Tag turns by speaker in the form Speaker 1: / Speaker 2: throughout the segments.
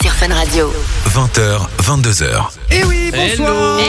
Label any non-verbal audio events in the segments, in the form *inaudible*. Speaker 1: Fun Radio.
Speaker 2: 20h, 22h.
Speaker 3: Et Eh oui,
Speaker 4: Hello.
Speaker 3: bonsoir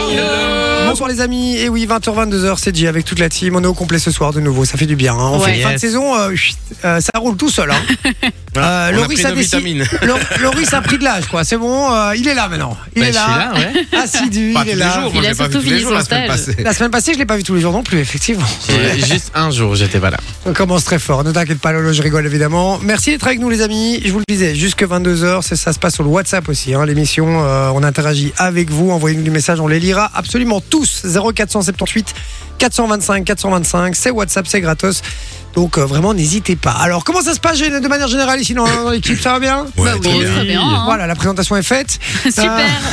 Speaker 3: Bonsoir les amis, et oui, 20h, 22h, c'est J avec toute la team, on est au complet ce soir de nouveau, ça fait du bien, hein. on
Speaker 4: Ouais.
Speaker 3: fait une fin de
Speaker 4: Yes.
Speaker 3: saison, euh, chut, euh, ça roule tout seul. Hein.
Speaker 4: *laughs*
Speaker 3: Euh,
Speaker 4: on a
Speaker 3: Loris
Speaker 4: pris
Speaker 3: a
Speaker 4: nos
Speaker 3: décidé-
Speaker 4: vitamines.
Speaker 3: Lor- Loris a pris de l'âge, quoi, c'est bon, euh, il est là maintenant, il
Speaker 4: Bah,
Speaker 3: est
Speaker 4: je
Speaker 3: là,
Speaker 4: suis là, ouais.
Speaker 3: assidu,
Speaker 4: Pas
Speaker 3: il est
Speaker 4: tous
Speaker 3: là.
Speaker 4: les jours,
Speaker 5: Il
Speaker 4: moi
Speaker 5: a
Speaker 4: j'ai pas
Speaker 5: surtout
Speaker 4: vu tous les
Speaker 5: fini
Speaker 4: jours
Speaker 5: son
Speaker 4: la semaine
Speaker 5: stage.
Speaker 4: *laughs* passée.
Speaker 3: La semaine passée, je l'ai pas vu tous les jours non plus, effectivement.
Speaker 4: J'ai- Juste un jour, j'étais pas là.
Speaker 3: On commence très fort, ne t'inquiète pas Lolo, je rigole évidemment. Merci d'être avec nous les amis, je vous le disais, jusque 22h, c'est- ça se passe sur le WhatsApp aussi, hein, l'émission, euh, on interagit avec vous, envoyez-nous des messages, on les lira absolument tous, 0478 425 425, c'est WhatsApp, c'est gratos, donc euh, vraiment n'hésitez pas. Alors comment ça se passe gé- de manière générale ici dans, dans l'équipe, ça va bien
Speaker 2: Ouais,
Speaker 5: Bah
Speaker 2: très
Speaker 5: oui,
Speaker 2: bien.
Speaker 5: très bien. hein.
Speaker 3: Voilà, la présentation est faite.
Speaker 5: *laughs*
Speaker 3: *laughs*
Speaker 5: Super,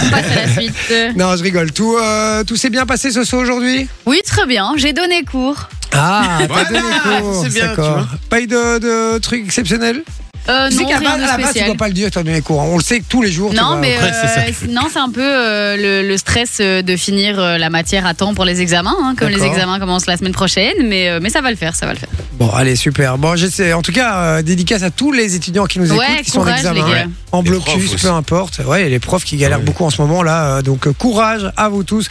Speaker 5: on passe à la suite. Euh,
Speaker 3: Non, je rigole, tout, euh, tout s'est bien passé ce soir aujourd'hui
Speaker 5: *laughs* Oui, très bien, j'ai donné cours.
Speaker 4: *laughs*
Speaker 3: Ah,
Speaker 4: Voilà,
Speaker 3: t'as donné cours,
Speaker 4: c'est bien, tu
Speaker 3: d'accord.
Speaker 4: vois.
Speaker 3: Pas eu de, de trucs exceptionnels
Speaker 5: Euh,
Speaker 3: Tu sais
Speaker 5: non,
Speaker 3: qu'à
Speaker 5: rien
Speaker 3: base- à la
Speaker 5: de
Speaker 3: base, tu
Speaker 5: spécial.
Speaker 3: dois pas le dire, tu as donné cours. On le sait que tous les jours. tu
Speaker 5: Non,
Speaker 3: dois-
Speaker 5: mais
Speaker 4: Après, c'est ça.
Speaker 5: euh, c'est- non, c'est un peu euh, le, le stress euh, de finir euh, la matière à temps pour les examens, hein, comme les
Speaker 3: D'accord.
Speaker 5: examens commencent la semaine prochaine, mais, euh, mais ça va le faire, ça va le faire.
Speaker 3: Bon, allez, super. Bon, j'essaie- en tout cas, euh, dédicace à tous les étudiants qui nous
Speaker 5: Ouais,
Speaker 3: écoutent, qui sont en
Speaker 5: courage,
Speaker 3: examen,
Speaker 5: les gars.
Speaker 3: en
Speaker 4: Les
Speaker 3: blocus,
Speaker 4: profs aussi. Ah
Speaker 3: peu importe. Ouais, les profs qui galèrent beaucoup en ce moment là. euh, donc, euh, courage à vous tous.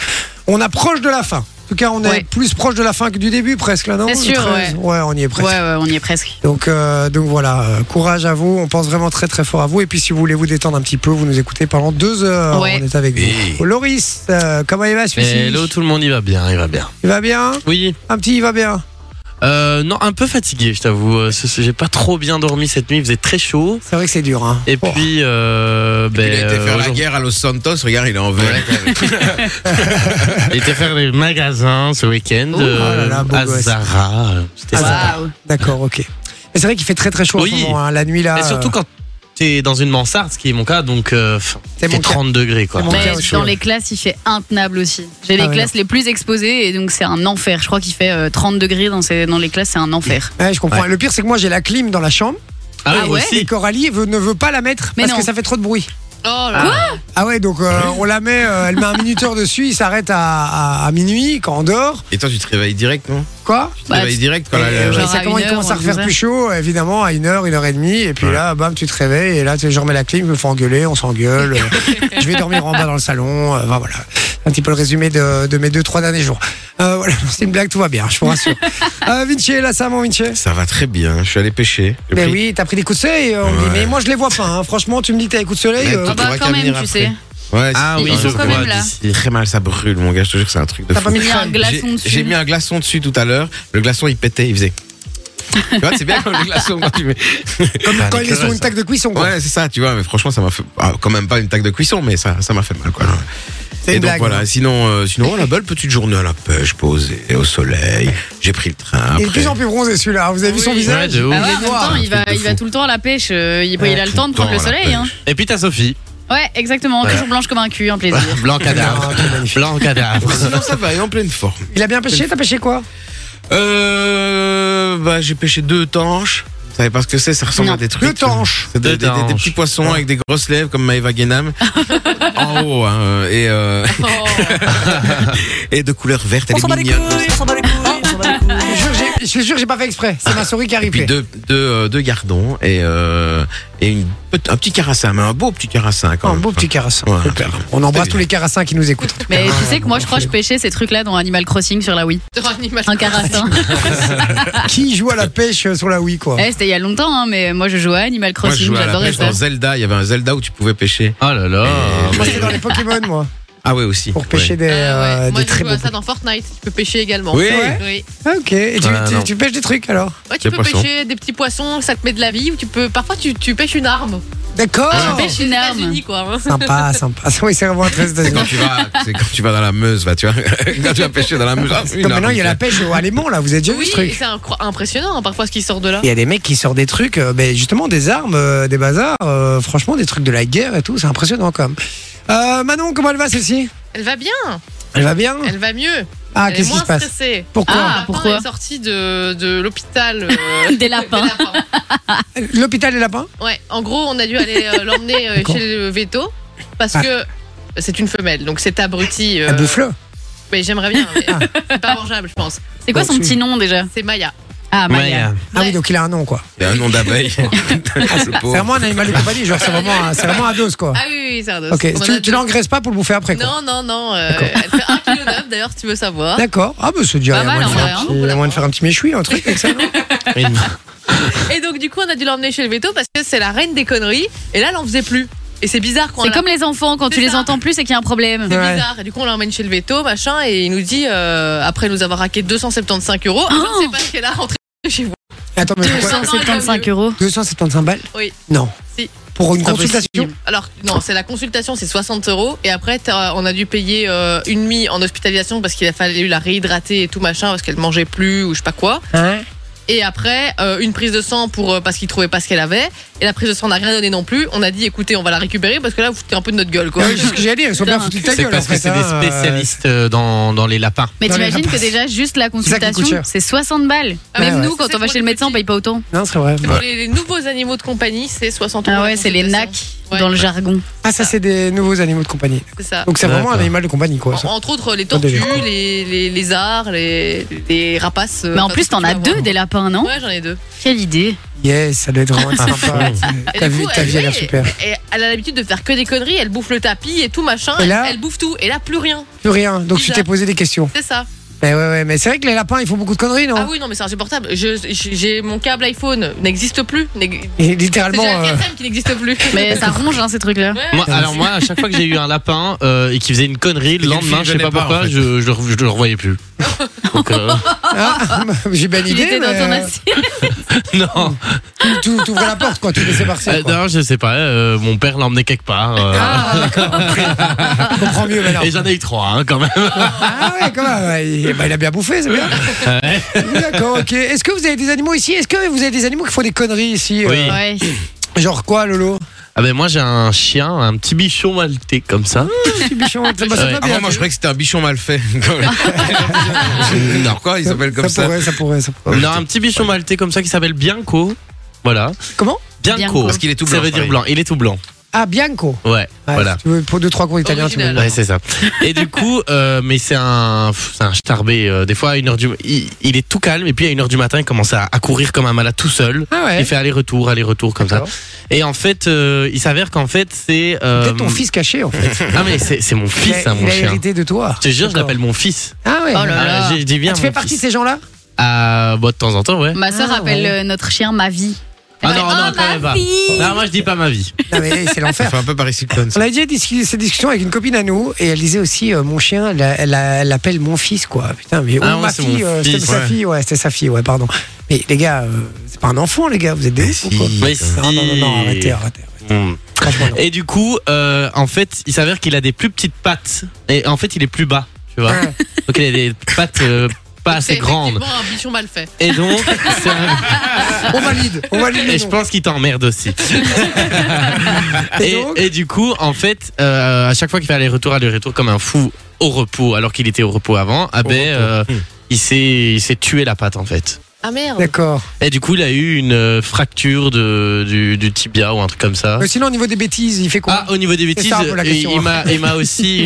Speaker 3: On approche de la fin. En tout cas, on est
Speaker 5: Ouais.
Speaker 3: plus proche de la fin que du début, presque là, non
Speaker 5: C'est sûr,
Speaker 3: 13? Ouais, on y est
Speaker 5: Ouais,
Speaker 3: presque.
Speaker 5: ouais, on y est presque.
Speaker 3: Donc, euh, donc voilà, euh, courage à vous. On pense vraiment très très fort à vous. Et puis si vous voulez vous détendre un petit peu, vous nous écoutez pendant deux heures.
Speaker 5: Ouais.
Speaker 3: On est avec
Speaker 2: Oui.
Speaker 3: vous. Oh, Loris, euh, comment il va celui-ci
Speaker 4: Hello, tout le monde, il va bien, il va bien.
Speaker 3: Il va bien
Speaker 4: Oui.
Speaker 3: Un petit il va bien
Speaker 4: Euh, non, un peu fatigué, je t'avoue. Euh, ce- ce- J'ai pas trop bien dormi cette nuit, il faisait très chaud.
Speaker 3: C'est vrai que c'est dur. Hein.
Speaker 4: Et
Speaker 3: Oh.
Speaker 4: puis, euh, ben,
Speaker 6: Il a été faire la
Speaker 4: aujourd'hui-
Speaker 6: guerre à Los Santos, regarde, il est en vert.
Speaker 4: il était faire les magasins ce week-end
Speaker 5: Oh.
Speaker 4: euh,
Speaker 3: Oh là là, beau
Speaker 4: à
Speaker 3: gosse.
Speaker 4: Zara. euh, C'était
Speaker 3: Ah,
Speaker 4: sympa.
Speaker 5: Waouh.
Speaker 3: D'accord, ok. Mais c'est vrai qu'il fait très très chaud en
Speaker 4: Oui.
Speaker 3: ce moment, hein, la nuit là.
Speaker 4: Et surtout
Speaker 3: euh,
Speaker 4: quand t'es dans une mansarde, ce qui est mon cas, donc euh, pff,
Speaker 3: C'est
Speaker 4: il fait
Speaker 3: mon cas.
Speaker 4: 30 degrés quoi.
Speaker 3: C'est mon
Speaker 5: Mais
Speaker 3: cas aussi,
Speaker 5: dans
Speaker 3: ouais.
Speaker 5: les classes, il fait intenable aussi. J'ai
Speaker 3: Ah
Speaker 5: les
Speaker 3: ouais.
Speaker 5: classes les plus exposées et donc c'est un enfer. Je crois qu'il fait euh, 30 degrés dans, ces, dans les classes, c'est un enfer.
Speaker 3: ouais, je comprends. Le pire, c'est que moi j'ai la clim dans la chambre
Speaker 4: Ah,
Speaker 5: Ah
Speaker 4: oui,
Speaker 5: ouais
Speaker 3: et
Speaker 4: aussi.
Speaker 3: Coralie veut- ne veut pas la mettre
Speaker 5: Mais
Speaker 3: parce que
Speaker 5: non.
Speaker 3: ça fait trop de bruit.
Speaker 5: Oh là Quoi
Speaker 3: Ah ouais, donc euh, on la met, euh, elle met un minuteur dessus, il s'arrête à, à- à minuit quand on dort.
Speaker 6: Et toi, tu te réveilles direct, non
Speaker 3: Quoi
Speaker 6: Tu te
Speaker 5: Bah,
Speaker 6: réveilles direct quand
Speaker 3: Et,
Speaker 6: la-
Speaker 3: euh,
Speaker 6: la-
Speaker 5: genre
Speaker 3: ça
Speaker 5: à
Speaker 3: commence-
Speaker 5: une
Speaker 3: il commence
Speaker 5: heure,
Speaker 3: à
Speaker 5: on
Speaker 3: refaire
Speaker 5: dirait.
Speaker 3: plus chaud, évidemment, à une heure, une heure et demie, et puis
Speaker 6: Ouais.
Speaker 3: là, bam, tu te réveilles, et là, tu sais, je remets la clim, je me fais engueuler,
Speaker 5: *laughs*
Speaker 3: on s'engueule, euh, je vais dormir en bas dans le salon, euh, enfin, voilà. Un petit peu le résumé de, de mes deux, trois derniers jours. Euh, voilà, *laughs* c'est une blague, tout va bien, je
Speaker 5: *laughs*
Speaker 3: vous rassure. Euh, Vinci, là, ça, mon Vinci
Speaker 6: Ça va très bien, je suis allé pêcher. J'ai
Speaker 3: Mais
Speaker 6: pris-
Speaker 3: oui, t'as pris des coups de soleil. euh, on dit,
Speaker 6: Ouais.
Speaker 3: mais moi, je les vois pas. hein. Franchement, tu me dis que t'as des coups de soleil.
Speaker 6: Mais
Speaker 3: euh,
Speaker 5: Ah
Speaker 6: attends,
Speaker 5: bah
Speaker 6: Faudra
Speaker 5: quand
Speaker 6: qu'à
Speaker 5: même,
Speaker 6: venir
Speaker 5: tu
Speaker 6: après.
Speaker 5: sais.
Speaker 6: Ouais,
Speaker 4: Ah
Speaker 5: Ils
Speaker 4: oui,
Speaker 5: sont
Speaker 4: je
Speaker 5: quand
Speaker 4: vois
Speaker 5: même là.
Speaker 4: d'ici.
Speaker 6: c'est très mal, ça brûle, mon gars, je te jure que c'est un truc de
Speaker 3: T'as
Speaker 6: fou.
Speaker 3: pas mis de
Speaker 5: Il y a un
Speaker 3: crème.
Speaker 5: glaçon
Speaker 6: J'ai-
Speaker 5: dessus.
Speaker 6: J'ai mis un glaçon dessus tout à l'heure, le glaçon il pétait, il faisait. tu vois, c'est bien comme le glaçon quand tu mets.
Speaker 3: Comme
Speaker 6: Ah,
Speaker 3: quand ils
Speaker 6: nickel,
Speaker 3: sont une
Speaker 6: ça.
Speaker 3: taque de cuisson. quoi.
Speaker 6: Ouais, c'est ça, tu vois, mais franchement, ça m'a fait. ah, quand même pas une taque de cuisson, mais ça ça m'a fait mal, quoi.
Speaker 3: C'est
Speaker 6: Et
Speaker 3: une
Speaker 6: donc
Speaker 3: blague.
Speaker 6: voilà,
Speaker 3: hein.
Speaker 6: sinon, euh, sinon, oh, la belle petite journée à la pêche, posée, au soleil, j'ai pris le train.
Speaker 3: Il est de
Speaker 6: après.
Speaker 3: plus en plus bronzé celui-là. hein. Vous avez vu son
Speaker 5: Oui.
Speaker 4: Ouais,
Speaker 3: visage
Speaker 4: de ouf.
Speaker 5: Ah ouais, en
Speaker 3: Il est
Speaker 5: même
Speaker 3: noir,
Speaker 5: temps,
Speaker 6: un
Speaker 5: il
Speaker 6: truc
Speaker 5: va,
Speaker 6: de
Speaker 5: il va
Speaker 6: fou.
Speaker 5: tout le temps à la pêche. euh, il,
Speaker 3: Ouais,
Speaker 5: il a le temps de prendre le
Speaker 6: Tout temps à la
Speaker 5: soleil. Hein.
Speaker 6: pêche.
Speaker 4: Et puis t'as Sophie.
Speaker 5: Ouais, exactement.
Speaker 4: Ouais.
Speaker 5: Toujours blanche comme un cul, un plaisir.
Speaker 4: Blanc
Speaker 3: Ah,
Speaker 4: cadavre. Blanc cadavre.
Speaker 6: Sinon, ça va, il est en pleine forme.
Speaker 3: Il a bien pêché. T'as pêché quoi
Speaker 6: Euh, bah, j'ai pêché deux tanches. Vous savez pas ce que c'est, ça ressemble
Speaker 5: Non.
Speaker 6: à des trucs. euh,
Speaker 3: Deux tanches.
Speaker 6: C'est des,
Speaker 4: Deux
Speaker 6: des- des- des
Speaker 4: tanches.
Speaker 6: petits poissons avec des grosses lèvres comme
Speaker 3: *laughs*
Speaker 6: Maëva Guénam. en haut, hein, et, euh,
Speaker 5: Oh.
Speaker 6: *laughs* et de couleur verte, elle est mignonne.
Speaker 3: Je te jure, j'ai- je te jure, j'ai pas fait exprès. C'est ma souris qui a
Speaker 6: Et puis
Speaker 3: ripé.
Speaker 6: deux, deux, euh, deux gardons et, euh, et une, pet- un petit carassin, mais un beau petit carassin quand
Speaker 3: Un
Speaker 6: même.
Speaker 3: beau petit carassin.
Speaker 6: Ouais.
Speaker 3: Super. On embrasse
Speaker 6: C'est
Speaker 3: tous les carassins qui nous écoutent.
Speaker 5: *laughs* Mais tu sais que moi, je crois que je pêchais ces trucs-là dans Animal Crossing sur la
Speaker 7: *laughs*
Speaker 5: Wii. Un carassin.
Speaker 3: Qui joue à la pêche euh, sur la Wii quoi
Speaker 5: Eh, C'était il y a longtemps, hein, mais moi, je jouais à Animal
Speaker 6: Moi, je
Speaker 5: Crossing.
Speaker 6: jouais à la
Speaker 5: J'adorais
Speaker 6: pêche
Speaker 5: ça.
Speaker 6: dans Zelda. Il y avait un Zelda où tu pouvais pêcher.
Speaker 4: Oh là là.
Speaker 6: Et-
Speaker 3: Moi j'étais dans les Pokémon moi
Speaker 6: Ah ouais aussi.
Speaker 3: pour
Speaker 6: ouais.
Speaker 3: pêcher des,
Speaker 7: Ah
Speaker 3: euh,
Speaker 7: ouais.
Speaker 3: des
Speaker 7: Moi, je
Speaker 3: très
Speaker 7: joue
Speaker 3: beaux.
Speaker 7: à ça dans Fortnite. Tu peux pêcher également.
Speaker 6: Oui.
Speaker 3: Ouais.
Speaker 7: Oui.
Speaker 3: Ah, Ok. Et tu,
Speaker 4: Ah,
Speaker 3: tu-
Speaker 4: non.
Speaker 3: tu pêches des trucs alors
Speaker 7: Ouais,
Speaker 6: Bah, Des
Speaker 7: tu peux
Speaker 6: poissons.
Speaker 7: pêcher des petits poissons, ça te met de la vie. Ou tu peux, parfois, tu, tu pêches une arme.
Speaker 3: D'accord.
Speaker 5: Ah, tu pêches
Speaker 7: Aux
Speaker 5: une arme.
Speaker 7: États-Unis, quoi. hein. *laughs*
Speaker 3: Sympa, Ah, sympa. Oui, c'est vraiment très
Speaker 6: C'est
Speaker 3: États-Unis.
Speaker 6: quand tu vas, c'est quand tu vas dans la Meuse, va, tu vois. *laughs* quand tu vas pêcher dans la Meuse. ah, une
Speaker 3: Comme maintenant,
Speaker 6: arme,
Speaker 3: il y a la pêche au Alémon, là, vous avez déjà vu
Speaker 7: Oui,
Speaker 3: ce
Speaker 7: et
Speaker 3: truc
Speaker 7: c'est incro- impressionnant hein, parfois ce qui sort de là.
Speaker 3: Il y a des mecs qui sortent des trucs, euh, ben, justement, des armes, euh, des bazars, euh, franchement, des trucs de la guerre et tout, c'est impressionnant quand même. Euh, Manon, comment elle va celle-ci
Speaker 7: Elle va bien,
Speaker 3: Elle va bien
Speaker 7: elle va mieux.
Speaker 3: Ah,
Speaker 7: elle est
Speaker 3: qu'est-ce qui
Speaker 7: moins
Speaker 3: se passe
Speaker 7: stressée.
Speaker 3: Pourquoi
Speaker 5: Ah,
Speaker 7: Papa
Speaker 5: pourquoi
Speaker 7: est sortie de, de l'hôpital. euh,
Speaker 5: *laughs* Des lapins.
Speaker 7: des lapins.
Speaker 3: L'hôpital des lapins
Speaker 7: Ouais, en gros, on a dû aller euh, l'emmener euh,
Speaker 3: D'accord.
Speaker 7: chez le veto parce
Speaker 3: Ah.
Speaker 7: que c'est une femelle, donc c'est abruti. euh,
Speaker 3: Elle bouffe-le.
Speaker 7: Mais j'aimerais bien, mais c'est *laughs* pas mangeable, je pense.
Speaker 5: C'est quoi son
Speaker 3: Bon, tu-
Speaker 5: petit nom déjà
Speaker 7: C'est Maya.
Speaker 5: Ah, Maya.
Speaker 4: Maya.
Speaker 3: Ah oui,
Speaker 7: Ouais.
Speaker 3: donc il a un nom, quoi.
Speaker 6: C'est un
Speaker 5: *laughs*
Speaker 6: nom d'abeille. Le
Speaker 3: C'est
Speaker 6: pauvre.
Speaker 3: vraiment un animal de compagnie, genre c'est vraiment, un-
Speaker 7: *laughs*
Speaker 3: c'est vraiment un dos, quoi.
Speaker 7: Ah oui, oui, c'est un dos.
Speaker 3: Ok,
Speaker 7: On en a
Speaker 3: tu, tu
Speaker 7: deux.
Speaker 3: l'engraisses pas pour le bouffer après, quoi.
Speaker 7: Non, non, non. euh, elle fait 1,9 kg d'ailleurs, si tu veux savoir.
Speaker 3: D'accord. Ah, bah, c'est déjà
Speaker 5: Pas
Speaker 3: il y a
Speaker 5: mal,
Speaker 3: moyen de
Speaker 5: en
Speaker 3: faire
Speaker 5: vrai,
Speaker 3: un
Speaker 5: hein,
Speaker 3: petit- il y a moyen de faire un petit méchoui, un truc avec ça. non
Speaker 4: Une-
Speaker 7: Et donc, du coup, on a dû l'emmener chez le veto parce que c'est la reine des conneries. Et là, elle en faisait plus. Et c'est bizarre quand
Speaker 5: C'est
Speaker 7: on
Speaker 5: comme les enfants, quand tu
Speaker 7: C'est
Speaker 5: les
Speaker 7: ça.
Speaker 5: entends plus, c'est qu'il y a un problème.
Speaker 7: C'est
Speaker 3: Ouais.
Speaker 7: bizarre. Et du coup, on l'emmène chez le veto, machin, et il nous dit, euh, après nous avoir raqué 275 euros, ah, je ne
Speaker 3: Oh.
Speaker 7: sais pas ce qu'elle a rentré chez vous.
Speaker 3: Attends, mais pourquoi
Speaker 5: 275 euros.
Speaker 3: 275 balles
Speaker 7: Oui.
Speaker 3: Non.
Speaker 7: Si.
Speaker 3: Pour une
Speaker 7: C'est pas
Speaker 3: consultation
Speaker 7: possible. Alors, non, c'est la consultation, c'est 60 euros. Et après, t'as- on a dû payer euh, une nuit en hospitalisation parce qu'il a fallu la réhydrater et tout machin, parce qu'elle mangeait plus ou je sais pas quoi.
Speaker 3: Hein
Speaker 7: Et après, euh, une prise de sang pour, euh, parce qu'il trouvait pas ce qu'elle avait. Et la prise de sang n'a rien donné non plus. On a dit, écoutez, on va la récupérer parce que là, vous foutez un peu de notre gueule, quoi.
Speaker 3: Ah oui, C'est ce que j'allais dire, ils sont bien
Speaker 5: Putain.
Speaker 3: foutus de ta gueule.
Speaker 4: C'est parce
Speaker 3: en fait,
Speaker 4: que c'est des
Speaker 3: hein, euh,
Speaker 4: spécialistes euh, dans, dans les lapins.
Speaker 5: Mais
Speaker 3: Non, mais
Speaker 5: t'imagines
Speaker 3: la
Speaker 5: que
Speaker 3: passe.
Speaker 5: déjà, juste la
Speaker 3: ça qui coûte
Speaker 5: consultation,
Speaker 3: cher.
Speaker 5: c'est 60 balles.
Speaker 7: Ah
Speaker 5: Même
Speaker 3: ouais,
Speaker 5: nous,
Speaker 7: ouais.
Speaker 5: quand
Speaker 7: C'est
Speaker 5: on va
Speaker 7: pour
Speaker 5: chez le
Speaker 7: les
Speaker 5: médecin, on
Speaker 7: petits.
Speaker 5: paye pas autant.
Speaker 3: Non, c'est vrai.
Speaker 7: Pour les, les nouveaux animaux de compagnie, c'est 60 euros.
Speaker 5: Ah
Speaker 7: la
Speaker 5: ouais, c'est les
Speaker 7: consultation.
Speaker 5: nacs
Speaker 7: Ouais,
Speaker 5: dans le jargon.
Speaker 3: Ah, ça, c'est des nouveaux animaux de compagnie.
Speaker 7: C'est ça.
Speaker 3: Donc, c'est vraiment un
Speaker 4: D'accord.
Speaker 3: animal de compagnie, quoi. ça.
Speaker 7: En- Entre autres, les
Speaker 3: Pas
Speaker 7: tortues,
Speaker 3: délire.
Speaker 7: les, les lézards, les, les rapaces. euh,
Speaker 5: Mais en plus, t'en as deux des lapins,
Speaker 3: hein.
Speaker 5: non
Speaker 7: Ouais, j'en ai deux.
Speaker 5: Quelle idée.
Speaker 3: Yes, ça doit être vraiment sympa.
Speaker 4: fond.
Speaker 7: Et
Speaker 3: Ta
Speaker 7: du
Speaker 3: vie,
Speaker 7: coup,
Speaker 3: ta
Speaker 7: elle-
Speaker 3: vie, elle a
Speaker 7: oui,
Speaker 3: super.
Speaker 7: Et elle a l'habitude de faire que des conneries, elle bouffe le tapis et tout machin,
Speaker 3: Et
Speaker 7: elle,
Speaker 3: là
Speaker 7: elle bouffe tout, et là plus rien,
Speaker 3: Plus rien. Donc, tu
Speaker 7: Bizarre.
Speaker 3: t'es posé des questions.
Speaker 7: c'est ça.
Speaker 3: Mais ouais, ouais, mais c'est vrai que les lapins, ils font beaucoup de conneries, non
Speaker 7: Ah oui, non, mais c'est insupportable. Je- je- J'ai mon câble iPhone, n'existe plus. n'ex-
Speaker 3: Et
Speaker 7: C'est
Speaker 3: littéralement.
Speaker 7: déjà la
Speaker 3: euh,
Speaker 7: GSM qui n'existe plus.
Speaker 5: *laughs* Mais ça ronge, hein, ces trucs-là.
Speaker 7: Ouais.
Speaker 4: Moi, alors moi, à chaque fois que j'ai eu un lapin euh, et qu'il faisait une connerie, le
Speaker 6: Et qu'il
Speaker 4: lendemain, je sais
Speaker 6: venait
Speaker 4: pas
Speaker 6: pas,
Speaker 4: pourquoi,
Speaker 6: en fait.
Speaker 4: je, je, le re- je le revoyais plus. Donc,
Speaker 5: *laughs*
Speaker 4: euh,
Speaker 3: ah, J'ai bien
Speaker 5: Il
Speaker 3: idée.
Speaker 5: était dans
Speaker 3: mais,
Speaker 5: ton
Speaker 3: euh,
Speaker 5: assiette.
Speaker 4: non,
Speaker 3: tu tu ouvres la porte, quoi. Tu laisses partir.
Speaker 4: Euh, *laughs*
Speaker 3: quoi.
Speaker 4: non, je sais pas. euh, mon père l'emmenait quelque part. euh,
Speaker 5: Ah,
Speaker 4: *laughs*
Speaker 3: Je comprends mieux maintenant.
Speaker 4: et j'en ai eu trois hein, quand même.
Speaker 3: Ah ouais, quand même. ouais, Il, bah, il a bien bouffé, c'est bien.
Speaker 4: Ouais.
Speaker 3: D'accord, ok. Est-ce que vous avez des animaux ici Est-ce que vous avez des animaux qui font des conneries ici euh,
Speaker 4: Oui.
Speaker 5: Ouais.
Speaker 3: Genre quoi, Lolo
Speaker 4: Ah ben moi j'ai un chien, un petit bichon maltais comme ça.
Speaker 3: *coughs* Petit bichon, ça passe
Speaker 4: Ouais.
Speaker 3: pas
Speaker 6: Ah,
Speaker 3: bien.
Speaker 6: moi, je croyais que c'était un bichon mal fait. *laughs*
Speaker 3: *laughs*
Speaker 6: non, quoi, il s'appelle comme ça.
Speaker 3: pourrait, ça pourrait, ça pourrait.
Speaker 4: Non, un petit bichon maltais comme ça qui s'appelle Bianco. Voilà.
Speaker 3: Comment
Speaker 4: Bianco.
Speaker 5: Bianco.
Speaker 6: Parce qu'il est tout
Speaker 4: Ça
Speaker 6: blanc.
Speaker 4: veut dire blanc. Il est tout blanc.
Speaker 3: Ah, Bianco.
Speaker 4: Ouais.
Speaker 3: Ah,
Speaker 4: voilà.
Speaker 3: si tu veux, pour deux, trois cours italiens, tu veux.
Speaker 7: Original.
Speaker 4: Ouais, c'est ça. Et du coup, euh, mais c'est un, pff, c'est un starbé. euh, des fois, à une heure du, il, il est tout calme et puis à une heure du matin, il commence à, à courir comme un malade tout seul.
Speaker 3: Ah ouais.
Speaker 4: Il fait aller-retour, aller-retour comme ça.
Speaker 3: D'accord.
Speaker 4: Et en fait, euh, il s'avère qu'en fait, c'est. euh,
Speaker 3: Peut-être ton fils caché, en fait.
Speaker 4: *laughs* Ah mais c'est c'est mon fils,
Speaker 3: il a,
Speaker 4: hein, mon
Speaker 3: il a
Speaker 4: chien.
Speaker 3: hérité de toi.
Speaker 4: Je te jure, je
Speaker 3: D'accord.
Speaker 4: l'appelle mon fils.
Speaker 3: Ah ouais.
Speaker 5: Oh là là.
Speaker 4: Ah, je, je dis bien.
Speaker 3: Ah, tu
Speaker 4: mon
Speaker 3: fais partie
Speaker 4: fils.
Speaker 3: de ces gens-là
Speaker 4: Ah, bah, de temps en temps, ouais.
Speaker 5: Ma sœur
Speaker 3: Ah,
Speaker 5: appelle
Speaker 3: ouais.
Speaker 5: euh, notre chien ma vie.
Speaker 4: Ah
Speaker 5: Ouais.
Speaker 4: non, non,
Speaker 5: Ah,
Speaker 4: quand même
Speaker 5: ma
Speaker 4: pas.
Speaker 5: vie.
Speaker 4: Non, moi je dis pas ma vie.
Speaker 3: Non, mais c'est l'enfer.
Speaker 6: Ça fait un peu Paris Hilton.
Speaker 3: On
Speaker 6: ça.
Speaker 3: a déjà discuté cette discussion avec une copine à nous et elle disait aussi euh, mon chien, elle- elle elle l'appelle mon fils quoi. Putain mais ou
Speaker 4: Ah ouais,
Speaker 3: ma
Speaker 4: c'est
Speaker 3: fille,
Speaker 4: mon
Speaker 3: euh, c'était
Speaker 4: fils,
Speaker 3: sa
Speaker 6: ouais.
Speaker 3: fille, ouais c'était sa fille, ouais pardon. Mais les gars, euh, c'est pas un enfant les gars, vous êtes des ouf ou quoi
Speaker 4: Mais
Speaker 6: Si,
Speaker 3: Non non non, non, arrêtez, arrêtez.
Speaker 4: Hmm.
Speaker 3: Franchement non.
Speaker 4: Et du coup, euh, en fait, il s'avère qu'il a des plus petites pattes. Et en fait, il est plus bas, tu vois.
Speaker 3: Ouais.
Speaker 4: Donc il a des pattes euh, pas assez grandes.
Speaker 7: effectivement un bichon mal fait. *laughs*
Speaker 4: Et donc, c'est un-
Speaker 3: on valide, on valide. le
Speaker 4: et je
Speaker 3: nom.
Speaker 4: pense qu'il t'emmerde aussi.
Speaker 3: Et
Speaker 4: Et,
Speaker 3: donc
Speaker 4: et du coup, en fait, euh, à chaque fois qu'il fait aller-retour, aller-retour comme un fou au repos, alors qu'il était au repos avant, ah ben, euh, il s'est il s'est tué la patte en fait.
Speaker 7: Ah merde.
Speaker 3: D'accord.
Speaker 4: Et du coup, il a eu une euh, fracture de, du, du tibia ou un truc comme ça.
Speaker 3: Mais sinon au niveau des bêtises, il fait quoi
Speaker 4: Hein Ah, au niveau des bêtises,
Speaker 3: ça un peu la
Speaker 4: il
Speaker 3: question,
Speaker 4: il
Speaker 3: hein.
Speaker 4: m'a, il m'a aussi,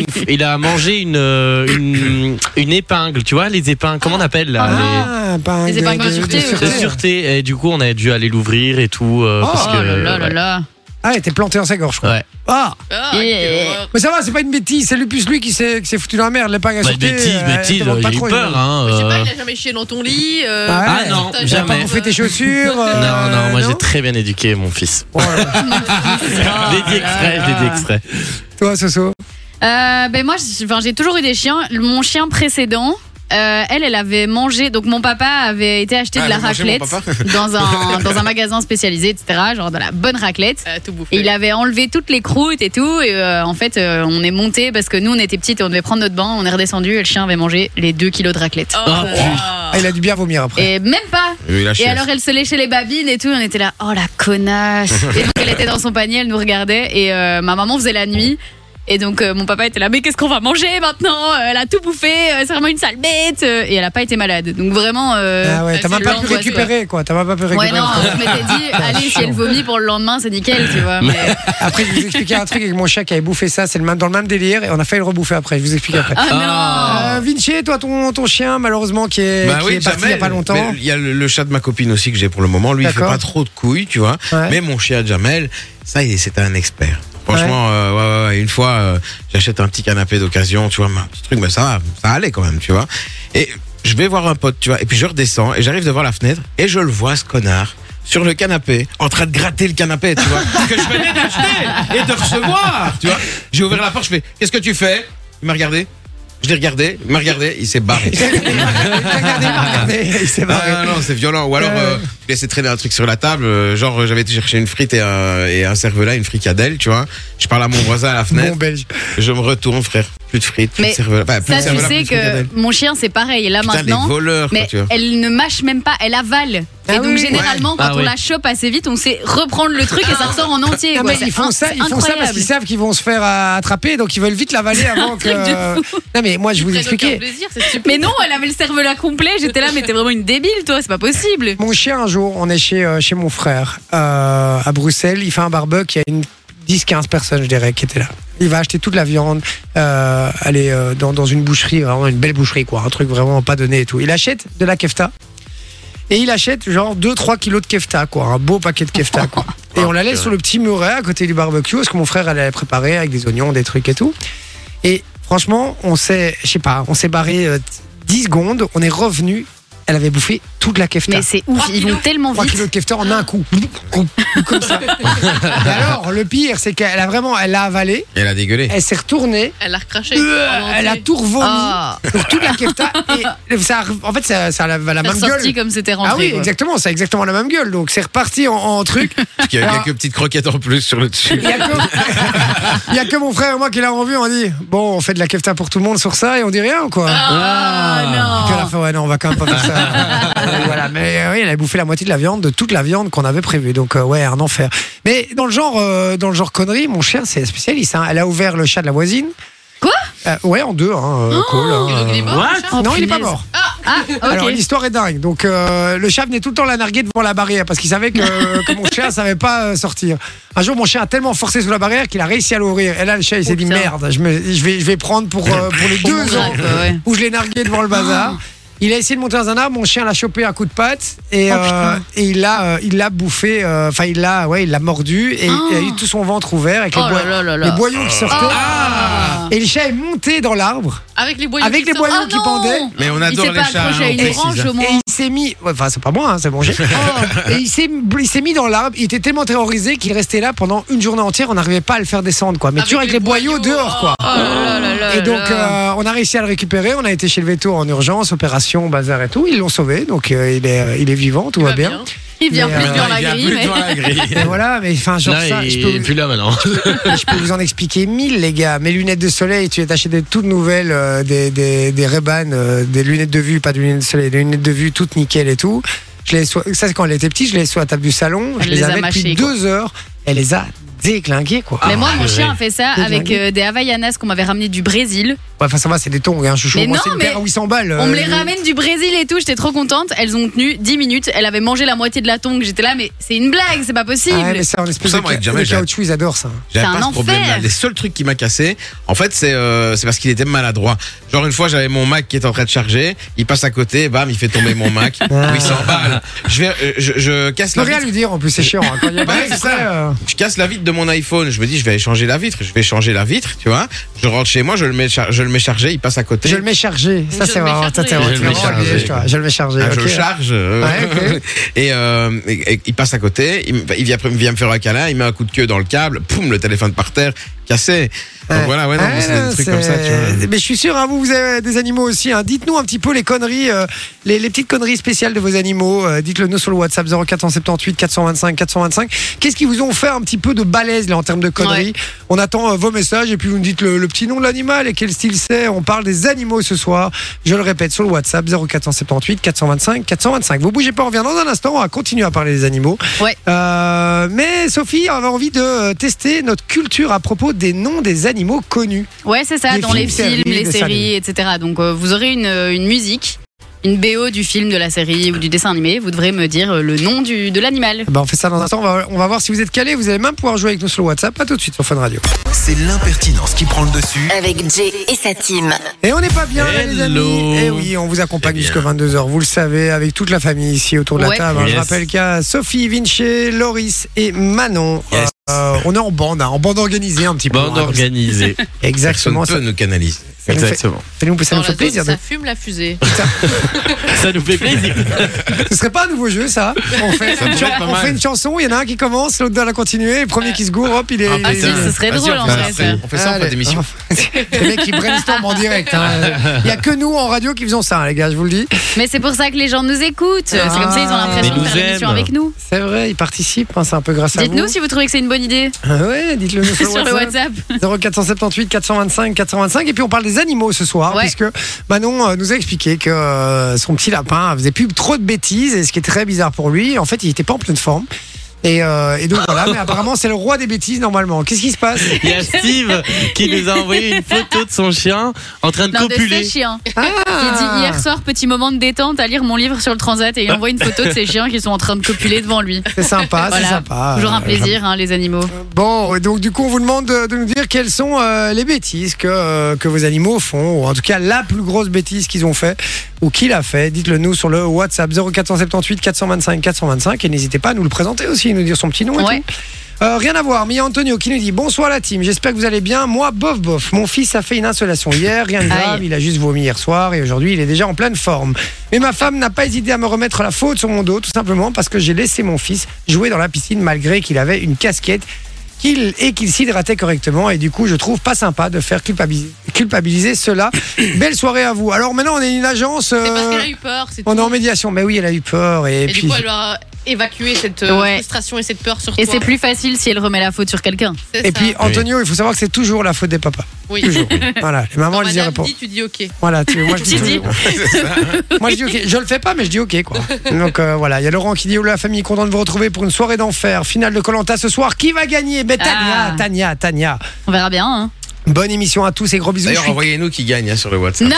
Speaker 3: *laughs*
Speaker 4: une- il a mangé une, euh, une, une épingle, tu vois, les épingles, comment on appelle là
Speaker 3: Ah, pas
Speaker 5: Les épingles de sûreté,
Speaker 4: les...
Speaker 5: sûreté.
Speaker 4: de sûreté. Et du coup, on a dû aller l'ouvrir et tout. euh,
Speaker 3: Oh,
Speaker 4: parce
Speaker 5: Oh
Speaker 4: que,
Speaker 5: là là là
Speaker 4: ouais.
Speaker 5: là.
Speaker 3: Ah, elle était plantée dans sa gorge quoi.
Speaker 4: Ouais.
Speaker 3: Ah,
Speaker 7: Ah,
Speaker 5: Et-
Speaker 7: quelle horreur.
Speaker 3: mais ça va, c'est pas une bêtise, c'est Lupus lui qui s'est qui s'est foutu dans la merde, l'épingle à
Speaker 4: Bah,
Speaker 3: sûreté,
Speaker 4: bêtise,
Speaker 3: euh, elle
Speaker 4: bêtise,
Speaker 3: demande pas
Speaker 4: j'ai eu
Speaker 3: trop,
Speaker 4: peur.
Speaker 3: évidemment.
Speaker 4: Hein,
Speaker 7: Je sais pas,
Speaker 4: euh.
Speaker 7: il a jamais chié dans ton lit. euh,
Speaker 3: Ah ouais.
Speaker 4: Ah non,
Speaker 7: t'as- t'as
Speaker 3: Il a pas
Speaker 4: jamais.
Speaker 3: bouffé tes chaussures. euh,
Speaker 4: *laughs* Non, non, moi
Speaker 3: non
Speaker 4: j'ai très bien éduqué mon fils.
Speaker 3: Oh là
Speaker 4: *laughs*
Speaker 3: Ah là.
Speaker 4: je l'ai dit exprès, je l'ai dit exprès.
Speaker 3: Toi, Soso
Speaker 5: Euh, ben moi, j'ai enfin, j'ai toujours eu des chiens. Mon chien précédent, euh, elle, elle avait mangé. Donc mon papa avait été acheter
Speaker 6: Ah,
Speaker 5: de la
Speaker 6: elle avait mangé
Speaker 5: raclette *laughs*
Speaker 6: mon
Speaker 5: dans
Speaker 7: *laughs*
Speaker 5: un dans un magasin spécialisé, etc. Genre de la bonne raclette.
Speaker 7: Elle a tout bouffé.
Speaker 5: Et il avait enlevé toutes les croûtes et tout. Et euh, en fait, euh, on est monté parce que nous, on était petites et on devait prendre notre bain. On est redescendu et le chien avait mangé les 2 kilos de raclette.
Speaker 7: Oh,
Speaker 4: Ah,
Speaker 7: là.
Speaker 3: Ah, il a dû bien vomir après.
Speaker 5: Et même pas.
Speaker 6: Oui, la
Speaker 5: Et
Speaker 6: chiasse.
Speaker 5: alors, elle se léchait les babines et tout. On était là, *laughs* oh la connasse. Et donc, elle était dans son panier, elle nous regardait. Et euh, ma maman faisait la nuit. Et donc euh, mon papa était là, mais qu'est-ce qu'on va manger maintenant Euh, Elle a tout bouffé, euh, c'est vraiment une sale bête. Euh, Et elle a pas été malade. Donc vraiment. euh,
Speaker 3: Ah ouais,
Speaker 5: c'est
Speaker 3: t'as même pas
Speaker 5: l'angoisse,
Speaker 3: pu
Speaker 5: quoi.
Speaker 3: récupérer, quoi. T'as même pas pu
Speaker 5: Ouais,
Speaker 3: récupérer.
Speaker 5: non, je m'étais *laughs*
Speaker 3: *laughs*
Speaker 5: dit, allez, si elle vomit pour le lendemain, c'est nickel, tu vois. Mais...
Speaker 3: Après, je vous expliquais un truc avec mon chat qui avait bouffé ça. C'est le même- dans le même délire et on a failli le rebouffer après. Je vous explique après.
Speaker 5: Ah non
Speaker 3: Euh, Vinci, toi, ton, ton chien, malheureusement, qui est,
Speaker 6: Bah
Speaker 3: qui
Speaker 6: oui,
Speaker 3: est parti il
Speaker 6: jamais.
Speaker 3: n'y a pas longtemps.
Speaker 6: Mais Il y a le, le chat de ma copine aussi que j'ai pour le moment. Lui, il fait
Speaker 3: D'accord.
Speaker 6: pas trop de couilles, tu vois.
Speaker 3: Ouais.
Speaker 6: Mais mon chien Jamel, ça, il est- c'est un expert. Franchement, euh, ouais, ouais, ouais, une fois, euh, j'achète un petit canapé d'occasion, tu vois, un petit truc, mais ça, va, ça allait quand même, tu vois. Et je vais voir un pote, tu vois, et puis je redescends et j'arrive devant la fenêtre et je le vois, ce connard. Sur le canapé, en train de gratter le canapé, tu vois, que je venais d'acheter et de *laughs* recevoir, tu vois. J'ai ouvert la porte, je fais, qu'est-ce que tu fais Il m'a regardé, je l'ai regardé, il m'a regardé, il
Speaker 3: *laughs*
Speaker 6: s'est barré.
Speaker 3: Regardez, regardez, il s'est barré.
Speaker 6: Ah, non, non, c'est violent. Ou alors,
Speaker 3: Euh.
Speaker 6: euh, je laissais traîner un truc sur la table. euh, genre, euh, j'avais été chercher une frite et un, et un cervelas, une fricadelle, tu vois. Je parle à mon voisin à la fenêtre.
Speaker 3: Bon belge.
Speaker 6: Je me retourne, frère. Plus de frites, plus
Speaker 5: Mais
Speaker 6: de cervelas. Enfin, plus
Speaker 5: Ça,
Speaker 6: de
Speaker 5: tu
Speaker 6: cervelas,
Speaker 5: sais
Speaker 6: plus de fricadelle.
Speaker 5: que mon chien, c'est pareil. Là
Speaker 6: Putain, les
Speaker 5: maintenant,
Speaker 6: voleurs, quoi,
Speaker 5: mais
Speaker 6: tu vois.
Speaker 5: elle ne mâche même pas, elle avale.
Speaker 3: Ah
Speaker 5: et donc
Speaker 3: oui.
Speaker 5: généralement, quand
Speaker 4: Ah
Speaker 5: on
Speaker 4: oui.
Speaker 5: la chope assez vite, on sait reprendre le truc et ça ressort en entier.
Speaker 3: Ah. Non,
Speaker 5: quoi.
Speaker 3: mais
Speaker 5: C'est
Speaker 3: ils font
Speaker 5: in-
Speaker 3: ça,
Speaker 5: c'est
Speaker 3: ils font ça parce
Speaker 5: incroyable.
Speaker 3: qu'ils savent qu'ils vont se faire euh, attraper, donc ils veulent
Speaker 5: *laughs*
Speaker 3: vite l'avaler avant que.
Speaker 5: truc de
Speaker 3: Non mais moi je
Speaker 7: Ils
Speaker 3: vous
Speaker 7: prennent aucun
Speaker 3: expliquais.
Speaker 7: plaisir, c'est super.
Speaker 5: Mais non, elle avait le cerveau-là complet. J'étais là, mais t'es vraiment une débile, toi. C'est pas possible.
Speaker 3: Mon chien un jour, on est chez euh, chez mon frère euh, à Bruxelles, il fait un barbecue, il y a une 10-15 personnes je dirais qui étaient là. Il va acheter toute la viande, euh, aller euh, dans, dans une boucherie, vraiment une belle boucherie quoi, un truc vraiment pas donné et tout. Il achète de la kefta. Et il achète genre 2-3 kilos de kefta, quoi, un beau paquet de kefta,
Speaker 6: *laughs*
Speaker 3: quoi. Et on la laisse sur le petit muret à côté du barbecue, parce que mon frère elle l'avait préparé avec des oignons, des trucs et tout. Et franchement, on s'est, je sais pas, on s'est barré euh, 10 secondes, on est revenu, elle avait bouffé toute la kefta.
Speaker 5: Mais c'est ouf. Ils vont tellement
Speaker 3: 3 kilos
Speaker 5: vite.
Speaker 3: de kefta en un coup. Comme ça. Et alors, le pire, c'est qu'elle a vraiment, elle l'a avalé,
Speaker 6: Et elle a dégueulé.
Speaker 3: elle s'est retournée,
Speaker 7: Elle a recraché.
Speaker 3: euh, elle a tout revomi
Speaker 5: Ah,
Speaker 3: pour toute la kefta. Ah. Et ça, a- en fait, ça, ça a la, la
Speaker 5: c'est
Speaker 3: même gueule.
Speaker 5: ressorti comme c'était rentré.
Speaker 3: Ah oui,
Speaker 5: quoi.
Speaker 3: exactement, ça a exactement la même gueule. Donc c'est reparti en, en truc.
Speaker 6: Parce qu'il y avait
Speaker 3: Alors-
Speaker 6: quelques petites croquettes en plus sur le dessus.
Speaker 3: Il y, a que, il y a que mon frère et moi qui l'avons vu. On dit bon, on fait de la kefta pour tout le monde sur ça et on dit rien ou quoi. Et puis à la
Speaker 5: Ah,
Speaker 3: fin, ouais, non, on va quand même pas faire
Speaker 7: *laughs*
Speaker 3: ça. Et voilà, mais euh, oui, elle avait bouffé la moitié de la viande, de toute la viande qu'on avait prévue. Donc, euh, ouais, un enfer. Mais dans le genre, euh, dans le genre connerie, mon cher, c'est spécialiste. hein. Elle a ouvert le chat de la voisine.
Speaker 5: Quoi
Speaker 3: Euh, Ouais, en deux. Hein, euh, cool, hein.
Speaker 7: Et donc, il est mort, le chat
Speaker 5: Oh,
Speaker 3: non, il est pas
Speaker 5: punaise.
Speaker 3: mort.
Speaker 5: non. Ah,
Speaker 3: Alors
Speaker 5: ok.
Speaker 3: l'histoire est dingue. Donc euh, le chat venait tout le temps la narguer devant la barrière parce qu'il savait que,
Speaker 5: *laughs*
Speaker 3: que mon chien savait pas euh, sortir. Un jour mon chien a tellement forcé sous la barrière qu'il a réussi à l'ouvrir. Et là le chat il s'est
Speaker 5: Oh,
Speaker 3: dit
Speaker 5: putain.
Speaker 3: merde, je, me- je vais je vais prendre pour euh, pour les
Speaker 5: mon
Speaker 3: deux
Speaker 5: chat,
Speaker 3: ans
Speaker 5: quoi, ouais. Ah.
Speaker 3: où je l'ai nargué devant le bazar. Il a essayé de monter dans un arbre, mon chien l'a chopé un coup de patte et,
Speaker 5: Oh,
Speaker 3: euh,
Speaker 5: putain.
Speaker 3: et il l'a euh, il l'a bouffé, euh, enfin il l'a ouais il l'a mordu et
Speaker 5: Ah.
Speaker 3: il a eu tout son ventre ouvert avec les,
Speaker 5: Oh
Speaker 3: boi-
Speaker 5: là là là là.
Speaker 3: les boyaux qui sortaient.
Speaker 5: Ah.
Speaker 3: Et le chat est monté dans l'arbre
Speaker 7: Avec les boyaux.
Speaker 3: avec
Speaker 7: qui Ah
Speaker 3: les
Speaker 7: sortent.
Speaker 3: boyaux qui pendaient.
Speaker 6: Mais on
Speaker 5: oh Il
Speaker 6: adore
Speaker 5: s'est
Speaker 6: les
Speaker 5: pas
Speaker 6: chats.
Speaker 5: accroché à
Speaker 6: hein, on
Speaker 5: une
Speaker 6: précise,
Speaker 5: branche
Speaker 6: hein.
Speaker 5: au moins.
Speaker 3: Et il s'est mis, ouais, enfin c'est pas moi, hein, c'est bon.
Speaker 4: *laughs*
Speaker 3: j'ai- et il s'est, il s'est mis dans l'arbre. Il était tellement terrorisé qu'il restait là pendant une journée entière. On n'arrivait pas à le faire descendre, quoi. Mais
Speaker 7: Avec
Speaker 3: toujours avec
Speaker 7: les
Speaker 3: les boyaux,
Speaker 7: boyaux,
Speaker 3: dehors, quoi.
Speaker 5: Oh là là là
Speaker 3: Et donc,
Speaker 5: là.
Speaker 3: euh, on a réussi à le récupérer. On a été chez le veto en urgence, opération, bazar et tout. Ils l'ont sauvé, donc euh, il, est, euh, il est vivant, tout
Speaker 7: Il
Speaker 3: va
Speaker 7: va
Speaker 3: bien.
Speaker 7: bien.
Speaker 5: il vient
Speaker 3: mais,
Speaker 5: plus
Speaker 3: euh,
Speaker 5: dans la
Speaker 6: Il y a
Speaker 5: grille,
Speaker 6: plus
Speaker 5: mais. *laughs*
Speaker 6: dans la grille.
Speaker 3: Mais voilà, mais enfin, genre
Speaker 4: Là,
Speaker 3: ça, je
Speaker 4: il
Speaker 3: peux
Speaker 4: est
Speaker 3: vous-
Speaker 4: plus là maintenant.
Speaker 3: *laughs*
Speaker 4: *laughs*
Speaker 3: je peux vous en expliquer mille, les gars. Mes lunettes de soleil, tu as acheté des toutes nouvelles, euh, des, des, des Ray-Ban, euh, des lunettes de vue, pas des lunettes de soleil, des lunettes de vue toutes nickel et tout. Je les sois- ça, c'est quand elle était petite, je les laissais sous la table du salon.
Speaker 5: Elle
Speaker 3: je
Speaker 5: les a
Speaker 3: avais depuis
Speaker 5: mâchées, quoi.
Speaker 3: deux heures. Elle les a déglinguées, quoi. Ah,
Speaker 5: Mais moi, mon
Speaker 4: Ah, purée.
Speaker 5: chien a fait ça avec euh, des Havaianas qu'on m'avait ramené du Brésil.
Speaker 3: Ouais, Enfin, ça va, c'est des tongs, hein, chouchou.
Speaker 5: Mais
Speaker 3: Moi,
Speaker 5: non,
Speaker 3: c'est une
Speaker 5: mais
Speaker 3: paire à 800 balles.
Speaker 5: On me les
Speaker 3: euh,
Speaker 5: ramène du Brésil et tout, j'étais trop contente. Elles ont tenu 10 minutes, elle avait mangé la moitié de la tongue. J'étais là, mais c'est une blague, c'est pas
Speaker 3: ah
Speaker 5: possible.
Speaker 3: ouais, mais ça, en espèce
Speaker 6: Ça,
Speaker 3: de,
Speaker 6: moi,
Speaker 3: ca-
Speaker 6: jamais,
Speaker 3: de
Speaker 6: j'ai-
Speaker 3: caoutchouc, ils adorent ça.
Speaker 6: J'avais
Speaker 5: C'est un
Speaker 6: pas ce
Speaker 5: enfer.
Speaker 6: problème-là. Les seuls trucs qui m'a cassé, en fait, c'est euh, c'est parce qu'il était maladroit. Genre une fois, j'avais mon Mac qui est en train de charger, il passe à côté, bam, il fait tomber mon Mac, oui, s'emballe. Je vais, euh, je, je casse
Speaker 3: Ne
Speaker 6: la
Speaker 3: rien
Speaker 6: vitre,
Speaker 3: lui dire, en plus, c'est chiant. hein. Quand il y a
Speaker 6: Bah
Speaker 3: pas
Speaker 6: ouais, c'est
Speaker 3: exprès,
Speaker 6: ça.
Speaker 3: euh,
Speaker 6: je casse la vitre de mon iPhone. Je me dis, je vais changer la vitre, je vais changer la vitre, tu vois. Je rentre chez moi, je le mets, char- je le mets chargé, il passe à côté.
Speaker 3: je le mets chargé. Ça,
Speaker 7: Je
Speaker 3: c'est
Speaker 7: le mets
Speaker 3: vraiment.
Speaker 7: chargé.
Speaker 3: ça, c'est
Speaker 7: Je
Speaker 3: vraiment-
Speaker 4: le
Speaker 3: tu
Speaker 4: mets
Speaker 3: vois,
Speaker 4: chargé.
Speaker 3: obligé, toi. Je le mets chargé.
Speaker 6: Ah, je
Speaker 3: ok.
Speaker 6: le charge euh,
Speaker 3: Ouais, ok.
Speaker 6: *laughs* et, euh, et- et il passe à côté, il, me- il vient, il vient me faire un câlin, il met un coup de queue dans le câble, poum, le téléphone par terre, cassé. Donc
Speaker 3: Ouais.
Speaker 6: voilà, ouais, non,
Speaker 3: Ouais,
Speaker 6: mais c'est
Speaker 3: non,
Speaker 6: des trucs
Speaker 3: c'est-
Speaker 6: comme ça, tu vois.
Speaker 3: Mais je suis sûr, hein, vous, vous avez des animaux aussi. hein. Dites-nous un petit peu les conneries, euh, les, les petites conneries spéciales de vos animaux. Euh, Dites-le nous sur le WhatsApp 0478 425 425. Qu'est-ce qu'ils vous ont fait un petit peu de balèze là en termes de conneries On attend euh, vos messages et puis vous nous dites le, le petit nom de l'animal et quel style c'est. On parle des animaux ce soir. Je le répète sur le WhatsApp 0478 425 425. Vous bougez pas, on revient dans un instant. On va continuer à parler des animaux.
Speaker 5: Ouais.
Speaker 3: Euh, mais Sophie avait envie de tester euh, notre culture à propos des noms des animaux connus.
Speaker 5: Ouais, c'est ça,
Speaker 3: Des
Speaker 5: dans
Speaker 3: films,
Speaker 5: les films,
Speaker 3: séries,
Speaker 5: les
Speaker 3: dessins
Speaker 5: séries,
Speaker 3: animés.
Speaker 5: etc. Donc euh, vous aurez une, euh, une musique, une BO du film, de la série ou du dessin animé. Vous devrez me dire euh, le nom du, de l'animal.
Speaker 3: Ben, on fait ça dans un instant. On va, on va voir si vous êtes calés. Vous allez même pouvoir jouer avec nous sur le WhatsApp. Pas tout de suite sur Fun Radio.
Speaker 2: C'est l'impertinence qui prend le dessus.
Speaker 1: Avec Jay et sa team.
Speaker 3: Et on n'est pas bien, là, les
Speaker 4: Hello.
Speaker 3: amis. Et oui, on vous accompagne
Speaker 6: Eh bien.
Speaker 3: jusqu'à 22h. Vous le savez, avec toute la famille ici autour de
Speaker 5: Ouais.
Speaker 3: la table. Je
Speaker 4: Yes.
Speaker 3: rappelle qu'il y a Sophie, Vinci, Loris et Manon.
Speaker 6: Yes.
Speaker 3: Euh, on est en bande, hein, en bande organisée un petit peu.
Speaker 4: Bande
Speaker 3: hein, comme ça.
Speaker 6: *laughs*
Speaker 4: organisée.
Speaker 6: Personne
Speaker 3: *laughs* Exactement.
Speaker 6: ne
Speaker 3: Ça,
Speaker 6: peut nous canaliser.
Speaker 3: ça nous fait,
Speaker 4: Exactement.
Speaker 3: ça nous, ça
Speaker 7: Dans
Speaker 3: nous
Speaker 7: la
Speaker 3: fait
Speaker 7: zone,
Speaker 3: plaisir. hein.
Speaker 7: Ça fume la fusée.
Speaker 4: Ça nous fait plaisir.
Speaker 3: *laughs* Ce serait pas un nouveau jeu, ça On fait,
Speaker 4: Ça
Speaker 3: une,
Speaker 4: pourrait
Speaker 3: chan-
Speaker 4: être pas
Speaker 3: on
Speaker 4: mal.
Speaker 3: fait une chanson, il y en a un qui commence, l'autre doit la continuer, le premier qui se gourre, hop, il est.
Speaker 5: Ah,
Speaker 3: il est-
Speaker 5: si, ce serait
Speaker 6: Vas-y,
Speaker 5: drôle,
Speaker 6: on
Speaker 5: en
Speaker 6: fait
Speaker 5: vrai,
Speaker 6: ça.
Speaker 5: ça.
Speaker 6: On fait ça en fin
Speaker 3: Allez.
Speaker 6: d'émission.
Speaker 3: *laughs* Les mecs qui brainstorm en direct. hein. Il y a que nous en radio qui faisons ça, hein, les gars, je vous le dis.
Speaker 5: Mais c'est pour ça que les gens nous écoutent.
Speaker 3: Ah.
Speaker 5: C'est comme ça, ils ont l'impression
Speaker 4: Mais
Speaker 5: de
Speaker 4: nous
Speaker 5: faire l'émission
Speaker 4: aiment.
Speaker 5: avec nous.
Speaker 3: C'est vrai, ils participent, hein, c'est un peu grâce à vous.
Speaker 5: Dites-nous si vous trouvez que c'est une bonne idée
Speaker 3: Ah Ouais, dites-le
Speaker 5: *laughs*
Speaker 3: nous sur,
Speaker 5: sur le WhatsApp.
Speaker 3: 0478 425 425 et puis on parle des animaux ce soir
Speaker 5: Ouais.
Speaker 3: puisque Manon euh, nous a expliqué que euh, son petit lapin faisait plus trop de bêtises et ce qui est très bizarre pour lui en fait il était pas en pleine forme et, euh, et donc voilà mais apparemment c'est le roi des bêtises normalement qu'est-ce qui se passe
Speaker 4: Il y a Steve qui nous a envoyé une photo de son chien en train de
Speaker 5: Non, de ses
Speaker 4: copuler.
Speaker 5: chiens. Il dit
Speaker 3: ah,
Speaker 5: hier soir, petit moment de détente à lire mon livre sur le transat et il envoie une photo de ses chiens qui sont en train de copuler devant lui.
Speaker 3: c'est sympa
Speaker 5: Voilà.
Speaker 3: c'est sympa
Speaker 5: Toujours un
Speaker 3: Euh,
Speaker 5: plaisir, hein, les animaux.
Speaker 3: bon et donc du coup on vous demande de, de nous dire quelles sont euh, les bêtises que, euh, que vos animaux font ou en tout cas la plus grosse bêtise qu'ils ont fait ou qu'il a fait, dites-le nous sur le WhatsApp 0478 425 425 et n'hésitez pas à nous le présenter aussi, nous dire son petit nom. et
Speaker 5: Ouais.
Speaker 3: tout. Euh, rien à voir, mais il y a Antonio qui nous dit bonsoir la team, j'espère que vous allez bien. Moi, bof bof, mon fils a fait une insolation hier, rien de grave,
Speaker 5: Aïe.
Speaker 3: il a juste vomi hier soir et aujourd'hui il est déjà en pleine forme. Mais ma femme n'a pas hésité à me remettre la faute sur mon dos, tout simplement parce que j'ai laissé mon fils jouer dans la piscine malgré qu'il avait une casquette. qu'il- et qu'il s'hydratait correctement et du coup je trouve pas sympa de faire culpabiliser, culpabiliser cela. *coughs* Belle soirée à vous. Alors maintenant on est une agence
Speaker 7: C'est parce
Speaker 3: euh,
Speaker 7: qu'elle a eu peur. c'est
Speaker 3: on est
Speaker 7: tout.
Speaker 3: en médiation, mais oui, elle a eu peur et,
Speaker 7: Et
Speaker 3: puis.
Speaker 7: du coup, elle doit évacuer cette euh,
Speaker 5: Ouais.
Speaker 7: frustration et cette peur sur
Speaker 5: Et
Speaker 7: toi.
Speaker 5: c'est plus facile si elle remet la faute sur quelqu'un.
Speaker 7: C'est ça.
Speaker 3: Et puis Antonio, il faut savoir que c'est toujours la faute des papas.
Speaker 7: hein. oui.
Speaker 3: Toujours. voilà, les mamans
Speaker 7: Quand
Speaker 3: elles y
Speaker 7: madame
Speaker 3: répondent.
Speaker 7: dit, tu dis ok.
Speaker 3: Voilà, tu, moi je dis
Speaker 5: Tu dis.
Speaker 3: toujours-
Speaker 6: *laughs*
Speaker 3: *laughs* moi je dis ok, je le fais pas mais je dis ok quoi. Donc euh, voilà, il y a Laurent qui dit oh la famille content de vous retrouver pour une soirée d'enfer, finale de Colanta ce soir, qui va gagner Mais Tania,
Speaker 5: Ah.
Speaker 3: Tania, Tania.
Speaker 5: On verra bien. Hein.
Speaker 3: Bonne émission à tous et gros bisous. Je
Speaker 6: D'ailleurs,
Speaker 3: suis-
Speaker 6: envoyez-nous qui gagne hein, sur le WhatsApp. *laughs*
Speaker 5: Non,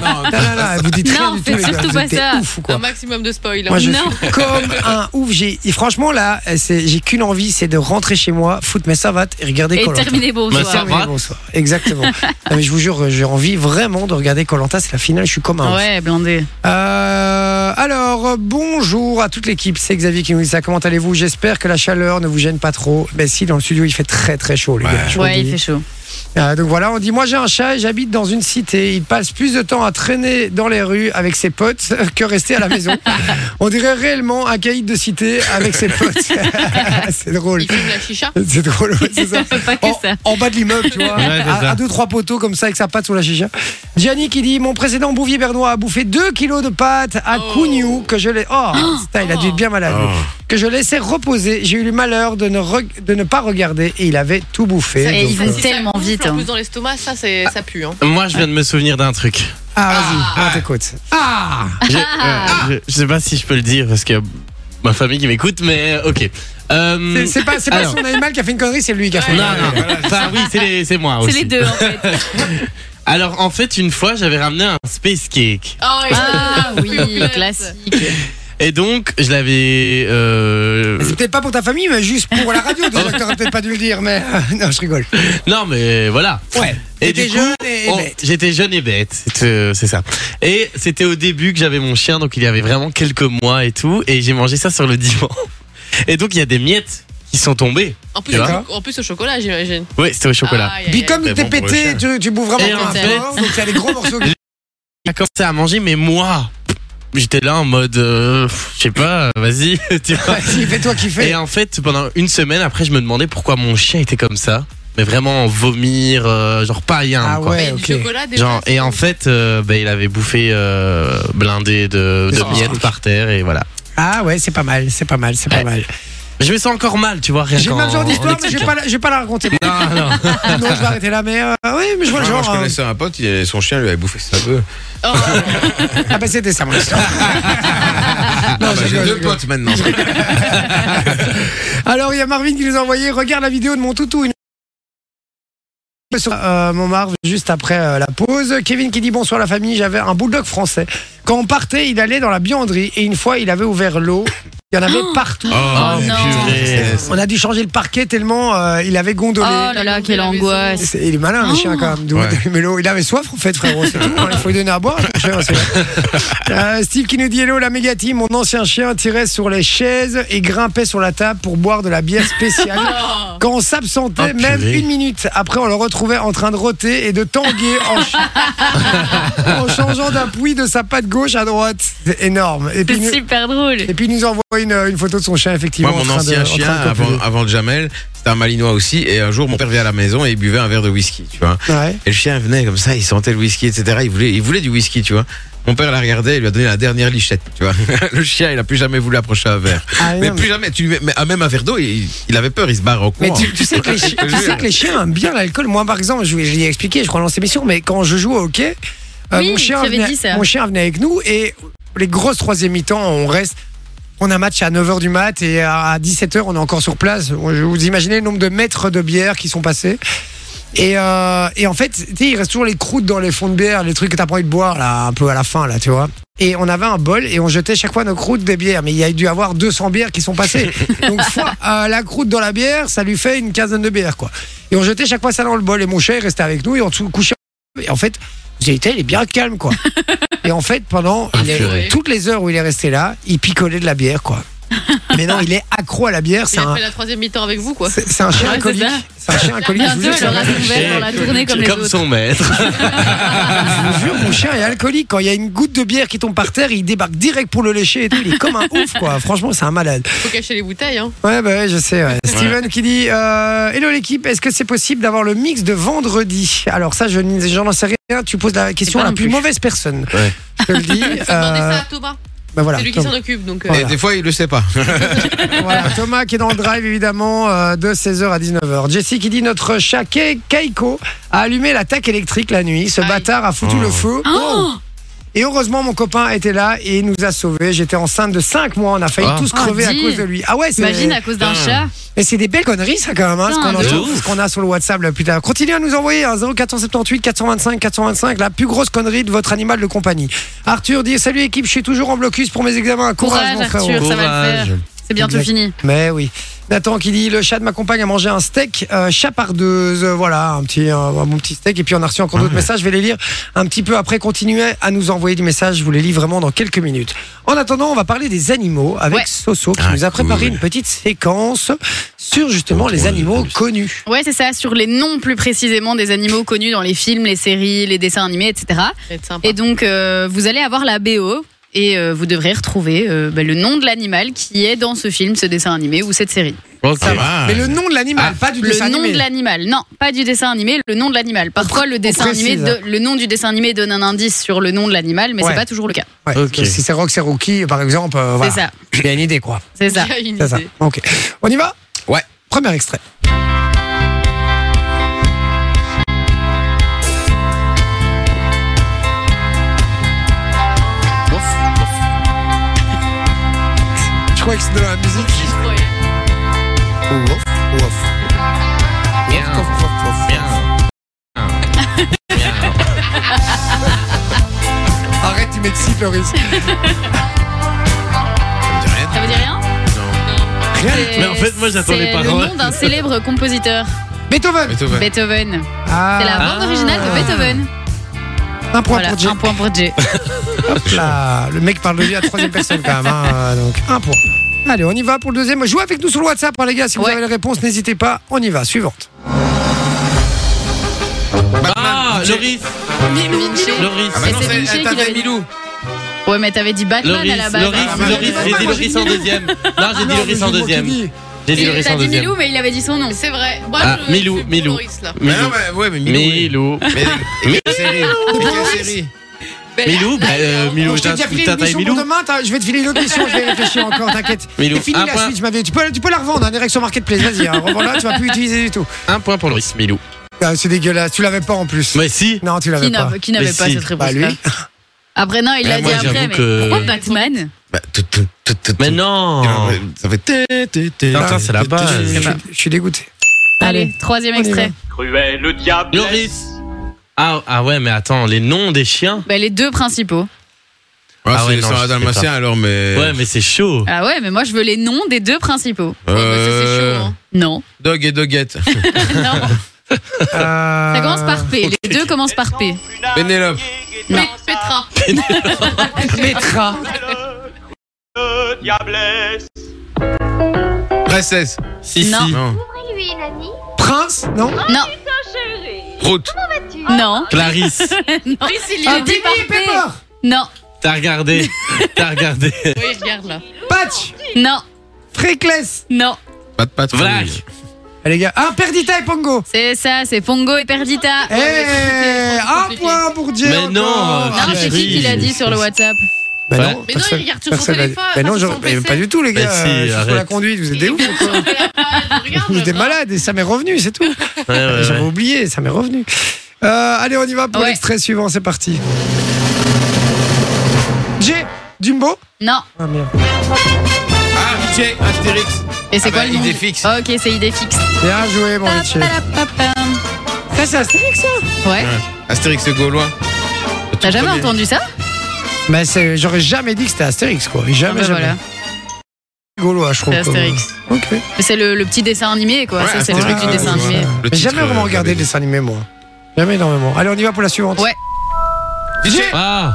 Speaker 3: Non, non, non, vous dites rien
Speaker 5: Non,
Speaker 3: du tout.
Speaker 5: faites
Speaker 3: les gars,
Speaker 5: surtout
Speaker 3: vous
Speaker 5: pas
Speaker 3: êtes
Speaker 5: ça.
Speaker 3: ouf ou quoi
Speaker 7: Un maximum de spoil.
Speaker 3: Moi, je
Speaker 5: Non.
Speaker 3: suis comme un ouf. J'ai, et franchement, là, c'est- j'ai qu'une envie, c'est de rentrer chez moi, foutre mes savates et regarder
Speaker 5: et
Speaker 3: Koh-Lanta.
Speaker 5: terminé pour
Speaker 4: Ma
Speaker 5: toi.
Speaker 4: sœur-
Speaker 3: Terminé, bonsoir.
Speaker 5: *laughs*
Speaker 3: Exactement. Non, mais je vous jure, j'ai envie vraiment de regarder Colanta. C'est la finale, je suis comme un. ouf.
Speaker 5: Ouais, blindé.
Speaker 3: Euh, alors, euh, bonjour à toute l'équipe. C'est Xavier qui nous dit ça. Comment allez-vous J'espère que la chaleur ne vous gêne pas trop. Ben si, dans le studio, il fait très très chaud, les
Speaker 6: Ouais.
Speaker 3: gars. je vous le
Speaker 5: Ouais,
Speaker 3: dis.
Speaker 5: il fait chaud.
Speaker 3: Euh, donc voilà, on dit moi j'ai un chat et j'habite dans une cité. Il passe plus de temps à traîner dans les rues avec ses potes *laughs* que rester à
Speaker 5: *laughs*
Speaker 3: la maison. on dirait réellement un caïd de cité avec ses potes. *laughs* c'est drôle.
Speaker 7: Il fume la chicha.
Speaker 3: C'est drôle, ouais, c'est ça.
Speaker 5: pas que
Speaker 3: En,
Speaker 5: ça.
Speaker 3: en bas de l'immeuble, tu vois.
Speaker 4: Ouais, c'est
Speaker 3: à,
Speaker 4: ça.
Speaker 3: à deux, trois poteaux comme ça avec sa patte sous la chicha. Gianni qui dit Mon précédent bouvier bernois a bouffé 2 kilos de pâtes à
Speaker 7: Oh.
Speaker 3: Cougnou que je l'ai. Oh, putain, il a dû être bien malade.
Speaker 6: Oh.
Speaker 3: Que je laissais reposer. J'ai eu le malheur de ne, re- de ne pas regarder et il avait tout bouffé.
Speaker 5: Et
Speaker 3: Donc,
Speaker 5: ils
Speaker 3: euh,
Speaker 5: vont
Speaker 7: Si ça
Speaker 5: tellement
Speaker 7: gonfle
Speaker 5: vite.
Speaker 7: En
Speaker 5: hein.
Speaker 7: plus, dans l'estomac, ça, c'est- ça pue. hein.
Speaker 4: *laughs* Moi, je viens de me souvenir d'un truc.
Speaker 3: Ah, vas-y, on t'écoute. Ah
Speaker 4: J'ai- euh, je, je sais pas si je peux le dire parce que ma famille qui m'écoute, mais euh, ok. Euh,
Speaker 3: C'est- C'est pas, c'est pas
Speaker 4: Alors.
Speaker 3: son animal qui a fait une connerie, c'est lui qui a fait
Speaker 4: non,
Speaker 3: une
Speaker 4: non.
Speaker 3: connerie.
Speaker 4: Enfin, oui, c'est les- c'est moi
Speaker 5: C'est
Speaker 4: aussi.
Speaker 5: les deux en fait.
Speaker 4: *laughs* Alors, en fait, une fois, j'avais ramené un space cake.
Speaker 7: Ah, et-
Speaker 5: Ah
Speaker 7: *laughs*
Speaker 5: oui,
Speaker 7: Punaise.
Speaker 5: classique.
Speaker 4: Et donc, je l'avais. euh,
Speaker 3: C'est peut-être pas pour ta famille, mais juste pour la radio. Déjà, que t'aurais peut-être pas dû le dire, mais. euh, non, je rigole.
Speaker 4: Non, mais voilà.
Speaker 3: Ouais.
Speaker 4: Et
Speaker 3: T'étais
Speaker 4: du coup,
Speaker 3: jeune et
Speaker 4: on-
Speaker 3: bête.
Speaker 4: j'étais jeune et bête, c'est euh, c'est ça. Et c'était au début que j'avais mon chien, donc il y avait vraiment quelques mois et tout, et j'ai mangé ça sur le *laughs* divan. Et donc il y a des miettes qui sont tombées.
Speaker 7: En
Speaker 4: Tu
Speaker 7: plus,
Speaker 4: vois
Speaker 7: au- en plus au chocolat, j'imagine.
Speaker 4: Ouais, c'était au chocolat.
Speaker 5: Ah,
Speaker 7: Aïe, aïe,
Speaker 3: Puis
Speaker 7: aïe.
Speaker 3: comme
Speaker 6: Mais
Speaker 3: t'es
Speaker 6: bon, pour le
Speaker 3: pété,
Speaker 6: chien.
Speaker 3: tu, tu bouffes vraiment
Speaker 4: Et en
Speaker 3: pas
Speaker 4: fait-
Speaker 3: fort, donc il y a des gros
Speaker 6: *laughs*
Speaker 3: morceaux. qui-
Speaker 4: J'ai commencé à manger, mais moi, j'étais là en mode, euh, je sais pas, vas-y, *laughs* tu vois.
Speaker 3: Vas-y, fais-toi
Speaker 4: Et
Speaker 3: kiffer.
Speaker 4: en fait, pendant une semaine, après, je me demandais pourquoi mon chien était comme ça, mais vraiment en vomir, euh, genre pas rien.
Speaker 3: Ah
Speaker 4: quoi.
Speaker 3: ouais,
Speaker 7: Mais
Speaker 3: ok.
Speaker 7: Du chocolat, déjà,
Speaker 4: Genre, et en fait, euh, bah, il avait bouffé euh, blindé de, de
Speaker 3: Oh.
Speaker 4: miettes par terre, et voilà.
Speaker 3: Ah ouais, c'est pas mal, c'est pas mal, c'est pas
Speaker 4: Ouais.
Speaker 3: mal.
Speaker 4: Je me sens encore mal, tu vois, rien
Speaker 3: J'ai le
Speaker 4: qu'en-
Speaker 3: même genre
Speaker 4: en
Speaker 3: d'histoire, mais je vais
Speaker 4: expliquant.
Speaker 3: pas la- je vais pas la raconter.
Speaker 4: Non, non.
Speaker 3: non, je vais arrêter là, mais. euh, oui, mais je vois
Speaker 6: Moi,
Speaker 3: le
Speaker 6: moi,
Speaker 3: genre.
Speaker 6: je
Speaker 3: hein.
Speaker 6: connaissais un pote, il- son chien lui avait bouffé Euh, sa bœuf.
Speaker 3: *laughs* Ah bah, c'était ça, mon histoire.
Speaker 6: Ah,
Speaker 3: je
Speaker 6: bah, J'ai
Speaker 3: rigole, je
Speaker 6: deux
Speaker 3: rigole.
Speaker 6: potes maintenant.
Speaker 3: Alors, il y a Marvin qui nous a envoyé Regarde la vidéo de mon toutou, *laughs* sur euh, Montmartre juste après euh, la pause. Kevin qui dit bonsoir la famille, j'avais un bulldog français. Quand on partait, il allait dans la buanderie et une fois, il avait ouvert l'eau. Il y en avait
Speaker 5: *gasps*
Speaker 3: partout. Ah,
Speaker 5: Oh, non.
Speaker 4: purée.
Speaker 3: On a dû changer le parquet tellement euh, il avait gondolé.
Speaker 5: Oh là là, quelle angoisse.
Speaker 3: C'est- Il est malin, le chien, quand même. de-
Speaker 6: Ouais.
Speaker 3: de allumer l'eau. Il avait soif, en fait, frérot. C'est tout. hein. Il faut lui donner à boire. le chien, c'est vrai. Euh, Steve qui nous dit Hello, la méga team. Mon ancien chien tirait sur les chaises et grimpait sur la table pour boire de la bière
Speaker 5: *laughs*
Speaker 3: spéciale. Quand on s'absentait,
Speaker 4: Ah, purée.
Speaker 3: même une minute. Après, on le retrouvait en train de roter et de tanguer en,
Speaker 6: *laughs*
Speaker 3: ch- en changeant d'appui de sa patte gauche à droite. C'est énorme. Et puis, il
Speaker 5: C'est
Speaker 3: nous-
Speaker 5: super drôle.
Speaker 3: et puis, il nous envoie une, une photo de son chien, effectivement.
Speaker 6: Moi, mon
Speaker 3: en train de-
Speaker 6: ancien
Speaker 3: en train de
Speaker 6: chien, avant,
Speaker 3: copuler.
Speaker 6: avant le Jamel, c'était un Malinois aussi. Et un jour, mon père vient à la maison et il buvait un verre de whisky, tu vois.
Speaker 3: Ouais.
Speaker 6: Et le chien venait comme ça, il sentait le whisky, etc. Il voulait, il voulait du whisky, tu vois. Mon père l'a regardé, il lui a donné la dernière lichette, tu vois. *laughs* le chien, il a plus jamais voulu approcher un verre.
Speaker 3: Ah,
Speaker 6: mais
Speaker 3: non,
Speaker 6: plus jamais. Tu lui mets- mais à même un verre d'eau, il, il avait peur, il se barre en
Speaker 3: Mais
Speaker 6: courant.
Speaker 3: tu, tu sais que les
Speaker 6: *laughs*
Speaker 3: chiens, tu sais que les chiens aiment bien l'alcool. Moi, par exemple, je, vous- je l'ai expliqué, je crois, dans cette émission, mais quand je joue au hockey, euh,
Speaker 5: Oui,
Speaker 3: mon, chien
Speaker 5: tu avais
Speaker 3: venait,
Speaker 5: dit ça.
Speaker 3: mon chien venait avec nous et les grosses troisième mi-temps, on reste. On a un match à 9h du mat et à 17h, on est encore sur place. Je Vous imaginez le nombre de mètres de bière qui sont passés. Et, euh, et en fait, tu sais, il reste toujours les croûtes dans les fonds de bière, les trucs que t'as pas envie de boire, là, un peu à la fin, là, tu vois. Et on avait un bol et on jetait chaque fois nos croûtes des bières. Mais il y a dû avoir 200 bières qui sont passées. Donc, fois euh, la croûte dans la bière, ça lui fait une quinzaine de bières, quoi. Et on jetait chaque fois ça dans le bol. Et mon chien, il restait avec nous et on se couchait. Et en fait, vous avez été, il est bien
Speaker 5: *laughs*
Speaker 3: calme, quoi. Et en fait, pendant il est-
Speaker 4: purée.
Speaker 3: toutes les heures où il est resté là, il picolait de la
Speaker 5: *laughs*
Speaker 3: bière, quoi. Mais non, il est accro à la bière. C'est
Speaker 7: Il a
Speaker 3: un,
Speaker 7: fait la troisième mi-temps avec vous, quoi.
Speaker 3: c'est- c'est un chien
Speaker 5: Ouais, c'est
Speaker 3: alcoolique.
Speaker 5: ça.
Speaker 3: C'est
Speaker 5: *laughs*
Speaker 3: un chien alcoolique. je vous
Speaker 5: Bientôt, elle
Speaker 3: jure, c'est un-
Speaker 5: aura son verre dans la tournée comme les autres.
Speaker 3: *laughs*
Speaker 4: son maître.
Speaker 3: Je vous jure, mon chien est alcoolique. Quand il y a une goutte de bière qui tombe par terre, il débarque direct pour le lécher et tout. Il est comme un ouf, quoi. Franchement, c'est un malade.
Speaker 7: Faut cacher les bouteilles, hein.
Speaker 3: Ouais, bah ouais, je sais. ouais. Steven qui dit euh, Hello l'équipe, est-ce que c'est possible d'avoir le mix de vendredi Alors, ça, je n- j'en sais rien. Tu poses la question
Speaker 5: pas
Speaker 3: à la
Speaker 5: non
Speaker 3: plus,
Speaker 5: Eh ben, plus.
Speaker 3: mauvaise personne.
Speaker 6: Ouais.
Speaker 3: Je te le dis.
Speaker 7: Faut demander
Speaker 3: Euh,
Speaker 7: ça à Thomas.
Speaker 3: bah voilà.
Speaker 7: c'est lui qui
Speaker 3: Tom-
Speaker 7: s'en occupe, donc. euh,
Speaker 6: Et des fois, il le
Speaker 4: *laughs*
Speaker 6: sait pas.
Speaker 3: Voilà, Thomas qui est dans le drive évidemment euh, de 16h à 19h. Jessie qui dit notre chat Ke- Keiko a allumé la taque électrique la nuit. Ce
Speaker 7: Aïe.
Speaker 3: bâtard a foutu
Speaker 6: Oh.
Speaker 3: le feu.
Speaker 5: Oh.
Speaker 3: Et heureusement mon copain était là et il nous a sauvés. J'étais enceinte de 5 mois, on a failli
Speaker 6: Ah.
Speaker 3: tous
Speaker 5: Ah,
Speaker 3: crever à
Speaker 5: dis.
Speaker 3: cause de lui. Ah ouais, c'est
Speaker 5: Imagine à cause d'un
Speaker 6: Putain.
Speaker 5: chat.
Speaker 3: mais c'est des belles conneries ça quand même hein, ce
Speaker 5: Putain,
Speaker 3: qu'on
Speaker 5: de
Speaker 3: entend,
Speaker 4: ouf.
Speaker 3: ce qu'on a sur le WhatsApp là, plus tard. Continuez à nous envoyer hein, 0478 425 425 la plus grosse connerie de votre animal de compagnie. Arthur dit salut équipe, je suis toujours en blocus pour mes examens. Courage,
Speaker 5: Courage,
Speaker 3: mon frérot.
Speaker 5: Arthur, ça va le
Speaker 4: Courage.
Speaker 5: faire. C'est bientôt
Speaker 3: Exact.
Speaker 5: fini.
Speaker 3: Mais oui. Nathan qui dit le chat de ma compagne a mangé un steak euh, chapardeuse. Euh, Voilà, un petit, un, un bon petit steak. Et puis on a reçu
Speaker 6: Ah
Speaker 3: encore d'autres messages. Je vais les lire un petit peu après. Continuez à nous envoyer des messages. Je vous les lis vraiment dans quelques minutes. En attendant, on va parler des animaux avec
Speaker 5: Ouais.
Speaker 3: Soso qui
Speaker 6: Ah,
Speaker 3: nous a préparé
Speaker 6: cool.
Speaker 3: une petite séquence sur justement les animaux connus.
Speaker 5: Ouais, c'est ça, sur les noms plus précisément des animaux connus dans les films, les séries, les dessins animés, etc.
Speaker 7: ça va être sympa.
Speaker 5: Et donc, euh, vous allez avoir la BO et euh, vous devrez retrouver euh, bah, le nom de l'animal qui est dans ce film, ce dessin animé ou cette série.
Speaker 3: Oh,
Speaker 6: Ça va.
Speaker 3: Mais le nom de l'animal, Ah, pas du
Speaker 5: Le
Speaker 3: dessin
Speaker 5: nom
Speaker 3: animé.
Speaker 5: de l'animal, non, pas du dessin animé, le nom de l'animal. Parfois, le dessin
Speaker 3: précise,
Speaker 5: animé, do- le nom du dessin animé donne un indice sur le nom de l'animal, mais
Speaker 3: Ouais.
Speaker 5: c'est pas toujours le cas.
Speaker 3: Ouais,
Speaker 4: Ok.
Speaker 3: donc Si c'est Rox et Rookie, par exemple, euh, voilà.
Speaker 5: C'est ça,
Speaker 3: Il y a une idée quoi.
Speaker 5: c'est ça.
Speaker 7: Il y a une
Speaker 3: C'est ça.
Speaker 7: idée.
Speaker 3: Ok. On y va
Speaker 6: Ouais.
Speaker 3: Premier extrait. Je crois que c'est de la musique.
Speaker 7: Je croyais.
Speaker 3: Ouf, ouf. *laughs* Arrête, tu m'excites, Loris.
Speaker 5: Ça veut dire rien
Speaker 3: Rien du tout.
Speaker 4: Mais en fait, moi, j'attends les
Speaker 5: C'est le
Speaker 4: paroles.
Speaker 5: nom d'un célèbre compositeur,
Speaker 3: Beethoven.
Speaker 6: Beethoven.
Speaker 5: Beethoven.
Speaker 3: Ah,
Speaker 5: C'est la bande
Speaker 4: Ah.
Speaker 5: originale de Beethoven.
Speaker 3: un point
Speaker 5: Voilà,
Speaker 3: pour Jay.
Speaker 5: un point pour
Speaker 4: Ah,
Speaker 5: Jay.
Speaker 3: Hop là, le mec parle de lui à troisième personne quand même. hein, donc un point. Allez, on y va pour le deuxième. Jouez avec nous sur le WhatsApp, hein, les gars. Si vous
Speaker 5: Ouais.
Speaker 3: avez les réponses, n'hésitez pas. On y va. Suivante.
Speaker 4: Ah, Loris, Loris.
Speaker 3: Ah,
Speaker 5: bah non, c'est Vinci qui devait-
Speaker 6: Milou.
Speaker 5: Ouais, mais t'avais dit Batman
Speaker 4: Loris,
Speaker 5: à la base.
Speaker 4: Loris,
Speaker 5: Ah,
Speaker 3: bah,
Speaker 4: Loris,
Speaker 3: bah,
Speaker 4: j'ai
Speaker 3: bah,
Speaker 4: dit
Speaker 3: bah,
Speaker 4: Loris en deuxième. Non, j'ai dit Loris en deuxième. J'ai dit Loris
Speaker 5: T'as
Speaker 4: en
Speaker 5: dit
Speaker 4: deuxième.
Speaker 5: Milou, mais il avait dit son nom.
Speaker 7: C'est vrai. Moi,
Speaker 4: Ah,
Speaker 7: je-
Speaker 4: Milou,
Speaker 7: je suis pour
Speaker 4: Milou.
Speaker 7: Boris, là.
Speaker 6: Mais non, mais, ouais, mais Milou. oui.
Speaker 4: Milou.
Speaker 6: Mais, mais quelle série Quelle série
Speaker 4: Milou, bah, euh, Milou,
Speaker 3: Donc, je t'ai
Speaker 4: t'as
Speaker 3: déjà filé
Speaker 4: t'as
Speaker 3: une
Speaker 4: taille
Speaker 3: mission
Speaker 4: Milou.
Speaker 3: pour demain. t'as- Je vais te filer une autre mission. Je vais réfléchir encore. T'inquiète.
Speaker 4: *laughs* Milou,
Speaker 3: Et fini
Speaker 4: un
Speaker 3: la
Speaker 4: point.
Speaker 3: suite. Je m'avais. Tu peux, tu peux la revendre. Hein, direct sur Marketplace. Vas-y. Hein, revends-la. Tu vas plus l'utiliser du tout.
Speaker 4: Un point pour Loris, Milou.
Speaker 3: Ah, c'est dégueulasse. Tu l'avais pas en plus.
Speaker 4: Mais si.
Speaker 3: Non, tu l'avais
Speaker 5: Qui
Speaker 3: pas.
Speaker 5: n'a- qui n'avait
Speaker 4: Mais
Speaker 5: pas
Speaker 4: si.
Speaker 5: cette
Speaker 3: Bah
Speaker 5: réponse
Speaker 3: lui.
Speaker 5: Après, non, il
Speaker 4: Eh,
Speaker 5: l'a
Speaker 4: moi,
Speaker 5: dit après,
Speaker 4: j'avoue
Speaker 5: mais
Speaker 4: que-
Speaker 5: pourquoi Batman
Speaker 6: Bah, tout, tout, tout, tout,
Speaker 4: Mais
Speaker 6: tout.
Speaker 4: non.
Speaker 6: Ça fait.
Speaker 4: Attends, c'est la base.
Speaker 3: Je, je suis dégoûté.
Speaker 5: Allez, troisième
Speaker 3: On y va.
Speaker 5: extrait.
Speaker 8: cruelle diablesse.
Speaker 4: Loris ah, ah ouais, mais attends, les noms des chiens
Speaker 5: Bah, les deux principaux.
Speaker 6: Ah,
Speaker 4: Ah
Speaker 6: c'est
Speaker 4: ouais,
Speaker 6: les
Speaker 4: non, je
Speaker 6: Sarah
Speaker 4: sais
Speaker 6: Dalmatien
Speaker 4: pas.
Speaker 6: alors, mais.
Speaker 4: Ouais, mais c'est chaud.
Speaker 5: Ah ouais, mais moi je veux les noms des deux principaux.
Speaker 6: Euh,
Speaker 7: c'est chaud, hein.
Speaker 5: Non.
Speaker 6: Dog et Doguette.
Speaker 5: *laughs* non.
Speaker 3: Euh,
Speaker 5: Ça commence par P. Les deux commencent par P.
Speaker 6: Pénélope.
Speaker 5: Non.
Speaker 7: Petra.
Speaker 3: Petra.
Speaker 8: Le diablesse.
Speaker 6: Princesse.
Speaker 4: Si,
Speaker 5: Non.
Speaker 4: si.
Speaker 6: Non.
Speaker 3: Prince Non
Speaker 9: Ah,
Speaker 5: Non.
Speaker 6: Route.
Speaker 5: Non.
Speaker 4: Clarisse,
Speaker 7: Ah,
Speaker 3: Ah,
Speaker 7: Priscilla.
Speaker 5: dit par P. Non.
Speaker 4: t'as regardé. T'as regardé.
Speaker 7: Oui, regarde là.
Speaker 3: Patch
Speaker 5: Non.
Speaker 3: Fréclès
Speaker 5: Non.
Speaker 6: Pas de patrouille.
Speaker 4: Vlach.
Speaker 3: Allez, les gars. Ah, Perdita et Pongo
Speaker 5: C'est ça, c'est Pongo et Perdita.
Speaker 3: Eh Un point pour Jay
Speaker 4: Mais
Speaker 3: encore.
Speaker 4: non,
Speaker 5: Non, c'est qui qui l'a dit sur le WhatsApp
Speaker 3: Bah
Speaker 4: Ouais.
Speaker 3: non,
Speaker 7: Mais non,
Speaker 3: personne-
Speaker 7: il regarde sur son
Speaker 3: personne l'a dit.
Speaker 7: téléphone,
Speaker 3: Mais non,
Speaker 7: sur
Speaker 3: je-
Speaker 7: son
Speaker 3: mais
Speaker 7: PC.
Speaker 3: pas du tout, les
Speaker 4: Mais
Speaker 3: gars.
Speaker 4: si,
Speaker 3: Euh, je suis sur la
Speaker 4: arrête.
Speaker 3: conduite, vous êtes des ouf. ou quoi
Speaker 7: Regarde.
Speaker 3: Vous êtes des malades et ça m'est revenu, c'est tout.
Speaker 4: Ouais, ouais,
Speaker 3: J'avais
Speaker 4: ouais.
Speaker 3: oublié, ça m'est revenu. Euh, allez, on y va pour
Speaker 5: Ouais.
Speaker 3: l'extrait suivant, c'est parti. Jay, Dumbo.
Speaker 5: Non.
Speaker 3: Ah merde.
Speaker 6: Ah, tiens, Astérix.
Speaker 5: Et c'est
Speaker 6: Ah
Speaker 5: quoi
Speaker 6: bah,
Speaker 5: le nom
Speaker 6: idée fixe.
Speaker 5: Ok, c'est idée fixe.
Speaker 3: Bien joué, Eh, mon Jay.
Speaker 5: Papalapapam.
Speaker 3: Ça, c'est Astérix, ça
Speaker 5: Ouais.
Speaker 6: Astérix le Gaulois.
Speaker 5: T'as jamais
Speaker 6: premier.
Speaker 5: entendu ça
Speaker 3: Mais Bah, c'est- j'aurais jamais dit que c'était Astérix, quoi.
Speaker 5: Ah
Speaker 3: Jamais,
Speaker 5: bah
Speaker 3: jamais.
Speaker 5: voilà.
Speaker 3: Gaulois, je trouve.
Speaker 5: C'est
Speaker 3: comme-
Speaker 5: Astérix.
Speaker 3: Ok.
Speaker 5: Mais C'est le, le petit dessin animé, quoi.
Speaker 6: Ouais,
Speaker 5: ça, c'est le truc
Speaker 6: Astérix,
Speaker 5: du
Speaker 3: ouais,
Speaker 5: dessin
Speaker 3: ouais,
Speaker 5: animé.
Speaker 3: ouais.
Speaker 6: Le
Speaker 3: Mais
Speaker 6: titre,
Speaker 3: jamais vraiment
Speaker 6: euh,
Speaker 3: regardé
Speaker 6: j'avais
Speaker 3: les
Speaker 6: dit.
Speaker 3: dessins animés, moi. Jamais énormément. Allez, on y va pour la suivante.
Speaker 5: Ouais.
Speaker 3: Jay.
Speaker 4: Ah,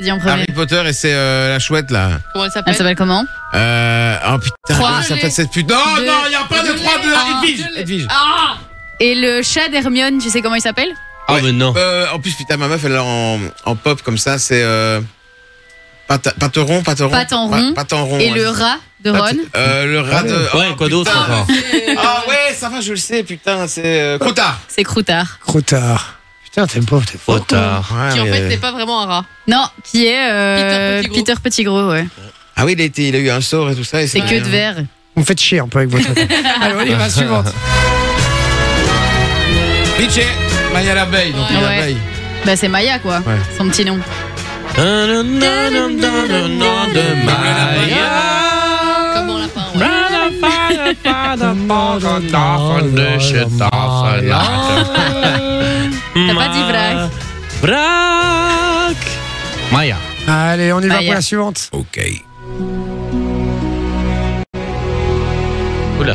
Speaker 5: Dis en premier.
Speaker 6: Harry Potter et c'est euh, la chouette là.
Speaker 7: Comment elle
Speaker 5: Elle
Speaker 7: s'appelle
Speaker 5: s'appelle comment
Speaker 6: Euh, oh putain,
Speaker 5: Trois.
Speaker 6: comment ça s'appelle cette pute Non,
Speaker 5: Deux.
Speaker 6: non, il n'y a pas de
Speaker 5: Je
Speaker 6: 3 de
Speaker 5: l'ai.
Speaker 6: Edwige.
Speaker 5: Ah, je l'ai.
Speaker 6: Edwige.
Speaker 7: Ah
Speaker 5: Et le chat d'Hermione, tu sais comment il s'appelle
Speaker 4: ah
Speaker 6: Ouais.
Speaker 4: mais non.
Speaker 6: Euh, en plus, putain, ma meuf, elle est en, en pop comme ça, c'est. Euh, Pat- Pateron, Pateron.
Speaker 5: Pateron.
Speaker 6: Pa- Pateron,
Speaker 5: Et
Speaker 6: ouais.
Speaker 5: le rat de Ron
Speaker 6: Euh, le rat de.
Speaker 4: Ouais, quoi d'autre
Speaker 6: putain.
Speaker 4: encore
Speaker 6: Ah ouais, ça va, je le sais, putain, c'est. Euh, Cotard.
Speaker 5: C'est Croutard.
Speaker 3: Croutard. Putain, t'es pauvre, t'es
Speaker 4: Trop
Speaker 3: fort.
Speaker 4: tard.
Speaker 7: Qui en
Speaker 3: Euh.
Speaker 7: fait n'est pas vraiment un rat.
Speaker 5: Non, qui est euh,
Speaker 7: Peter Pettigrew.
Speaker 5: Peter Pettigrew, ouais.
Speaker 6: Ah oui, il a, été, il a eu un sort et tout ça. et
Speaker 5: C'est que de verre.
Speaker 3: Vous me faites chier un peu avec
Speaker 5: *laughs*
Speaker 3: votre. Allez, on y va,
Speaker 6: *laughs*
Speaker 3: suivante.
Speaker 6: Bitch, Maya l'abeille, donc il y a
Speaker 5: Ouais.
Speaker 6: l'abeille.
Speaker 5: Bah, c'est Maya, quoi.
Speaker 6: Ouais.
Speaker 5: Son petit nom.
Speaker 7: Comme on l'a pas. ouais.
Speaker 5: T'as pas dit vrac.
Speaker 4: Vrac. euh, Maya.
Speaker 3: Allez, on y va
Speaker 5: Maya.
Speaker 3: pour la suivante.
Speaker 6: Ok.
Speaker 4: Oula.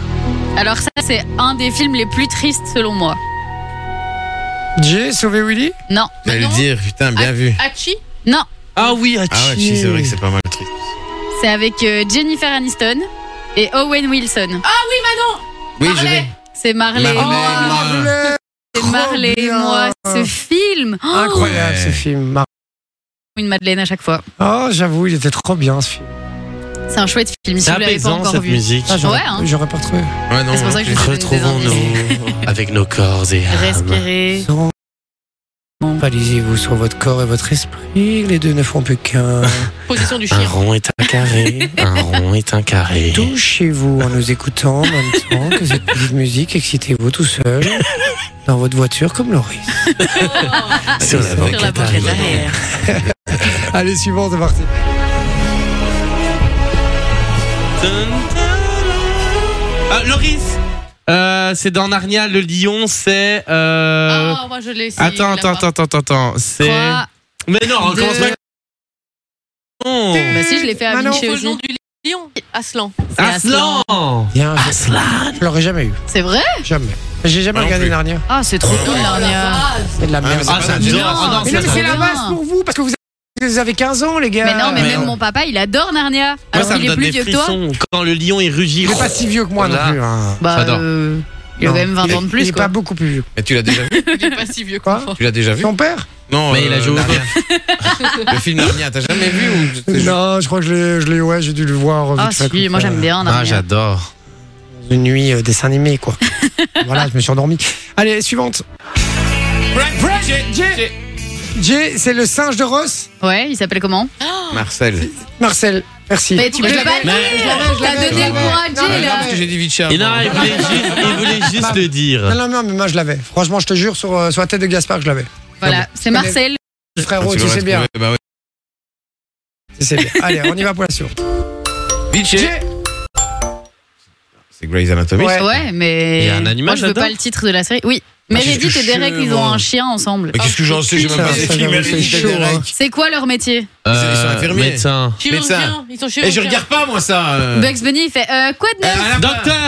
Speaker 5: Alors, ça, c'est un des films les plus tristes, selon moi.
Speaker 3: Jay, sauver Willy
Speaker 5: Non.
Speaker 6: J'allais le
Speaker 7: Manon.
Speaker 6: dire, putain, bien
Speaker 7: Ah.
Speaker 6: vu.
Speaker 7: Hachi
Speaker 5: Non.
Speaker 4: Ah oui,
Speaker 6: Ah ouais,
Speaker 4: Hachi.
Speaker 6: si, c'est vrai que c'est pas mal le truc.
Speaker 5: C'est avec euh, Jennifer Aniston et Owen Wilson.
Speaker 6: Oui,
Speaker 5: Ah,
Speaker 6: je
Speaker 7: Marley.
Speaker 6: l'ai.
Speaker 5: C'est Marley.
Speaker 6: Marley.
Speaker 5: Oh,
Speaker 3: Marley.
Speaker 5: C'est Marley et
Speaker 3: bien.
Speaker 5: moi. Ce film. Oh,
Speaker 3: Incroyable
Speaker 6: Ouais.
Speaker 3: ce film. Mar-
Speaker 5: une Madeleine à chaque fois.
Speaker 3: Oh, j'avoue, il était trop bien ce film.
Speaker 5: C'est un chouette film. Si
Speaker 4: C'est
Speaker 5: vous l'avez pas
Speaker 4: apaisant
Speaker 5: encore
Speaker 4: cette
Speaker 5: vu.
Speaker 4: musique.
Speaker 3: Ah, j'aurais,
Speaker 5: Ouais, hein.
Speaker 3: j'aurais pas retrouvé.
Speaker 6: Ouais, non.
Speaker 5: Ah, C'est pour ça que je vous donne des indices.
Speaker 4: Retrouvons-nous avec nos corps
Speaker 5: *laughs*
Speaker 4: et âmes.
Speaker 5: Respirer.
Speaker 3: Ah, Réalisez-vous bah. sur votre corps et votre esprit. Les deux ne font
Speaker 5: *laughs*
Speaker 3: plus qu'un.
Speaker 7: Position du
Speaker 4: Un
Speaker 7: chien.
Speaker 4: rond est un carré, un rond est un carré.
Speaker 3: Touchez-vous en nous écoutant en même temps que cette petite musique. Excitez-vous tout seul dans votre voiture
Speaker 5: *laughs*
Speaker 3: comme Laurie.
Speaker 4: Sur la
Speaker 5: Sur la
Speaker 4: banquette
Speaker 5: banquette
Speaker 4: arrière.
Speaker 5: arrière.
Speaker 3: *laughs* Allez, suivant, c'est parti.
Speaker 4: Ah, Loris Euh, C'est dans Narnia, le lion, c'est... Euh...
Speaker 5: Oh,
Speaker 7: Ah, moi je l'ai. si,
Speaker 4: attends,
Speaker 7: il l'a
Speaker 4: attends,
Speaker 7: pas.
Speaker 4: attends, attends, attends, c'est...
Speaker 5: Trois.
Speaker 4: Mais non, on
Speaker 5: deux.
Speaker 4: commence pas... Non
Speaker 5: Bah, si, je l'ai fait à
Speaker 3: Manon,
Speaker 5: Vinci
Speaker 7: Faut le nom
Speaker 5: aussi.
Speaker 7: du lion. Aslan.
Speaker 5: C'est
Speaker 4: Aslan
Speaker 3: Bien, je- je l'aurais jamais eu.
Speaker 5: C'est vrai
Speaker 3: Jamais. J'ai jamais
Speaker 6: Moi non
Speaker 3: regardé
Speaker 6: plus.
Speaker 3: Narnia.
Speaker 5: Ah, c'est trop
Speaker 7: Oh,
Speaker 5: cool, Narnia.
Speaker 3: C'est de la
Speaker 6: mais
Speaker 3: merde.
Speaker 6: c'est
Speaker 4: Ah,
Speaker 6: pas
Speaker 4: ça
Speaker 6: Narnia.
Speaker 4: adore. Ah, non,
Speaker 3: mais
Speaker 4: ça
Speaker 3: non, mais c'est
Speaker 4: adore.
Speaker 3: la
Speaker 5: trop
Speaker 3: base
Speaker 5: bien.
Speaker 3: pour vous parce que vous avez- vous avez 15 ans, les gars.
Speaker 5: Mais non, mais
Speaker 4: Mais
Speaker 5: même
Speaker 4: non.
Speaker 5: mon papa, il adore Narnia.
Speaker 4: Moi,
Speaker 5: Alors
Speaker 4: ça
Speaker 5: qu'il
Speaker 4: me
Speaker 5: est
Speaker 4: donne
Speaker 5: plus
Speaker 4: des
Speaker 5: vieux que toi.
Speaker 4: frissons quand le lion, il rugit.
Speaker 3: Il est pas si vieux que moi non
Speaker 4: Voilà.
Speaker 3: plus. hein.
Speaker 5: Bah,
Speaker 4: J'adore.
Speaker 5: euh, il a
Speaker 3: Non.
Speaker 5: quand même 20
Speaker 3: Il-
Speaker 5: ans de plus.
Speaker 3: Il est
Speaker 5: quoi.
Speaker 3: pas beaucoup plus vieux.
Speaker 6: Mais tu l'as déjà vu
Speaker 7: Il est pas si vieux que
Speaker 3: Quoi
Speaker 7: moi.
Speaker 6: Tu l'as déjà vu
Speaker 3: Son père
Speaker 6: Non,
Speaker 4: Mais il a
Speaker 6: euh,
Speaker 4: joué au
Speaker 6: Narnia. *laughs* Le film Narnia, t'as jamais vu ou c'est juste-
Speaker 3: Non, je crois que je l'ai- je l'ai, ouais, j'ai dû le voir. euh,
Speaker 5: Ah,
Speaker 3: vite fait,
Speaker 5: si,
Speaker 3: comme
Speaker 5: moi
Speaker 3: ça.
Speaker 5: j'aime bien
Speaker 4: Ah,
Speaker 5: Narnia.
Speaker 4: j'adore.
Speaker 3: Une nuit euh, dessin
Speaker 5: *laughs*
Speaker 3: animé, quoi. voilà, je me suis endormi. Allez, suivante.
Speaker 6: Jay, Jay.
Speaker 3: Jay, c'est le singe de Ross.
Speaker 5: ouais, il s'appelle comment
Speaker 4: Oh.
Speaker 6: Marcel.
Speaker 3: Marcel, merci.
Speaker 5: Mais tu peux pas
Speaker 7: Mais je
Speaker 5: le
Speaker 7: l'avais,
Speaker 3: je
Speaker 5: dire
Speaker 3: l'avais, je
Speaker 5: T'as
Speaker 3: l'avais,
Speaker 5: donné
Speaker 3: je
Speaker 5: le point à Jay,
Speaker 3: l'avais.
Speaker 6: Non,
Speaker 7: Ah,
Speaker 5: là
Speaker 6: parce que j'ai dit Ah, Vichy avant.
Speaker 4: Et là, il voulait juste, il
Speaker 3: *laughs*
Speaker 4: voulait juste le
Speaker 3: Non,
Speaker 4: dire.
Speaker 3: non, non, mais moi je l'avais. Franchement, je te jure, sur, euh, sur la tête de Gaspard, je l'avais.
Speaker 4: Ah
Speaker 5: Voilà, c'est Marcel.
Speaker 3: Frérot,
Speaker 6: Ah,
Speaker 3: tu
Speaker 6: vas
Speaker 3: sais
Speaker 6: retrouver,
Speaker 3: bien.
Speaker 6: bah ouais.
Speaker 3: Tu sais bien. Allez, on y va pour la suivante.
Speaker 6: Vichy.
Speaker 3: Jay,
Speaker 6: C'est Grey's Anatomy.
Speaker 3: Ouais.
Speaker 5: Ouais, mais.
Speaker 4: Il y a un animal
Speaker 5: Moi, je veux
Speaker 4: là-dedans Ah,
Speaker 5: pas le titre de la série. Oui. Meredith
Speaker 10: qu'est-ce
Speaker 5: et
Speaker 10: que
Speaker 5: Derek,
Speaker 10: je-
Speaker 5: ils ont
Speaker 10: moi
Speaker 5: un chien ensemble.
Speaker 10: Mais qu'est-ce que j'en sais J'ai même
Speaker 3: Ça,
Speaker 10: pas
Speaker 3: ça,
Speaker 10: décrit,
Speaker 3: j'avoue,
Speaker 10: mais
Speaker 3: c'est
Speaker 10: Meredith et
Speaker 3: chaud,
Speaker 10: Derek.
Speaker 3: hein.
Speaker 5: C'est quoi leur métier
Speaker 6: Ils sont infirmiers.
Speaker 4: hein. Médecin. Bah,
Speaker 7: Chirurgien,
Speaker 6: Médecin.
Speaker 7: ils sont
Speaker 6: Et
Speaker 7: chirurgiens.
Speaker 6: je regarde pas, moi, ça. euh.
Speaker 5: Bugs Bunny, il fait euh, Quoi de
Speaker 6: Euh,
Speaker 5: neuf
Speaker 6: à la-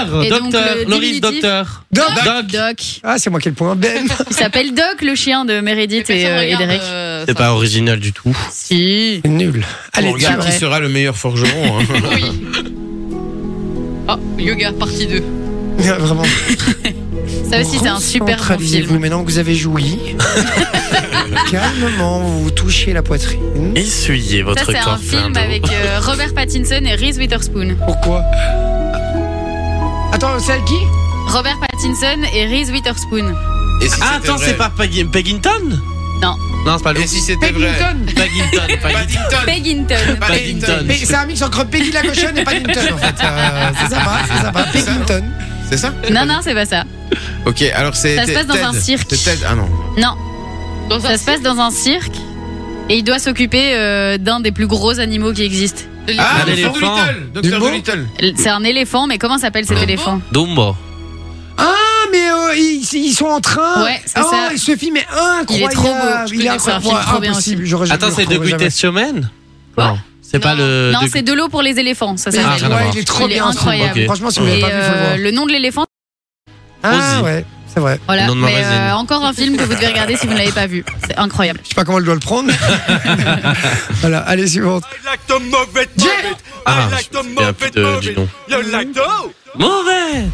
Speaker 4: Docteur,
Speaker 5: Et donc, le
Speaker 4: docteur, Loris,
Speaker 5: diminutif
Speaker 4: docteur.
Speaker 3: Doc.
Speaker 4: Doc.
Speaker 5: Doc.
Speaker 3: Ah, c'est moi qui ai le point.
Speaker 5: *laughs*
Speaker 3: Ben. *laughs*
Speaker 5: Il s'appelle Doc, le chien de Meredith et, euh, et Derek.
Speaker 4: C'est pas original du tout.
Speaker 5: Si.
Speaker 3: Nul. Allez,
Speaker 6: on regarde
Speaker 5: c'est
Speaker 6: qui
Speaker 5: vrai.
Speaker 6: sera le meilleur forgeron. hein. *laughs*
Speaker 7: Oui. Ah, yoga, partie 2.
Speaker 3: vraiment.
Speaker 5: Ça aussi, c'est un super bon
Speaker 3: Vous,
Speaker 5: film.
Speaker 3: maintenant que vous
Speaker 5: *laughs*
Speaker 3: avez joui, calmement, vous vous touchez la poitrine.
Speaker 4: Essuyez
Speaker 5: Ça,
Speaker 4: votre
Speaker 5: c'est un film
Speaker 4: corps.
Speaker 5: avec euh, Robert Pattinson et Reese Witherspoon.
Speaker 3: Pourquoi Attends, c'est qui
Speaker 5: Robert Pattinson et Reese Witherspoon.
Speaker 6: Et
Speaker 4: Ah,
Speaker 6: si c'était
Speaker 4: attends,
Speaker 6: vrai
Speaker 4: c'est pas Peggy- Peggington
Speaker 5: Non.
Speaker 4: Non, c'est pas lui.
Speaker 6: Et si c'était vrai
Speaker 4: Peggington. Peggington.
Speaker 6: Paddington.
Speaker 5: Peggington.
Speaker 6: Paddington.
Speaker 3: Mais C'est un mix entre Peggy la cochonne et Paddington en fait. Euh, c'est sympa, c'est sympa. Paddington.
Speaker 6: C'est ça
Speaker 5: Non, non, c'est pas ça.
Speaker 6: Ok, alors c'est.
Speaker 5: Ça se passe dans
Speaker 6: Ted.
Speaker 5: un cirque.
Speaker 6: C'est Ted. Ah non.
Speaker 5: Non,
Speaker 7: Dans
Speaker 5: ça se passe dans un cirque et il doit s'occuper euh, d'un des plus gros animaux qui existent.
Speaker 6: Ah,
Speaker 4: Un
Speaker 6: Docteur
Speaker 4: éléphant.
Speaker 6: Dolittle. Docteur
Speaker 3: Dumbo
Speaker 6: Dolittle.
Speaker 5: L- C'est un éléphant, mais comment s'appelle cet
Speaker 7: Dumbo
Speaker 5: éléphant
Speaker 4: Dumbo.
Speaker 3: Ah, mais euh, ils, ils sont en train.
Speaker 5: Ouais, c'est
Speaker 3: Ah,
Speaker 5: ça.
Speaker 3: Ce film est incroyable.
Speaker 5: Il est trop beau. Je te
Speaker 3: Il
Speaker 5: dis
Speaker 3: est
Speaker 5: que c'est un
Speaker 3: incroyable.
Speaker 5: film trop bien
Speaker 3: Impossible. J'aurais jamais-
Speaker 4: Attends,
Speaker 3: je
Speaker 4: c'est
Speaker 3: le
Speaker 4: The
Speaker 3: retrouverai
Speaker 4: Greatest Showman
Speaker 5: Quoi
Speaker 4: Non, c'est pas
Speaker 7: Non.
Speaker 4: le.
Speaker 5: Non,
Speaker 4: The-
Speaker 5: c'est de l'eau pour les éléphants, ça
Speaker 3: jamais.
Speaker 4: Ah,
Speaker 5: s'appelle.
Speaker 4: rien à
Speaker 3: ouais,
Speaker 4: voir.
Speaker 3: il est trop
Speaker 5: Il est
Speaker 3: bien. ce film.
Speaker 5: incroyable.
Speaker 4: Ok.
Speaker 3: Franchement, si vous
Speaker 5: Et
Speaker 3: l'avez pas vu, il faut le
Speaker 5: euh,
Speaker 3: voir.
Speaker 5: le nom de l'éléphant,
Speaker 3: Ah
Speaker 4: Ozzy.
Speaker 3: ouais, c'est vrai.
Speaker 5: voilà.
Speaker 4: Le nom de
Speaker 5: Mais
Speaker 4: magazine.
Speaker 5: euh, encore un film que vous devez regarder si vous ne l'avez pas vu. C'est incroyable.
Speaker 3: Je sais pas comment elle doit le prendre. *laughs* voilà, allez suivante.
Speaker 4: Ah, il y a plus de, du nom. Mauvais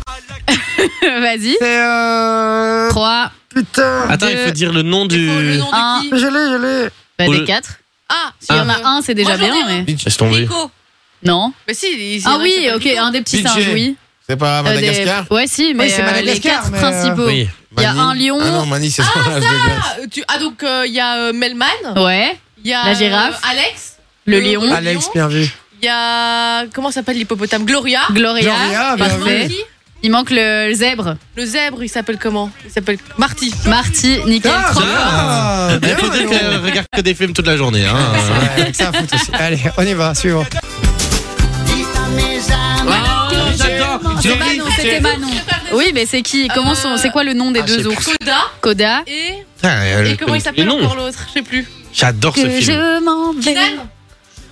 Speaker 5: *laughs* Vas-y.
Speaker 3: C'est euh...
Speaker 5: 3,
Speaker 3: putain.
Speaker 4: Attends, il faut dire le nom du. Ah,
Speaker 7: Le nom
Speaker 5: Un.
Speaker 7: de qui
Speaker 3: Je l'ai, je l'ai.
Speaker 5: Ah, bah,
Speaker 4: Pour
Speaker 5: des
Speaker 4: le-
Speaker 5: 4.
Speaker 7: Ah,
Speaker 5: S'il y en
Speaker 7: euh,
Speaker 5: a un, c'est déjà
Speaker 7: moi, j'en ai
Speaker 5: bien,
Speaker 7: un.
Speaker 5: mais.
Speaker 4: Laisse tomber.
Speaker 7: Nico.
Speaker 5: Non.
Speaker 7: Mais si, il- il-
Speaker 5: Ah
Speaker 7: il-
Speaker 5: oui,
Speaker 7: c'est
Speaker 5: ok,
Speaker 7: Nico.
Speaker 5: un des petits
Speaker 6: Pidgey.
Speaker 5: singes, oui.
Speaker 6: C'est pas
Speaker 5: Euh, des-
Speaker 6: Madagascar
Speaker 5: Ouais, si, mais
Speaker 3: c'est
Speaker 5: euh, les
Speaker 3: Madagascar,
Speaker 5: quatre
Speaker 3: mais, euh,
Speaker 5: principaux.
Speaker 4: Oui.
Speaker 5: Il y a un
Speaker 6: Mani.
Speaker 5: lion.
Speaker 6: Ah non, Mani, c'est son âge de glace.
Speaker 7: Ah, tu- ah, donc euh, il y a euh, Melman,
Speaker 5: Ouais,
Speaker 7: il y a
Speaker 5: La girafe.
Speaker 7: euh, Alex,
Speaker 5: le
Speaker 7: Euh,
Speaker 5: lion.
Speaker 7: Ah,
Speaker 3: Alex,
Speaker 7: Lyon.
Speaker 3: bien vu.
Speaker 7: il y a comment s'appelle l'hippopotame Gloria,
Speaker 5: Gloria,
Speaker 3: Gloria, bien
Speaker 5: parfait.
Speaker 3: vu.
Speaker 7: Marty.
Speaker 5: Il manque le zèbre.
Speaker 7: le zèbre, il s'appelle comment Il s'appelle Marty.
Speaker 5: Marty, nickel.
Speaker 3: Ah,
Speaker 5: Trop fort.
Speaker 3: bien,
Speaker 4: Il faut
Speaker 3: bien,
Speaker 4: dire
Speaker 3: bien.
Speaker 4: qu'elle regarde que des films toute la journée. Hein.
Speaker 3: Ouais, avec ça à foutre aussi. Allez, on y va, suivant.
Speaker 4: Ah, j'adore.
Speaker 5: C'est
Speaker 4: J'ai-
Speaker 5: Manon, c'était Manon. Oui, mais c'est qui Comment sont C'est quoi le nom des
Speaker 4: Ah, je
Speaker 5: deux
Speaker 4: sais
Speaker 5: ours
Speaker 7: Koda
Speaker 5: Koda.
Speaker 7: et,
Speaker 4: Putain, elle
Speaker 7: et comment
Speaker 4: connaît
Speaker 7: il s'appelle
Speaker 4: les noms.
Speaker 7: encore l'autre Je sais plus.
Speaker 4: J'adore ce
Speaker 5: Que
Speaker 4: film.
Speaker 5: je m'en vais.
Speaker 7: Kinan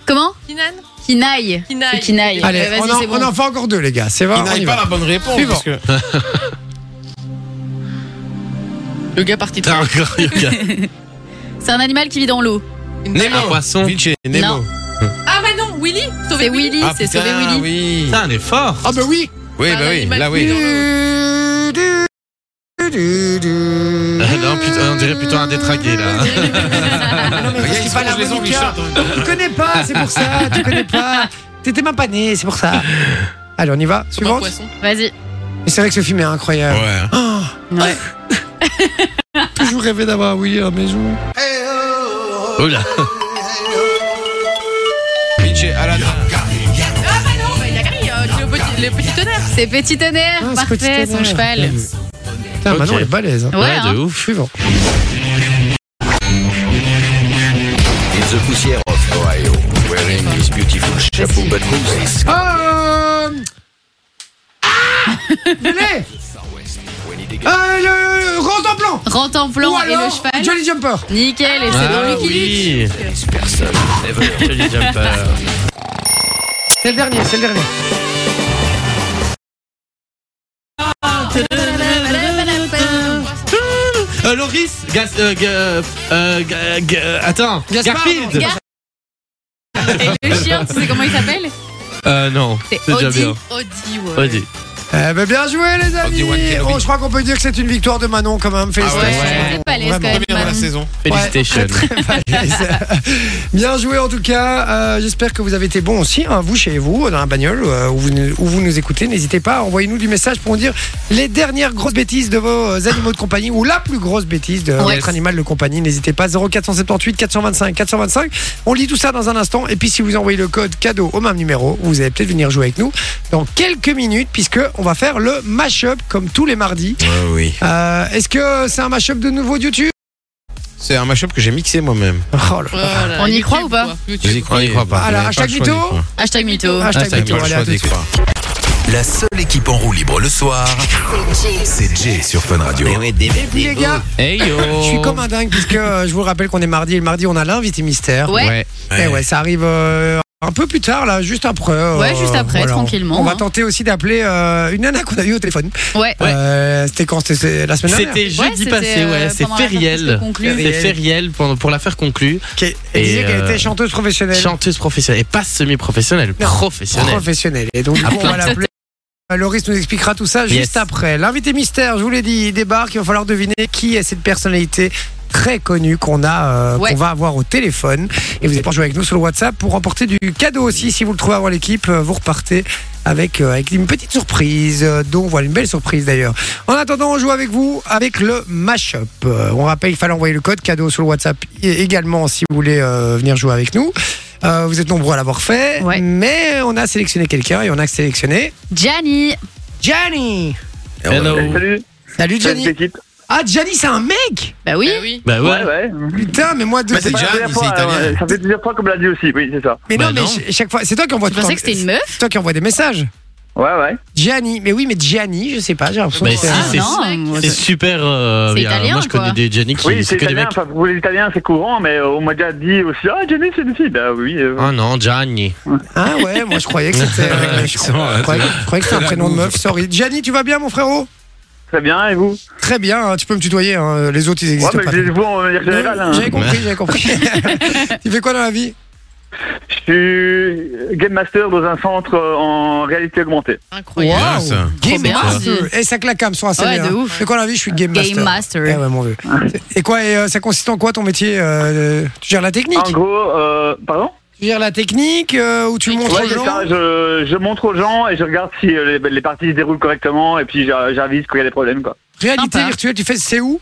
Speaker 5: Comment
Speaker 7: Kinan
Speaker 5: Kinaï.
Speaker 7: Kinaï.
Speaker 5: C'est Kinaï.
Speaker 3: Allez,
Speaker 5: Ouais,
Speaker 3: on
Speaker 5: euh, vas-y,
Speaker 3: en,
Speaker 5: c'est
Speaker 3: on
Speaker 5: bon.
Speaker 3: en fait encore deux, les gars. C'est vrai,
Speaker 6: Il
Speaker 3: on y
Speaker 6: n'arrive pas
Speaker 3: va.
Speaker 6: la bonne réponse.
Speaker 3: Suivant.
Speaker 6: parce
Speaker 5: *laughs*
Speaker 6: que-
Speaker 7: Le gars parti de
Speaker 4: Putain, encore Yoga.
Speaker 5: C'est un animal qui vit dans l'eau.
Speaker 4: Un
Speaker 6: Ah,
Speaker 4: poisson.
Speaker 6: Vinci,
Speaker 5: Non.
Speaker 6: Nemo.
Speaker 7: Ah mais non, Willy
Speaker 5: C'est
Speaker 7: Sauver
Speaker 5: Willy,
Speaker 6: Ah,
Speaker 5: c'est
Speaker 6: putain,
Speaker 5: sauver Willy.
Speaker 6: Oui,
Speaker 4: Putain, elle est fort.
Speaker 3: Ah, bah euh, oui.
Speaker 6: oui, bah oui, là oui.
Speaker 4: Ah *laughs* non, putain, on dirait plutôt un détraqué là.
Speaker 3: Non, mais
Speaker 6: Regarde,
Speaker 3: c'est
Speaker 6: ils
Speaker 3: pas
Speaker 6: se
Speaker 3: la
Speaker 6: mangent les
Speaker 3: bonne
Speaker 6: ongles, ils
Speaker 3: carte.
Speaker 6: chantent en même temps.
Speaker 3: Tu connais pas, c'est pour ça. Tu connais
Speaker 6: *laughs*
Speaker 3: pas. T'étais même pas né, c'est pour ça. Allez, on y va.
Speaker 7: Comme un
Speaker 3: Suivante.
Speaker 7: poisson.
Speaker 5: Vas-y.
Speaker 3: Mais C'est vrai que ce film est incroyable.
Speaker 6: Ouais. hein.
Speaker 3: Oh,
Speaker 5: Ouais.
Speaker 3: *laughs* toujours rêvé d'avoir oui à la maison.
Speaker 7: Ah,
Speaker 4: Oh là.
Speaker 6: Vinci, Aladdin.
Speaker 7: Ah bah non, bah, il y a Gary, euh, qui est le petit- le petit tonnerre.
Speaker 5: C'est Petit Tonnerre.
Speaker 3: Ah, c'est Petit
Speaker 5: Parfait,
Speaker 3: Tonnerre.
Speaker 5: son cheval.
Speaker 3: Putain,
Speaker 4: Ok.
Speaker 3: Manon elle est balèze. hein.
Speaker 5: Ouais,
Speaker 4: Ouais,
Speaker 5: hein.
Speaker 4: de ouf.
Speaker 3: Suivant.
Speaker 11: It's the poussière of Ohio, wearing his beautiful chapeau, but who is
Speaker 3: Euh... Ah
Speaker 6: *laughs*
Speaker 3: Je l'ai Euh, le- le Rose en plan
Speaker 5: Rentre en
Speaker 3: Ou
Speaker 5: plan et le
Speaker 3: alors,
Speaker 5: cheval.
Speaker 3: Jolly Jumper
Speaker 5: Nickel, et c'est dans
Speaker 4: Ah,
Speaker 5: Lucky Luke.
Speaker 4: oui.
Speaker 11: this
Speaker 6: Ah
Speaker 11: person?
Speaker 6: Eh ben,
Speaker 11: Never
Speaker 4: Jolly
Speaker 6: euh.
Speaker 4: Jumper.
Speaker 3: C'est le dernier, c'est le dernier.
Speaker 4: Euh, Loris Gas, euh, Ga- euh, Ga- Ga- Attends
Speaker 3: Gaspard,
Speaker 4: Garfield
Speaker 5: Gar- Et le chien, tu sais comment il s'appelle
Speaker 4: Euh non
Speaker 5: C'est
Speaker 4: C'est déjà
Speaker 5: Audi.
Speaker 4: bien
Speaker 7: Audi, ouais.
Speaker 4: Vas-y
Speaker 3: Eh ben bien joué les amis
Speaker 6: Obi-Wan Kenobi.
Speaker 3: Oh, Je crois qu'on peut dire que c'est une victoire de Manon quand même.
Speaker 5: Ouais,
Speaker 3: Félicitations.
Speaker 5: c'est pas l'aise quand même.
Speaker 3: Vraiment.
Speaker 6: Première de la
Speaker 5: Manon.
Speaker 6: saison.
Speaker 4: Félicitations
Speaker 3: Bien joué en tout cas. Euh, J'espère que vous avez été bon aussi, hein, vous chez vous, dans la bagnole, euh, où, vous, où vous nous écoutez. N'hésitez pas, envoyez-nous du message pour nous dire les dernières grosses bêtises de vos euh, animaux de compagnie ou la plus grosse bêtise de
Speaker 5: Ouais.
Speaker 3: votre animal de compagnie. N'hésitez pas, 0478 425 425. On lit tout ça dans un instant. Et puis si vous envoyez le code cadeau au même numéro, vous allez peut-être venir jouer avec nous dans quelques minutes, puisque on va faire le mash-up comme tous les mardis.
Speaker 6: oui.
Speaker 3: Euh, Est-ce que c'est un mash-up de nouveau YouTube
Speaker 6: C'est un mashup que j'ai mixé moi-même.
Speaker 3: Oh là
Speaker 7: Oh là là,
Speaker 5: On y
Speaker 7: YouTube,
Speaker 5: croit ou pas
Speaker 7: quoi. YouTube.
Speaker 6: Vous y croyez
Speaker 4: croyez pas.
Speaker 3: Alors, hashtag mytho.
Speaker 5: Hashtag mytho.
Speaker 3: Hashtag
Speaker 6: Hashtag
Speaker 3: mytho,
Speaker 6: mytho,
Speaker 3: allez, à
Speaker 6: allez,
Speaker 3: tout de suite.
Speaker 6: croire.
Speaker 2: La seule équipe en roue libre le soir, c'est Jay sur Fun Radio.
Speaker 3: Les gars,
Speaker 4: Hey yo
Speaker 3: *laughs* je suis comme un dingue puisque euh, je vous rappelle qu'on est mardi et le mardi on a l'invité mystère.
Speaker 5: Ouais.
Speaker 3: Eh ouais, ça arrive euh, un peu plus tard là, juste après. euh,
Speaker 5: Ouais, juste après, tranquillement,
Speaker 3: On va
Speaker 5: hein.
Speaker 3: tenter aussi d'appeler euh, une nana qu'on a eue au téléphone.
Speaker 5: Ouais.
Speaker 3: Euh, c'était quand C'était c'est la semaine dernière.
Speaker 4: C'était jeudi
Speaker 5: c'était,
Speaker 4: passé,
Speaker 5: euh,
Speaker 4: ouais. C'est
Speaker 5: pendant l'affaire
Speaker 4: Feriel.
Speaker 5: qu'on se conclut.
Speaker 4: C'est Feriel pour, pour l'affaire conclue.
Speaker 3: Qu'elle- Elle
Speaker 4: Et,
Speaker 3: disait qu'elle
Speaker 4: euh,
Speaker 3: était chanteuse professionnelle.
Speaker 4: Chanteuse professionnelle. Et pas semi-professionnelle, professionnelle.
Speaker 3: professionnelle. Et donc du
Speaker 4: Ah,
Speaker 3: coup on va
Speaker 4: putain.
Speaker 3: l'appeler. Euh, Loris nous expliquera tout ça
Speaker 4: Yes.
Speaker 3: juste après. L'invité mystère, je vous l'ai dit, il débarque. Il va falloir deviner qui est cette personnalité très connue qu'on a, euh,
Speaker 5: Ouais.
Speaker 3: qu'on va avoir au téléphone. Et vous allez pouvoir jouer avec nous sur le WhatsApp pour remporter du cadeau aussi. Si vous le trouvez avant l'équipe, euh, vous repartez avec, euh, avec une petite surprise, euh, dont voilà une belle surprise d'ailleurs. En attendant, on joue *laughs* avec vous avec le mashup. Euh, on rappelle, il fallait envoyer le code cadeau sur le WhatsApp et également si vous voulez euh, venir jouer avec nous. Euh, vous êtes nombreux à l'avoir fait,
Speaker 5: Ouais.
Speaker 3: mais on a sélectionné quelqu'un et on a sélectionné
Speaker 5: Gianni.
Speaker 3: Gianni.
Speaker 4: Hello.
Speaker 10: Salut,
Speaker 3: Salut
Speaker 10: salut
Speaker 3: Gianni.
Speaker 10: l'équipe.
Speaker 3: Ah Gianni, c'est un mec.
Speaker 5: Bah oui.
Speaker 7: Bah oui.
Speaker 4: Bah ouais.
Speaker 10: Ouais, ouais.
Speaker 3: Putain, mais moi de.
Speaker 6: Bah, c'est
Speaker 10: Ça fait
Speaker 6: Gianni,
Speaker 10: plusieurs
Speaker 6: c'est
Speaker 10: fois,
Speaker 6: italien.
Speaker 10: ouais, Ça fait plusieurs fois qu'on me l'a dit aussi, oui, c'est ça.
Speaker 3: mais non,
Speaker 4: hein,
Speaker 3: mais
Speaker 4: Bah, non.
Speaker 3: ch- chaque fois, c'est toi qui envoie.
Speaker 5: Je pensais que c'était une meuf.
Speaker 3: C'est toi qui envoie des messages.
Speaker 10: Ouais, ouais.
Speaker 3: Gianni, mais oui, mais Gianni, je sais pas, j'ai l'impression.
Speaker 4: Bah,
Speaker 3: que c'est
Speaker 4: si,
Speaker 3: un-
Speaker 5: Ah
Speaker 4: c'est-
Speaker 5: non.
Speaker 4: C'est super. euh,
Speaker 5: C'est
Speaker 4: bien,
Speaker 5: italien,
Speaker 4: moi, je
Speaker 5: quoi.
Speaker 4: connais des Gianni qui.
Speaker 10: Oui, c'est
Speaker 4: c'est que des
Speaker 10: italien.
Speaker 4: mecs.
Speaker 10: Enfin, pour les Italiens, c'est courant, mais euh, on m'a déjà dit aussi Ah, Jenny, c'est une fille. Bah oui. euh,
Speaker 4: Ah non, Gianni.
Speaker 3: Ah ouais, moi je croyais que c'était. euh, je, croyais, je croyais que- je croyais que c'était un prénom de meuf. Sorry, Gianni, tu vas bien, mon frérot
Speaker 10: Très bien, et vous
Speaker 3: Très bien, hein, tu peux me tutoyer. hein, les autres, ils
Speaker 10: Ouais,
Speaker 3: existent
Speaker 10: mais
Speaker 3: pas. Mmh,
Speaker 10: je vous en manière générale. hein.
Speaker 3: J'avais compris, j'avais compris.
Speaker 10: *laughs*
Speaker 3: *laughs* tu fais quoi dans la vie
Speaker 10: Je suis game master dans un centre euh, en réalité augmentée.
Speaker 7: Incroyable.
Speaker 6: Wow.
Speaker 4: Mince.
Speaker 3: Game
Speaker 5: bien.
Speaker 3: Master. Et ça claque à me soir, c'est
Speaker 5: Ouais,
Speaker 3: bien.
Speaker 5: de ouf.
Speaker 3: hein. Fais quoi dans la vie Je suis Game Master.
Speaker 5: Game Master.
Speaker 3: Eh ouais, mon vieux. Et quoi et, euh, Ça consiste en quoi ton métier euh, Tu gères la technique
Speaker 10: En gros, euh, pardon
Speaker 3: Tu gères la technique euh, ou tu montres
Speaker 10: Ouais,
Speaker 3: aux
Speaker 10: c'est
Speaker 3: gens
Speaker 10: ça. Je, je montre aux gens et je regarde si euh, les, les parties se déroulent correctement et puis j'a- j'avise quand il y a des problèmes, quoi.
Speaker 3: Réalité
Speaker 5: Sympa.
Speaker 3: virtuelle, tu fais c'est où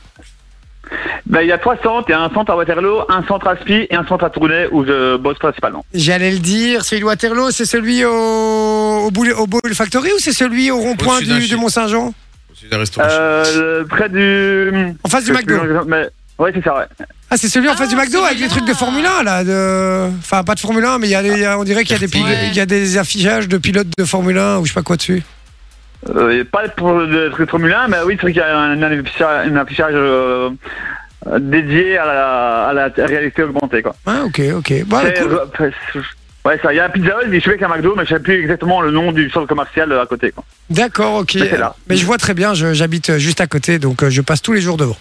Speaker 10: Ben, il y a trois centres. Il y a un centre à Waterloo, un centre à Spi et un centre à Tournai où je bosse principalement.
Speaker 3: J'allais le dire, celui de Waterloo, c'est celui au, au, Boule- au Boule Factory ou c'est celui au rond-point
Speaker 6: Au-dessus d'un
Speaker 3: du, de
Speaker 6: chien.
Speaker 3: Mont-Saint-Jean
Speaker 6: C'est des restaurants.
Speaker 10: Euh, le- près du.
Speaker 3: En face du
Speaker 10: Je
Speaker 3: McDo
Speaker 10: sais plus comment- mais- Ouais, c'est ça, ouais.
Speaker 3: Ah, c'est celui en
Speaker 5: Ah,
Speaker 3: face du McDo avec les
Speaker 5: celui-là.
Speaker 3: trucs de Formule 1, là. De... Enfin, pas de Formule 1, mais il y a des- il y a- on dirait qu'il y, a des pil-
Speaker 5: Ouais.
Speaker 3: il y a des affichages de pilotes de Formule 1 ou je sais pas quoi dessus.
Speaker 10: Euh, pas pour le truc Formule 1, mais oui, c'est vrai qu'il y a un, un affichage, un affichage, euh, euh, dédié à la, à la réalité augmentée. Quoi.
Speaker 3: Ah, ok, ok. Bah,
Speaker 10: C'est-
Speaker 3: cool.
Speaker 10: euh, ouais, ça, il y a un Pizza Hut, mais je suis avec un McDo, mais je sais plus exactement le nom du centre commercial euh, à côté. Quoi.
Speaker 3: D'accord, ok.
Speaker 10: Mais c'est là.
Speaker 3: Mais je vois très bien, je- j'habite euh, juste à côté, donc euh, je passe tous les jours devant.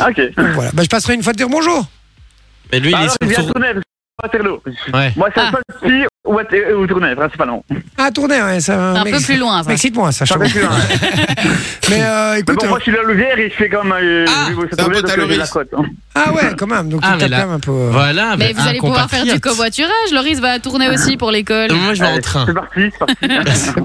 Speaker 10: Ah, ok.
Speaker 3: Donc voilà. Bah, je passerai une fois de dire bonjour.
Speaker 4: Mais lui,
Speaker 10: Bah, alors, je
Speaker 4: il est
Speaker 10: viens
Speaker 4: surtout.
Speaker 10: tourner Waterloo.
Speaker 4: Ouais.
Speaker 10: Moi, c'est
Speaker 5: Ah.
Speaker 10: pas le petit euh, ou, Water- ou tourner, principalement.
Speaker 3: Ah, tournez, ouais, ça.
Speaker 5: Un
Speaker 3: m'ex-
Speaker 5: peu plus loin. ça.
Speaker 3: Excite-moi, ça.
Speaker 10: Ça
Speaker 3: chaud.
Speaker 10: fait plus, hein.
Speaker 3: Mais euh,
Speaker 10: Mais
Speaker 3: écoute.
Speaker 10: bon,
Speaker 3: euh,
Speaker 10: moi, je suis de la Louvière et je fais comme. Euh,
Speaker 6: Ah,
Speaker 10: je vais
Speaker 6: c'est un
Speaker 10: tourner
Speaker 6: pote
Speaker 10: parce
Speaker 6: à
Speaker 10: que j'ai
Speaker 6: Loris.
Speaker 10: la côte. hein.
Speaker 3: ah ouais, quand même. *laughs* Donc
Speaker 4: Ah,
Speaker 3: tu
Speaker 4: mais
Speaker 3: tapes
Speaker 4: là-
Speaker 3: quand même un peu. euh.
Speaker 4: Voilà,
Speaker 5: Mais
Speaker 4: avec
Speaker 5: vous
Speaker 4: un
Speaker 5: allez pouvoir faire du
Speaker 4: compatriote.
Speaker 5: covoiturage. Loris va tourner aussi pour l'école. Euh,
Speaker 4: Moi, je vais
Speaker 10: Allez,
Speaker 4: en train.
Speaker 10: C'est parti, c'est parti.
Speaker 3: C'est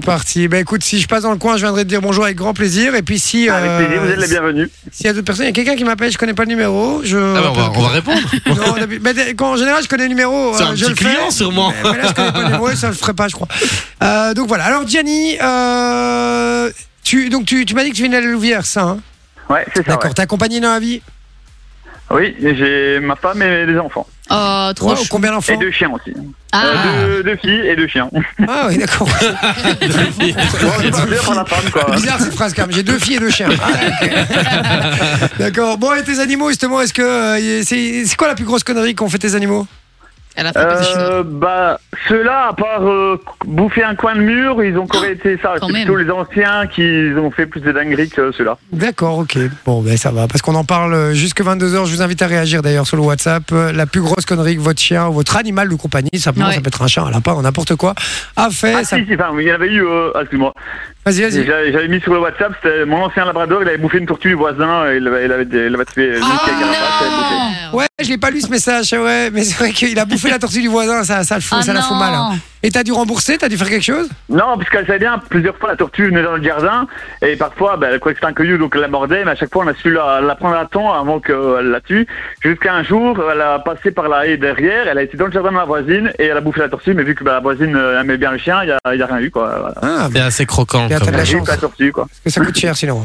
Speaker 10: *laughs*
Speaker 3: parti. Bah écoute, si je passe dans le coin, je viendrai te dire bonjour avec grand plaisir. Et puis si. euh,
Speaker 10: Avec plaisir, vous êtes les bienvenus.
Speaker 3: S'il y a d'autres personnes, il y a quelqu'un qui m'appelle, je connais pas le numéro. Je...
Speaker 4: Ah bah, on, va, on va répondre.
Speaker 3: *laughs* Non, d'habitude- mais d- quand- en général, je connais le numéro.
Speaker 4: C'est
Speaker 3: euh,
Speaker 4: un
Speaker 3: je
Speaker 4: petit
Speaker 3: le fais.
Speaker 4: client, sûrement.
Speaker 3: Mais, mais là, je connais pas le numéro et ça le ferait pas, je crois. Euh, donc voilà. Alors, Gianni, euh, tu, donc tu, tu m'as dit que tu venais de la Louvière, ça. hein
Speaker 10: Ouais, c'est ça.
Speaker 3: D'accord. T'as accompagné dans la vie
Speaker 10: ouais. Oui, j'ai ma femme et des enfants.
Speaker 5: Oh, trop
Speaker 3: Wow,
Speaker 5: chou-
Speaker 3: Combien d'enfants
Speaker 10: Et deux chiens aussi.
Speaker 5: Ah,
Speaker 10: Euh, deux, deux filles et deux chiens.
Speaker 3: Ah
Speaker 10: *laughs*
Speaker 3: oui, d'accord.
Speaker 10: C'est pas bien pour la femme, quoi.
Speaker 3: Bizarre cette phrase quand même. J'ai deux filles et deux chiens. Ah, ok. *laughs* d'accord. Bon, et tes animaux, justement, est-ce que. euh, y- c'est, c'est quoi la plus grosse connerie qu'ont fait tes animaux
Speaker 5: elle a frappé ses cheveux.
Speaker 10: Euh, bah, ceux-là, à part euh, bouffer un coin de mur, ils ont encore été ça.
Speaker 5: Ah, quand
Speaker 10: C'est
Speaker 5: même.
Speaker 10: plutôt les anciens qui ont fait plus de dingueries que ceux-là.
Speaker 3: D'accord, ok. Bon, ben ça va. Parce qu'on en parle euh, jusque 22h. Je vous invite à réagir d'ailleurs sur le WhatsApp. Euh, La plus grosse connerie que votre chien ou votre animal de compagnie, simplement,
Speaker 5: Ouais.
Speaker 3: ça peut être un chien, un lapin, n'importe quoi, a fait.
Speaker 10: Ah,
Speaker 3: ça-
Speaker 10: si, si, enfin, il y en avait eu, euh, ah, excuse-moi.
Speaker 3: Vas-y, vas-y.
Speaker 10: J'avais j'avais mis sur le WhatsApp, c'était mon ancien labrador, il avait bouffé une tortue du voisin, et il l'avait il avait, il avait tué.
Speaker 5: Ah,
Speaker 10: Mickey Carapace, il l'avait bouffé.
Speaker 5: non.
Speaker 3: Ouais, je l'ai pas lu ce message, ouais, mais c'est vrai qu'il a bouffé la tortue du voisin, ça, ça le fout,
Speaker 5: Ah,
Speaker 3: ça la fout mal. hein.
Speaker 5: non.
Speaker 3: Et t'as dû rembourser, t'as dû faire quelque chose
Speaker 10: Non, parce qu'elle savait bien, plusieurs fois la tortue venait dans le jardin, et parfois, bah, elle croyait que c'était un coyote, donc elle la mordait, mais à chaque fois, on a su la, la prendre à temps avant qu'elle la tue. Jusqu'à un jour, elle a passé par la haie derrière, elle a été dans le jardin de la voisine, et elle a bouffé la tortue, mais vu que bah, la voisine euh, aimait bien le chien, il n'y a, il y a rien eu, quoi. Voilà.
Speaker 3: Ah,
Speaker 4: C'est assez croquant.
Speaker 3: Bien,
Speaker 4: quand
Speaker 3: t'as de la
Speaker 4: même.
Speaker 10: J'ai eu
Speaker 3: chance.
Speaker 10: la tortue, quoi.
Speaker 3: parce que ça coûte cher sinon.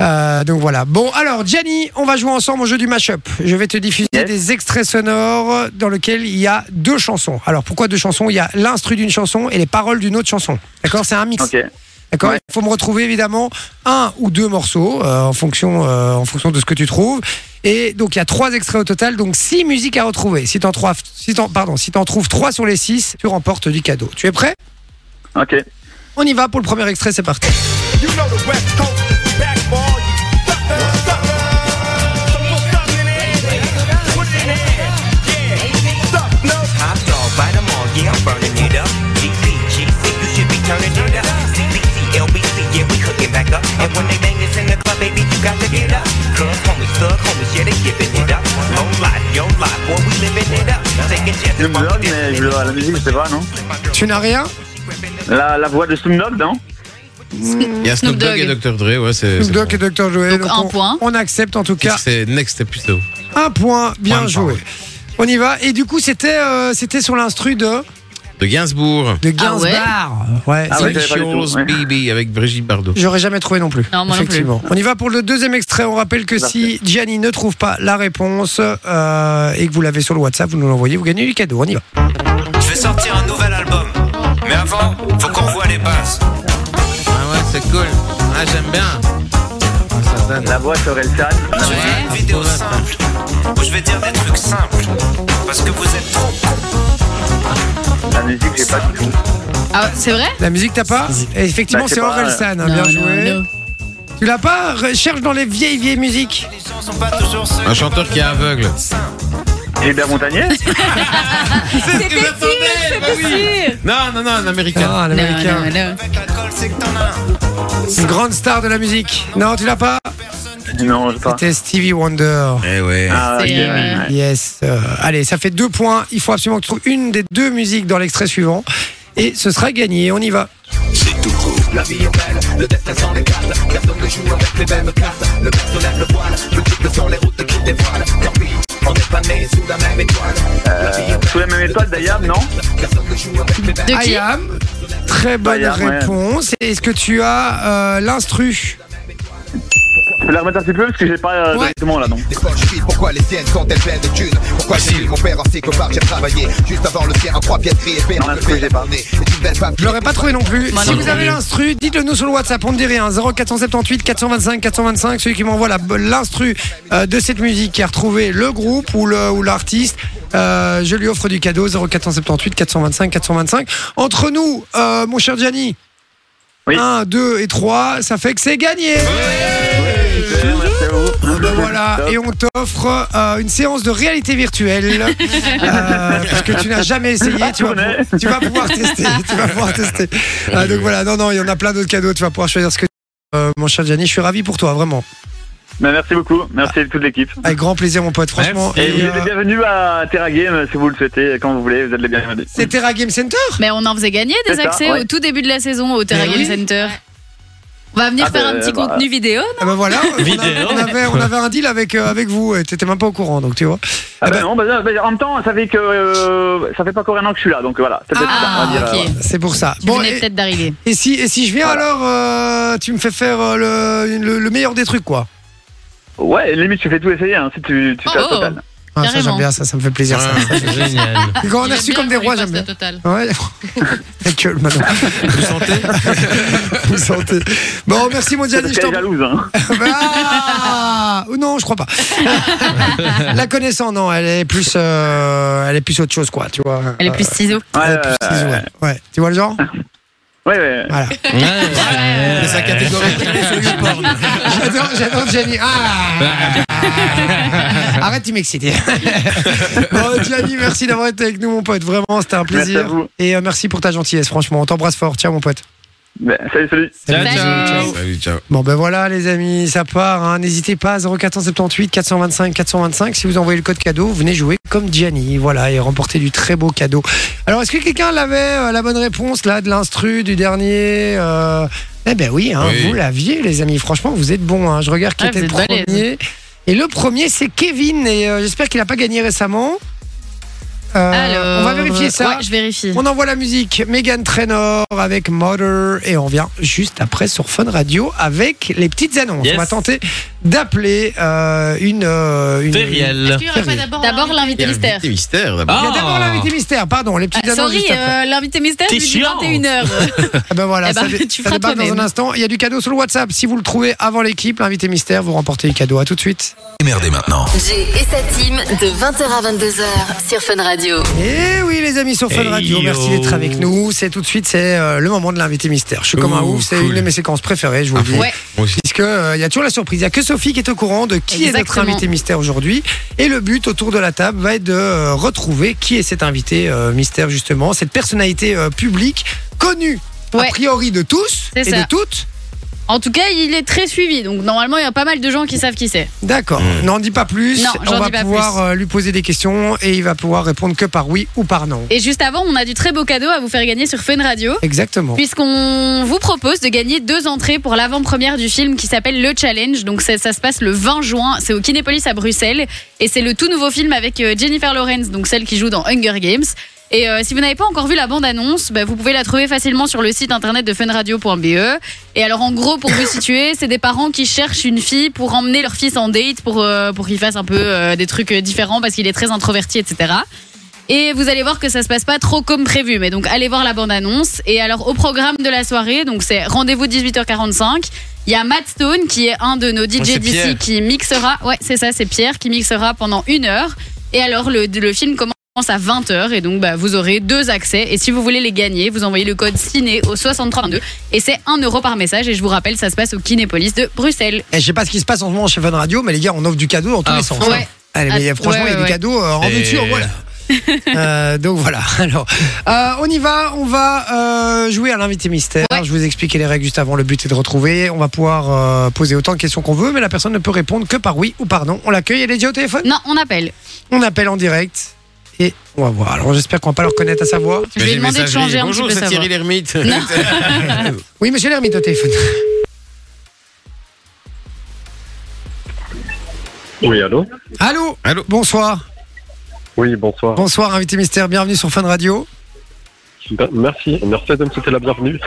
Speaker 3: Euh, donc voilà. Bon, alors, Gianni, on va jouer ensemble au jeu du mashup. Je vais te diffuser
Speaker 10: Yes.
Speaker 3: des extraits sonores dans lesquels il y a deux chansons. Alors, pourquoi deux chansons Il y a l'instru d'une chanson et les paroles d'une autre chanson. D'accord C'est un mix.
Speaker 10: Ok.
Speaker 3: D'accord Il faut me retrouver évidemment un ou deux morceaux euh, en, fonction, euh, en fonction de ce que tu trouves. Et donc il y a trois extraits au total, donc six musiques à retrouver. Si t'en trouves, si t'en- pardon, si t'en trouves trois sur les six, tu remportes du cadeau. Tu es prêt
Speaker 10: Ok.
Speaker 3: On y va pour le premier extrait, c'est parti.
Speaker 12: I'm dog by them all, yeah, I'm burning it up. GCGC, you should be turning it up. CBC, LBC, yeah, we cooking back up. And when they bang this in the club, baby, you got to get up. Cause homies, thug homies, yeah, they giving it up. Oh, lot, yo, lot, boy, we living it up. Taking chances,
Speaker 10: Snoop Dogg, mais je- la musique, c'est pas, non
Speaker 3: Tu n'as rien
Speaker 10: la, la voix de Snoop Dogg, non
Speaker 6: Il y a Snoop Dogg et Dr. Dre, ouais, c'est.
Speaker 3: Mm. Snoop
Speaker 6: c'est
Speaker 3: Dogg
Speaker 6: bon.
Speaker 3: et Dr. Joel.
Speaker 5: Donc, un
Speaker 3: on,
Speaker 5: point.
Speaker 3: on accepte en tout cas
Speaker 6: C'est Next Episode.
Speaker 3: un point. Bien
Speaker 6: Point,
Speaker 3: joué. On y va. Et du coup, c'était euh, c'était sur l'instru de,
Speaker 6: De Gainsbourg.
Speaker 3: de
Speaker 5: Ah ouais
Speaker 3: Gainsbar. ouais.
Speaker 10: Ah ouais, j'avais pas du tout,
Speaker 6: Shows
Speaker 10: ouais.
Speaker 6: BB avec Brigitte Bardot.
Speaker 3: J'aurais jamais trouvé non plus.
Speaker 5: Non, moi non plus.
Speaker 3: effectivement. On y va pour le deuxième extrait. On rappelle que si Gianni ne trouve pas la réponse euh, et que vous l'avez sur le WhatsApp, vous nous l'envoyez, vous gagnez du cadeau. On y va.
Speaker 12: Je vais sortir un nouvel album. Mais avant, faut qu'on voit les bases.
Speaker 6: Ah ouais, c'est cool. Ah, j'aime bien. Ah, ça donne.
Speaker 10: La voix sur El Chat.
Speaker 12: Je vais faire une vidéo simple. Où je vais dire des trucs simples. Parce que vous êtes trop
Speaker 10: La musique, j'ai pas du tout.
Speaker 5: Ah, c'est vrai
Speaker 3: La musique, t'as pas Et Effectivement,
Speaker 10: Bah, c'est
Speaker 3: c'est
Speaker 10: pas-
Speaker 3: Orelsan. hein,
Speaker 5: Non,
Speaker 3: bien
Speaker 5: non,
Speaker 3: joué.
Speaker 5: non.
Speaker 3: Tu l'as pas Recherche dans les vieilles, vieilles musiques.
Speaker 12: Les gens sont pas toujours ceux
Speaker 6: Un chanteur qui est aveugle.
Speaker 10: Gilbert
Speaker 6: *laughs*
Speaker 10: Montagnier
Speaker 5: C'était sûr, c'était sûr
Speaker 6: Non, non, non, un américain.
Speaker 3: Ah, l'américain.
Speaker 5: Non, non, non.
Speaker 12: avec l'alcool, c'est que t'en as un.
Speaker 3: Une grande star de la musique. Non, tu l'as pas
Speaker 10: Non, je sais pas.
Speaker 3: C'était Stevie Wonder.
Speaker 6: Eh ouais.
Speaker 10: Ah, ok,
Speaker 5: C'est,
Speaker 10: ouais,
Speaker 5: euh,
Speaker 10: ouais.
Speaker 3: Yes. Euh, allez, ça fait deux points. Il faut absolument que tu trouves une des deux musiques dans l'extrait suivant. Et ce sera gagné. On y va.
Speaker 11: C'est tout court. La vie est belle, le destin sans les cadres. Personne ne joue avec les mêmes cartes. Le personnel lève le voile, multiples sont les routes qui dévoilent. Tant pis, on n'est pas né sous la même étoile.
Speaker 10: Euh, Sous la même étoile d'Ayam, non
Speaker 11: Personne ne joue avec les mêmes
Speaker 5: De qui
Speaker 3: I am. Très bonne
Speaker 10: I am, ouais.
Speaker 3: réponse. Et Est-ce que tu as euh, l'instru
Speaker 10: Je vais la remettre un petit peu parce que j'ai pas euh,
Speaker 3: Ouais.
Speaker 10: directement là, non
Speaker 11: Des poches vides, pourquoi les tiennes sont-elles pleines de thunes Pourquoi j'ai vu mon père en cyclopar, j'ai travaillé juste avant le sien en trois pièces criées, père,
Speaker 10: Non,
Speaker 11: le
Speaker 10: parce que j'ai
Speaker 11: fait
Speaker 10: pas.
Speaker 11: parler. Et tu ne belles pas
Speaker 3: Je l'aurais pas trouvé non plus.
Speaker 5: Moi
Speaker 3: si
Speaker 5: non
Speaker 3: vous
Speaker 5: plus.
Speaker 3: avez l'instru, dites-le nous sur le WhatsApp. On ne dit rien. 0478 425 425. Celui qui m'envoie la- l'instru euh, de cette musique qui a retrouvé le groupe ou le- ou l'artiste, euh, je lui offre du cadeau. 0478 425 425. Entre nous, euh, mon cher Gianni.
Speaker 10: Oui.
Speaker 3: 1, 2 et 3, ça fait que c'est gagné
Speaker 10: Super, merci à vous.
Speaker 3: Ben Voilà, et on t'offre euh, une séance de réalité virtuelle
Speaker 13: *laughs*
Speaker 3: euh, parce que tu n'as jamais essayé. Tu vas,
Speaker 10: tournée.
Speaker 3: pou- tu vas pouvoir tester. Tu vas pouvoir tester. Euh, donc voilà, non, non, il y en a plein d'autres cadeaux. Tu vas pouvoir choisir ce que tu veux. Euh, mon cher Gianni, je suis ravi pour toi, vraiment.
Speaker 10: Mais Merci beaucoup, merci à toute l'équipe.
Speaker 3: Avec grand plaisir, mon pote, Ah, franchement.
Speaker 10: Et vous
Speaker 3: Et,
Speaker 10: êtes les
Speaker 3: euh,
Speaker 10: bienvenus à Terra Game si vous le souhaitez, quand vous voulez, vous êtes les bienvenus.
Speaker 3: c'est Terra Game Center
Speaker 5: Mais on en faisait gagner
Speaker 10: C'est
Speaker 5: des
Speaker 10: ça,
Speaker 5: accès
Speaker 10: ouais.
Speaker 5: au tout début de la saison au Terra
Speaker 3: Mais
Speaker 5: Game
Speaker 3: oui.
Speaker 5: Center. On va venir
Speaker 10: Ah
Speaker 5: faire
Speaker 10: bah,
Speaker 5: un petit
Speaker 10: bah.
Speaker 5: contenu vidéo.
Speaker 3: Ah ben voilà, on, a-
Speaker 6: hein.
Speaker 4: Vidéo.
Speaker 3: on avait, on avait un deal avec, euh, avec vous. et T'étais même pas au courant, donc tu vois.
Speaker 10: Ah bah
Speaker 3: Eh ben-
Speaker 10: non, bah, non, bah, en même temps, ça fait que euh, ça fait pas encore un an que je suis là, donc voilà. Ça peut être
Speaker 5: Ah,
Speaker 10: ça, on va dire,
Speaker 5: ok.
Speaker 10: euh,
Speaker 3: C'est pour ça.
Speaker 5: Bon,
Speaker 3: Bon,
Speaker 5: venait *laughs*
Speaker 3: et,
Speaker 5: peut-être d'arriver.
Speaker 3: et si, et si je viens alors, euh, tu me fais faire euh, le, le- le meilleur des trucs, quoi.
Speaker 10: euh, Ouais, limite, tu fais tout essayer, hein, si tu, tu
Speaker 5: Oh,
Speaker 10: t'as le
Speaker 5: oh.
Speaker 10: total.
Speaker 3: Ah, ça,
Speaker 5: Carrément.
Speaker 3: j'aime bien, ça, ça me fait plaisir. ça.
Speaker 4: Génial.
Speaker 3: Quand on
Speaker 7: Il
Speaker 3: est
Speaker 7: aime
Speaker 3: reçu
Speaker 7: bien
Speaker 3: comme des
Speaker 7: qu'on lui
Speaker 3: rois,
Speaker 7: fasse
Speaker 3: j'aime
Speaker 7: la
Speaker 3: bien.
Speaker 7: totale.
Speaker 3: Ouais. La gueule, Manon.
Speaker 6: Vous sentez
Speaker 3: Vous sentez. Bon, merci, mon
Speaker 10: C'est
Speaker 3: Gianni.
Speaker 10: parce
Speaker 3: Je
Speaker 10: qu'elle
Speaker 3: t'en
Speaker 10: est jalouse, hein.
Speaker 3: Ah Ou non, je crois pas. La connaissant, non, elle est plus, euh, elle est plus autre chose, quoi. Tu vois. Euh,
Speaker 5: Elle est plus ciseaux.
Speaker 10: Ouais,
Speaker 3: Elle est
Speaker 10: ouais,
Speaker 3: plus ciseaux, ouais. Ouais. Tu vois le genre
Speaker 10: ouais, ouais.
Speaker 3: Voilà.
Speaker 6: C'est sa catégorie.
Speaker 3: *laughs* *laughs* J'adore, j'adore Gianni. Ah Arrête, tu m'excites. bon, Oh, Gianni, merci d'avoir été avec nous, mon pote. Vraiment, c'était un
Speaker 10: Merci à
Speaker 3: plaisir.
Speaker 10: vous.
Speaker 3: Et euh, merci pour ta gentillesse, franchement. On t'embrasse fort. Ciao, mon pote.
Speaker 10: Bah, Salut, salut.
Speaker 4: Ciao,
Speaker 5: Salut.
Speaker 4: ciao.
Speaker 6: Salut, ciao.
Speaker 3: Bon ben voilà les amis, ça part. hein. N'hésitez pas 0478 425 425. Si vous envoyez le code cadeau, vous venez jouer comme Gianni. Voilà et remportez du très beau cadeau. Alors est-ce que quelqu'un l'avait euh, la bonne réponse là de l'instru du dernier euh, Eh ben oui, hein,
Speaker 6: Oui.
Speaker 3: vous l'aviez les amis. Franchement vous êtes bons. hein. Je regarde qui
Speaker 5: Ah,
Speaker 3: était
Speaker 5: vous
Speaker 3: le
Speaker 5: êtes balèzes.
Speaker 3: premier. Et le premier c'est Kevin et euh, j'espère qu'il n'a pas gagné récemment. Euh,
Speaker 5: Alors,
Speaker 3: on va vérifier ça.
Speaker 5: ouais, je vérifie.
Speaker 3: On envoie la musique Megan Trainor avec Mother et on vient juste après sur Fun Radio avec les petites annonces.
Speaker 4: Yes.
Speaker 3: On va tenter d'appeler euh, une, euh, une.
Speaker 4: Feriel.
Speaker 5: D'abord l'invité mystère.
Speaker 6: L'invité mystère d'abord.
Speaker 3: Il y a d'abord l'invité mystère, pardon, les
Speaker 5: Ah,
Speaker 3: petites annonces.
Speaker 5: sorry,
Speaker 3: juste après.
Speaker 5: euh, l'invité mystère,
Speaker 4: T'es
Speaker 5: lui, dit
Speaker 4: chiant.
Speaker 5: 21h.
Speaker 3: Ah ben voilà,
Speaker 5: eh ben,
Speaker 3: ça, dé-
Speaker 5: tu
Speaker 3: ça
Speaker 5: feras
Speaker 3: débarque dans un
Speaker 5: toi-même.
Speaker 3: instant. Il y a du cadeau sur le WhatsApp. Si vous le trouvez avant l'équipe, l'invité mystère, vous remportez le cadeau. À tout de suite.
Speaker 2: Démerdez maintenant.
Speaker 1: Jay et sa team de 20h à 22h sur Fun Radio.
Speaker 3: Et Eh oui, les amis sur Fun
Speaker 4: Hey
Speaker 3: Radio, merci
Speaker 4: yo.
Speaker 3: d'être avec nous. C'est tout de suite, c'est euh, le moment de l'invité mystère. Je suis comme un
Speaker 6: Ouh,
Speaker 3: ouf, c'est
Speaker 6: cool. Ah
Speaker 3: une de mes séquences préférées, je vous le dis.
Speaker 5: Ouais.
Speaker 6: Moi aussi.
Speaker 3: Parce que euh, il y a toujours la surprise. Il y a que Sophie qui est au courant de qui est notre
Speaker 5: Exactement.
Speaker 3: invité mystère aujourd'hui. Et le but autour de la table va être de euh, retrouver qui est cet invité euh, mystère justement, cette personnalité euh, publique connue
Speaker 5: Ouais.
Speaker 3: a priori de tous
Speaker 5: C'est
Speaker 3: et
Speaker 5: ça.
Speaker 3: de toutes.
Speaker 5: En tout cas, il est très suivi, donc normalement, il y a pas mal de gens qui savent qui c'est.
Speaker 3: D'accord.
Speaker 4: Hmm.
Speaker 3: N'en dis pas plus.
Speaker 5: Non, j'en
Speaker 3: On va
Speaker 5: dis pas
Speaker 3: pouvoir
Speaker 5: plus.
Speaker 3: euh, lui poser des questions et il va pouvoir répondre que par oui ou par non.
Speaker 5: Et juste avant, on a du très beau cadeau à vous faire gagner sur Fun Radio.
Speaker 3: Exactement.
Speaker 5: Puisqu'on vous propose de gagner deux entrées pour l'avant-première du film qui s'appelle Le Challenge. Donc ça, ça se passe le 20 juin, c'est au Kinépolis à Bruxelles. Et c'est le tout nouveau film avec euh, Jennifer Lawrence, donc celle qui joue dans Hunger Games. Et euh, si vous n'avez pas encore vu la bande-annonce, bah, vous pouvez la trouver facilement sur le site internet de funradio.be. E. Et alors en gros, pour vous situer, c'est des parents qui cherchent une fille pour emmener leur fils en date, pour, euh, pour qu'il fasse un peu euh, des trucs euh, différents parce qu'il est très introverti, etc. Et vous allez voir que ça se passe pas trop comme prévu. Mais donc, allez voir la bande-annonce. Et alors, au programme de la soirée, donc c'est rendez-vous 18h45. Il y a Matt Stone, qui est un de nos DJ
Speaker 6: c'est
Speaker 5: d'ici,
Speaker 6: Pierre.
Speaker 5: qui mixera. Ouais, c'est ça, c'est Pierre, qui mixera pendant une heure. Et alors, le, le film commence à 20h et donc bah, vous aurez deux accès et si vous voulez les gagner vous envoyez le code ciné au 6322 et c'est 1 euro par message et je vous rappelle ça se passe au Kinépolis de Bruxelles
Speaker 3: Et Eh, je sais pas ce qui se passe en ce moment chez Fun Radio, mais les gars, on offre du cadeau dans tous
Speaker 4: Ah,
Speaker 3: les sens.
Speaker 5: ouais.
Speaker 3: hein. Allez, mais
Speaker 5: Ah,
Speaker 3: franchement,
Speaker 5: ouais,
Speaker 3: il y a
Speaker 5: ouais,
Speaker 3: du cadeau euh, en
Speaker 4: Et-
Speaker 3: veux-tu, en voilà. *laughs* Euh, donc voilà. *laughs* Alors, euh, on y va. On va euh, jouer à l'invité mystère.
Speaker 5: Ouais.
Speaker 3: Je vous expliquais les règles juste avant. Le but est de retrouver. On va pouvoir euh, poser autant de questions qu'on veut, mais la personne ne peut répondre que par oui ou par non. On l'accueille. Elle est déjà au téléphone.
Speaker 5: non on appelle
Speaker 3: On appelle en direct et on va voir. Alors, j'espère qu'on va pas leur connaître à sa voix.
Speaker 5: je vais demander de changer un petit
Speaker 6: Bonjour,
Speaker 5: peu
Speaker 6: c'est
Speaker 5: sa voix.
Speaker 6: Thierry Lhermitte. *laughs*
Speaker 3: Oui, monsieur l'ermite au téléphone.
Speaker 10: Oui, allô
Speaker 3: Allô.
Speaker 6: Allô
Speaker 3: Bonsoir.
Speaker 10: Oui, bonsoir.
Speaker 3: Bonsoir, invité mystère. Bienvenue sur Fun Radio.
Speaker 10: Ben, Merci, merci de me souhaiter la bienvenue.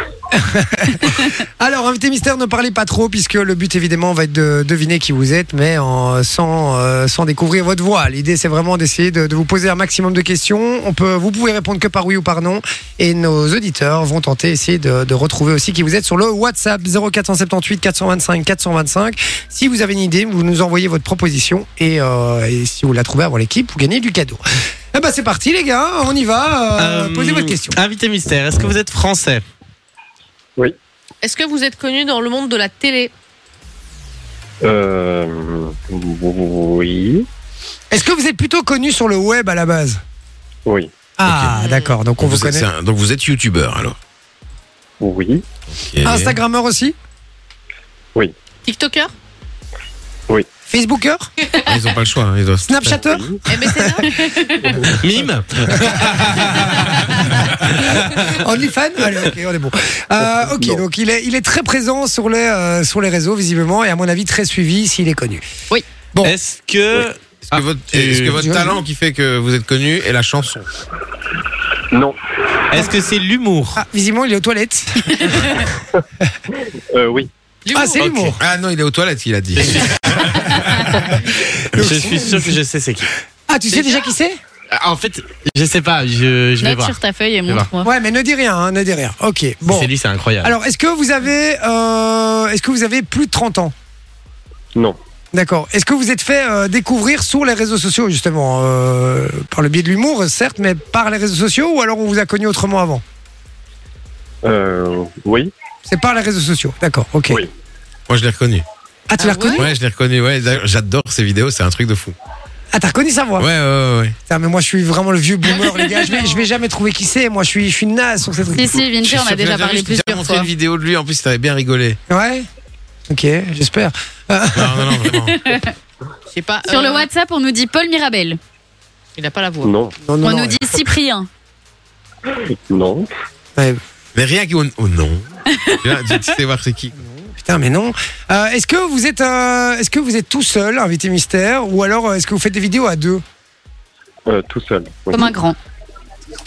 Speaker 3: Alors, invité mystère, ne parlez pas trop, puisque le but, évidemment, va être de deviner qui vous êtes, mais en- sans, euh, sans découvrir votre voix. L'idée, c'est vraiment d'essayer de, de vous poser un maximum de questions. On peut, vous pouvez répondre que par oui ou par non. Et nos auditeurs vont tenter, essayer de, de retrouver aussi qui vous êtes sur le WhatsApp 0478 425 425. Si vous avez une idée, vous nous envoyez votre proposition. Et, euh, et si vous la trouvez avant l'équipe, vous gagnez du cadeau. Eh ben, c'est parti, les gars. On y va. *laughs* Euh,
Speaker 4: Euh,
Speaker 3: Posez votre question.
Speaker 4: Invité mystère, est-ce que vous êtes français
Speaker 7: Est-ce que vous êtes connu dans le monde de la télé
Speaker 10: Euh, oui,
Speaker 3: Est-ce que vous êtes plutôt connu sur le web à la base?
Speaker 10: oui,
Speaker 3: Ah, d'accord. Donc, on vous,
Speaker 6: êtes-
Speaker 3: connaît.
Speaker 6: c'est un- Donc vous êtes youtubeur alors.
Speaker 10: oui,
Speaker 6: Ok.
Speaker 3: Instagrammeur aussi
Speaker 7: TikToker
Speaker 3: Facebooker
Speaker 6: Ah, Ils ont pas le choix. hein, Ils doivent...
Speaker 3: *laughs*
Speaker 6: *laughs*
Speaker 3: Snapchatter
Speaker 4: Mime
Speaker 3: *laughs* OnlyFans Allez, ok, on est bon. Euh, ok,
Speaker 10: Non.
Speaker 3: donc il est, il est très présent sur les, euh, sur les réseaux, visiblement, et à mon avis, très suivi s'il est connu. Bon. Ah.
Speaker 4: Est-ce que.
Speaker 6: Est-ce que votre,
Speaker 4: tu-
Speaker 6: est-ce que votre
Speaker 3: tu-
Speaker 6: talent qui fait que vous êtes connu est la chanson
Speaker 10: non,
Speaker 4: Est-ce que c'est l'humour
Speaker 3: Ah, visiblement, il est aux toilettes.
Speaker 10: *laughs* euh, oui,
Speaker 3: Ah, c'est
Speaker 6: Ok.
Speaker 3: l'humour.
Speaker 6: Ah non, il est aux toilettes, il a dit.
Speaker 4: Je suis sûr que je sais c'est qui.
Speaker 3: Ah, tu sais déjà qui c'est
Speaker 4: Ah, En fait, je sais pas, je, je vais
Speaker 5: note
Speaker 4: voir.
Speaker 5: sur ta feuille et
Speaker 4: vais voir.
Speaker 5: montre-moi
Speaker 3: Ouais, mais ne dis rien, hein, ne dis rien. Ok, bon.
Speaker 4: C'est lui, c'est incroyable.
Speaker 3: Alors, est-ce que vous avez, euh, est-ce que vous avez plus de 30 ans
Speaker 10: non,
Speaker 3: D'accord. Est-ce que vous êtes fait euh, découvrir sur les réseaux sociaux justement euh, par le biais de l'humour, certes, mais par les réseaux sociaux ou alors on vous a connu autrement avant
Speaker 10: euh, oui,
Speaker 3: C'est par les réseaux sociaux. D'accord. Ok.
Speaker 10: Oui.
Speaker 6: Moi, je l'ai reconnu.
Speaker 3: Ah, tu
Speaker 5: Ah
Speaker 3: l'as reconnu
Speaker 6: Ouais, je l'ai reconnu. Ouais, d'ailleurs, j'adore ces vidéos, c'est un truc de fou.
Speaker 3: Ah, t'as reconnu sa voix
Speaker 6: Ouais, ouais, ouais. ouais.
Speaker 3: Putain, mais moi je suis vraiment le vieux boomer, les gars.
Speaker 5: *laughs*
Speaker 3: Je vais, je vais jamais trouver qui c'est. Moi je suis, je suis naze sur ces trucs.
Speaker 5: si si
Speaker 6: Je suis
Speaker 5: Vinci on
Speaker 6: sûr
Speaker 5: a
Speaker 6: que
Speaker 5: déjà
Speaker 6: j'avais
Speaker 5: parlé
Speaker 6: vu, je t'ai déjà
Speaker 5: plusieurs
Speaker 6: montré
Speaker 5: fois
Speaker 6: une vidéo de lui, en plus, t'avais bien rigolé.
Speaker 3: Ouais. Ok, j'espère. Euh,
Speaker 6: Non, non, non, vraiment.
Speaker 7: Je sais pas.
Speaker 5: Sur
Speaker 7: euh,
Speaker 5: le WhatsApp, on nous dit Paul Mirabel.
Speaker 7: Il n'a pas la voix.
Speaker 10: non,
Speaker 3: Non,
Speaker 5: on
Speaker 3: non, non,
Speaker 5: nous dit Cyprien.
Speaker 10: non,
Speaker 3: ouais.
Speaker 6: Mais rien qui. Oh non. Tu vois, tu- tu sais voir c'est qui.
Speaker 3: Putain, mais non. Euh, est-ce que vous êtes, euh, est-ce que vous êtes tout seul, invité mystère, ou alors euh, est-ce que vous faites des vidéos à deux
Speaker 13: Euh, tout seul. oui.
Speaker 5: Comme un grand.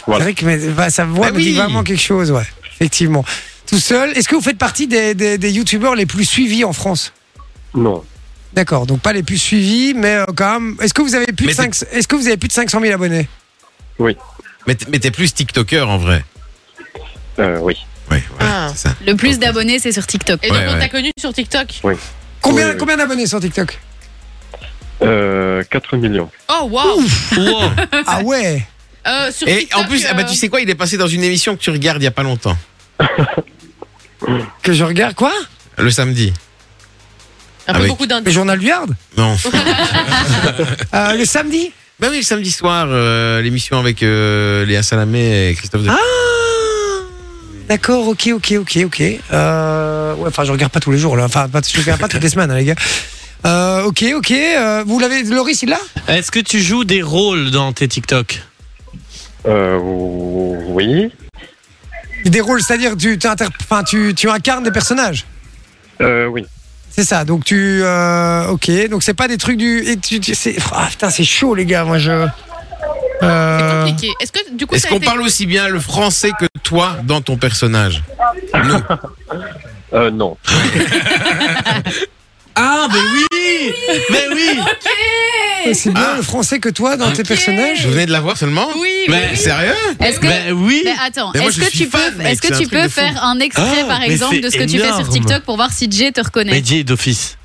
Speaker 13: Voilà.
Speaker 3: C'est vrai que mais, bah, sa voix
Speaker 13: Bah
Speaker 3: me dit
Speaker 13: oui.
Speaker 3: vraiment quelque chose, ouais. Effectivement. Tout seul. Est-ce que vous faites partie des, des, des youtubeurs les plus suivis en France
Speaker 13: Non.
Speaker 3: D'accord, donc pas les plus suivis, mais euh, quand même. Est-ce que vous avez plus de 5... Est-ce que vous avez plus de 500 000 abonnés
Speaker 13: Oui.
Speaker 6: Mais t'es- mais t'es plus TikToker en vrai.
Speaker 13: Euh, oui.
Speaker 5: Le plus d'abonnés, c'est sur TikTok.
Speaker 7: Ah. Et donc, on t'a connu sur TikTok
Speaker 13: Oui.
Speaker 3: Combien,
Speaker 13: Oui, oui.
Speaker 3: combien d'abonnés sur TikTok
Speaker 13: Euh, 4 millions.
Speaker 7: Oh, waouh
Speaker 3: *laughs* Ah ouais
Speaker 7: Euh, sur
Speaker 6: Et
Speaker 7: TikTok,
Speaker 6: en plus, ah
Speaker 7: euh,
Speaker 6: bah, tu sais quoi, il est passé dans une émission que tu regardes il y a pas longtemps,
Speaker 3: Que je regarde quoi
Speaker 6: le samedi.
Speaker 13: Ah bah,
Speaker 7: Un peu
Speaker 6: Avec-
Speaker 7: beaucoup d'indices.
Speaker 3: Le journal du Hard
Speaker 6: Non.
Speaker 3: *laughs* Euh, Le samedi
Speaker 6: Bah oui, le samedi soir, euh, l'émission avec euh, Léa Salamé et Christophe. De...
Speaker 3: Ah D'accord, ok, ok, ok, ok. Euh, ouais, enfin, je regarde pas tous les jours, là. Enfin, pas- je regarde pas toutes les semaines, hein, les gars. Euh, ok, ok. euh, vous l'avez, Loris, il l'a
Speaker 4: Est-ce que tu joues des rôles dans tes TikTok
Speaker 13: Euh, oui.
Speaker 3: Des rôles, c'est-à-dire tu, tu, inter- enfin, tu, tu incarnes des personnages.
Speaker 13: Euh, oui.
Speaker 3: C'est ça. Donc tu, euh, ok. Donc c'est pas des trucs du. et tu- tu- c'est- ah putain, c'est chaud les gars. Moi je. Euh,
Speaker 7: compliqué. Est-ce que du coup,
Speaker 6: Est-ce
Speaker 7: ça a
Speaker 6: qu'on
Speaker 7: été-
Speaker 6: parle aussi bien le français que toi dans ton personnage Non.
Speaker 13: Euh, non.
Speaker 4: Ah, mais oui Mais oui
Speaker 7: Eh
Speaker 3: c'est bien
Speaker 5: Ah.
Speaker 3: le français que toi dans tes personnages.
Speaker 6: Je venais de la voir seulement
Speaker 7: Oui,
Speaker 6: Mais
Speaker 7: oui.
Speaker 6: sérieux
Speaker 5: Est-ce que-
Speaker 4: Ben oui
Speaker 5: Mais attends,
Speaker 6: Mais moi,
Speaker 5: est-ce
Speaker 6: je
Speaker 5: que
Speaker 6: suis
Speaker 5: tu
Speaker 6: fan,
Speaker 5: peux,
Speaker 6: mec,
Speaker 5: est-ce que
Speaker 6: c'est un
Speaker 5: tu
Speaker 6: truc
Speaker 5: peux
Speaker 6: de fou.
Speaker 5: faire un extrait
Speaker 4: Ah,
Speaker 5: par
Speaker 4: mais
Speaker 5: exemple
Speaker 4: c'est
Speaker 5: de ce que tu fais sur
Speaker 4: énorme.
Speaker 5: TikTok pour voir si Jay te reconnaît
Speaker 4: Mais dis d'office.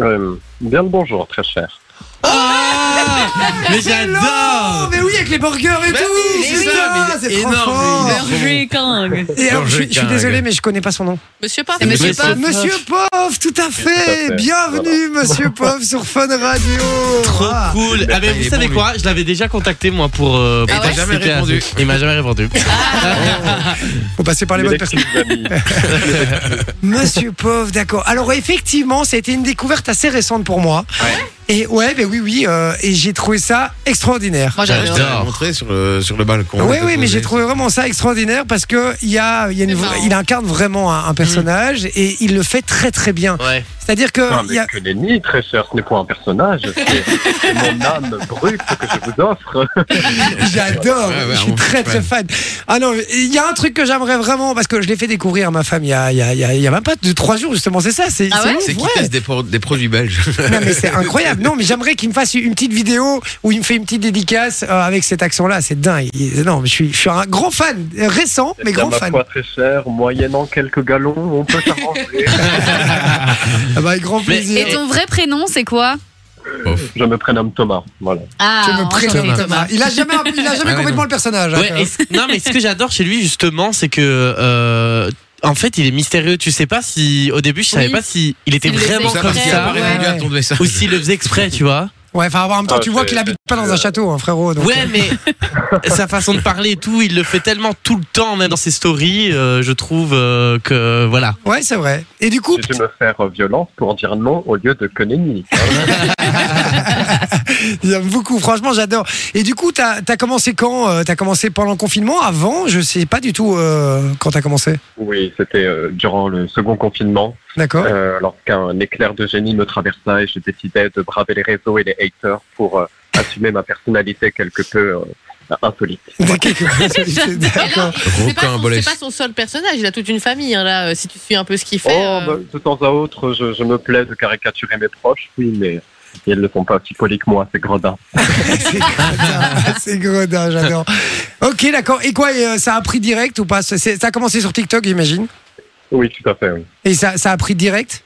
Speaker 13: Euh, bien le bonjour, très cher.
Speaker 5: *laughs*
Speaker 4: Ah Mais
Speaker 3: Oh,
Speaker 4: j'adore
Speaker 3: mais oui, avec les burgers et
Speaker 6: Bah
Speaker 3: tout.
Speaker 6: oui,
Speaker 3: c'est
Speaker 6: mais
Speaker 3: ça,
Speaker 6: oui,
Speaker 3: c'est
Speaker 6: énorme,
Speaker 3: trop fort.
Speaker 6: mais il est
Speaker 5: Hervé Kang.
Speaker 3: Et alors, je,
Speaker 6: Burger
Speaker 3: je suis
Speaker 6: King.
Speaker 3: désolé, mais je connais pas son nom.
Speaker 7: Monsieur Paf,
Speaker 5: C'est Monsieur
Speaker 4: Mais
Speaker 5: Pop.
Speaker 3: Monsieur Poff, tout à fait.
Speaker 13: fait,
Speaker 3: Bienvenue, Monsieur Poff, sur Fun Radio.
Speaker 4: Trop
Speaker 3: Ah.
Speaker 4: cool
Speaker 6: Ben,
Speaker 4: Ah mais
Speaker 6: il
Speaker 4: vous
Speaker 6: est
Speaker 4: savez
Speaker 6: bon,
Speaker 4: quoi Je l'avais déjà contacté moi pour... euh,
Speaker 6: Et
Speaker 5: Ah
Speaker 4: pour
Speaker 6: t'as
Speaker 4: participer
Speaker 6: jamais
Speaker 4: à ce-
Speaker 6: répondu.
Speaker 4: Il m'a jamais répondu.
Speaker 3: *laughs* Faut passer par les
Speaker 13: Il
Speaker 3: bonnes
Speaker 13: est
Speaker 3: personnes.
Speaker 13: actif, l'ami.
Speaker 3: Monsieur Pauvre, d'accord. Alors effectivement, ça a été une découverte assez récente pour moi. Et ouais, ben oui, oui, euh, et j'ai trouvé ça extraordinaire.
Speaker 7: Moi,
Speaker 6: Je
Speaker 7: j'adore.
Speaker 6: te l'ai montré sur le, sur le balcon.
Speaker 3: Oui,
Speaker 6: T'as
Speaker 3: oui, mais
Speaker 6: posé-
Speaker 3: j'ai trouvé vraiment ça extraordinaire parce que il y a, il y a une
Speaker 7: C'est
Speaker 3: vra-
Speaker 7: marrant.
Speaker 3: il incarne vraiment un, un personnage et il le fait très très bien.
Speaker 4: Ouais.
Speaker 3: C'est-à-dire que
Speaker 13: Non,
Speaker 3: il y a-
Speaker 13: mais que nenni, très cher, ce n'est pas un personnage, c'est
Speaker 3: *laughs*
Speaker 13: c'est mon âme brute que je vous offre.
Speaker 3: J'adore,
Speaker 6: Ouais, ouais,
Speaker 3: je suis
Speaker 6: on-
Speaker 3: très très
Speaker 6: ouais.
Speaker 3: fan. Ah non, il y a un truc que j'aimerais vraiment parce que je l'ai fait découvrir à ma femme il y a, il y a, il y a- il y a même pas deux trois jours justement. C'est ça, c'est
Speaker 5: Ah ouais
Speaker 3: ouf,
Speaker 6: C'est qui
Speaker 3: ouais.
Speaker 6: teste des, pro- des produits belges
Speaker 3: *laughs* Non mais c'est incroyable. Non mais j'aimerais qu'il me fasse une petite vidéo où il me fait une petite dédicace euh, avec cet accent-là. C'est dingue. Il- Non mais je suis, je suis un grand fan, euh, récent mais
Speaker 13: Ça
Speaker 3: grand
Speaker 13: m'a
Speaker 3: fan.
Speaker 13: foi très cher, moyennant quelques galons, on peut s'arranger.
Speaker 3: Ah bah, avec grand
Speaker 4: Mais-
Speaker 3: plaisir.
Speaker 5: Et ton vrai prénom, c'est quoi
Speaker 13: je me prénomme Thomas, voilà.
Speaker 5: Ah,
Speaker 3: Je me
Speaker 5: enchanté,
Speaker 3: présente Thomas. Il a jamais, il a jamais
Speaker 6: Ouais,
Speaker 3: complètement
Speaker 6: non.
Speaker 3: le personnage. hein,
Speaker 4: Ouais,
Speaker 3: quand
Speaker 4: et
Speaker 3: même.
Speaker 4: c- non, mais ce que j'adore chez lui, justement, c'est que. euh, en fait, il est mystérieux. Tu sais pas si. Au début, je savais
Speaker 5: Oui.
Speaker 4: pas si il était
Speaker 5: S'il le
Speaker 4: vraiment
Speaker 5: faisait
Speaker 4: comme
Speaker 5: exprès,
Speaker 6: a pas
Speaker 4: ça
Speaker 5: ouais.
Speaker 6: répondu à ton message.
Speaker 4: ou s'il le faisait exprès, tu vois.
Speaker 3: Ouais, enfin en même temps
Speaker 13: Ah,
Speaker 3: tu vois
Speaker 13: c'est-
Speaker 3: qu'il habite pas dans un château, hein, frérot. donc,
Speaker 4: Ouais,
Speaker 3: *laughs*
Speaker 4: mais *laughs* sa façon de parler et tout, il le fait tellement tout le temps, même dans ses stories, euh, je trouve euh, que. Voilà.
Speaker 3: euh, ouais, c'est vrai. Et du coup,
Speaker 13: J'ai dû me faire euh, violence pour en dire non au lieu de que nenni.
Speaker 3: J'aime beaucoup, franchement, j'adore. Et du coup, t'as as commencé quand euh, T'as commencé pendant le confinement Avant Je sais pas du tout euh, quand t'as commencé.
Speaker 13: Oui, c'était euh, durant le second confinement,
Speaker 3: D'accord
Speaker 13: euh, lorsqu'un éclair de génie me traversa et je décidais de braver les réseaux et les haters pour euh, assumer ma personnalité quelque peu euh, insolite.
Speaker 7: *laughs*
Speaker 3: D'accord.
Speaker 7: C'est pas, son-
Speaker 6: Rocambolesque.
Speaker 7: c'est pas son seul personnage, il a toute une famille hein, là. euh, Si tu suis un peu ce qu'il fait,
Speaker 13: Oh,
Speaker 7: euh,
Speaker 13: bah, de temps à autre, je, je me plais de caricaturer mes proches, oui, mais ils ne sont pas aussi polis que moi, c'est gredin.
Speaker 3: C'est gredin, *laughs* C'est gredin, j'adore. Ok, d'accord. Et quoi et, euh, Ça a pris direct ou pas C'est- Ça a commencé sur TikTok, j'imagine
Speaker 13: Oui, tout à fait, oui.
Speaker 3: Et ça, ça a pris direct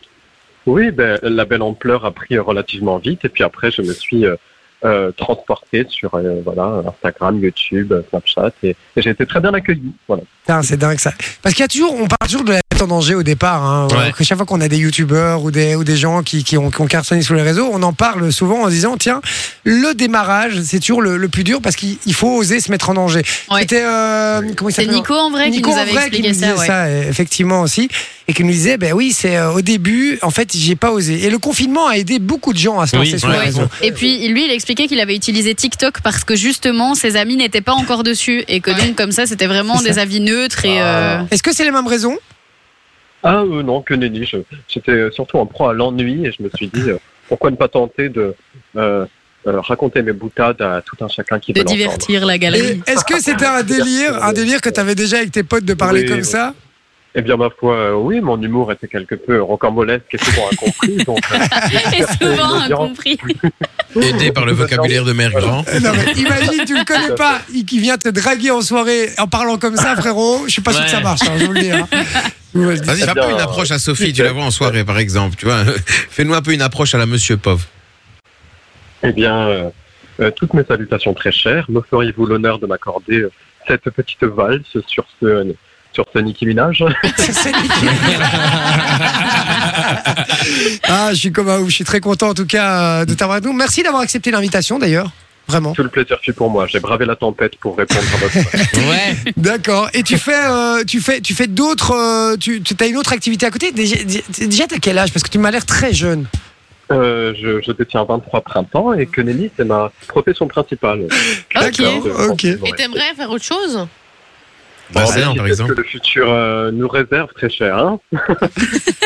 Speaker 13: Oui, ben, la belle ampleur a pris relativement vite, et puis après, je me suis euh, euh, transporté sur euh, voilà, Instagram, YouTube, Snapchat, et, et j'ai été très bien accueilli. Voilà.
Speaker 3: Putain, c'est dingue ça. Parce qu'il y a toujours, on parle toujours de la tête en danger au départ. Hein,
Speaker 4: Ouais.
Speaker 3: Que chaque fois qu'on a des youtubeurs ou des, ou des gens qui, qui, ont, qui ont cartonné sur les réseaux, on en parle souvent en disant tiens, le démarrage, c'est toujours le, le plus dur parce qu'il il faut oser se mettre en danger.
Speaker 5: Ouais.
Speaker 3: C'était. euh, comment il
Speaker 5: C'est
Speaker 3: s'appelle
Speaker 5: Nico en vrai
Speaker 3: Nico,
Speaker 5: qui nous
Speaker 3: en
Speaker 5: avait
Speaker 3: vrai, qui
Speaker 5: expliqué
Speaker 3: me
Speaker 5: ça.
Speaker 3: disait
Speaker 5: ouais.
Speaker 3: ça, euh, effectivement aussi, et qui me disait, ben oui, c'est euh, au début, en fait, j'ai pas osé. Et le confinement a aidé beaucoup de gens à se
Speaker 4: Oui,
Speaker 3: lancer sur les
Speaker 4: ouais.
Speaker 3: réseaux.
Speaker 5: Et puis lui, il expliquait qu'il avait utilisé TikTok parce que justement ses amis n'étaient pas encore dessus et que donc comme ça c'était vraiment
Speaker 3: C'est ça.
Speaker 5: des avis neutres et
Speaker 13: Ah.
Speaker 5: euh,
Speaker 3: Est-ce que c'est les mêmes raisons
Speaker 13: Ah euh, non, que nenni, je- j'étais surtout en proie à l'ennui, et je me suis dit, euh, pourquoi ne pas tenter de euh, euh, raconter mes boutades à tout un chacun qui
Speaker 5: de
Speaker 13: veut l'entendre.
Speaker 5: divertir la galerie.
Speaker 3: Est-ce que c'était un délire, un délire que t'avais déjà avec tes potes de parler
Speaker 13: Oui,
Speaker 3: comme
Speaker 13: oui.
Speaker 3: ça
Speaker 13: Eh bien, ma foi, euh, oui, mon humour était quelque peu rocambolesque et souvent incompris. donc, euh,
Speaker 3: *laughs*
Speaker 5: Et souvent
Speaker 13: une audience.
Speaker 5: incompris.
Speaker 6: *laughs* Aidé par le vocabulaire de Mère Grand.
Speaker 3: Euh, Non mais imagine, tu le connais pas, il qui vient te draguer en soirée en parlant comme ça, frérot. Je suis pas sûr que ça
Speaker 4: Ouais.
Speaker 3: marche, hein, je vous le dis. hein. Je vous le dis.
Speaker 6: Vas-y, fais un peu une approche à Sophie, tu la vois en soirée par exemple, tu vois. *laughs* Fais-nous un peu une approche à la Monsieur Pauvre.
Speaker 13: eh bien, euh, euh, toutes mes salutations très chères, me feriez-vous l'honneur de m'accorder euh, cette petite valse sur ce, sur ce Nicki Minaj
Speaker 3: C'est nickel. ah, je suis comme un ouf. Je suis très content en tout cas euh, de t'avoir avec nous. Merci d'avoir accepté l'invitation d'ailleurs. *laughs* Vraiment.
Speaker 13: Tout le plaisir fut pour moi. J'ai bravé la tempête pour répondre à votre
Speaker 3: *laughs*
Speaker 4: Ouais.
Speaker 3: D'accord. Et tu fais, euh, tu fais, tu fais d'autres. euh, tu as une autre activité à côté. Déjà, déjà t'as quel âge Parce que tu m'as l'air très jeune.
Speaker 13: Euh, je, je détiens 23 printemps et que Nelly, c'est ma profession principale.
Speaker 3: D'accord.
Speaker 13: Euh,
Speaker 3: Ok.
Speaker 13: bon,
Speaker 7: Et t'aimerais faire autre chose
Speaker 13: bon,
Speaker 6: Bah, c'est
Speaker 13: on
Speaker 6: un,
Speaker 13: dit
Speaker 6: par
Speaker 13: qu'est-ce
Speaker 6: exemple.
Speaker 13: que le futur euh, nous réserve très cher. Hein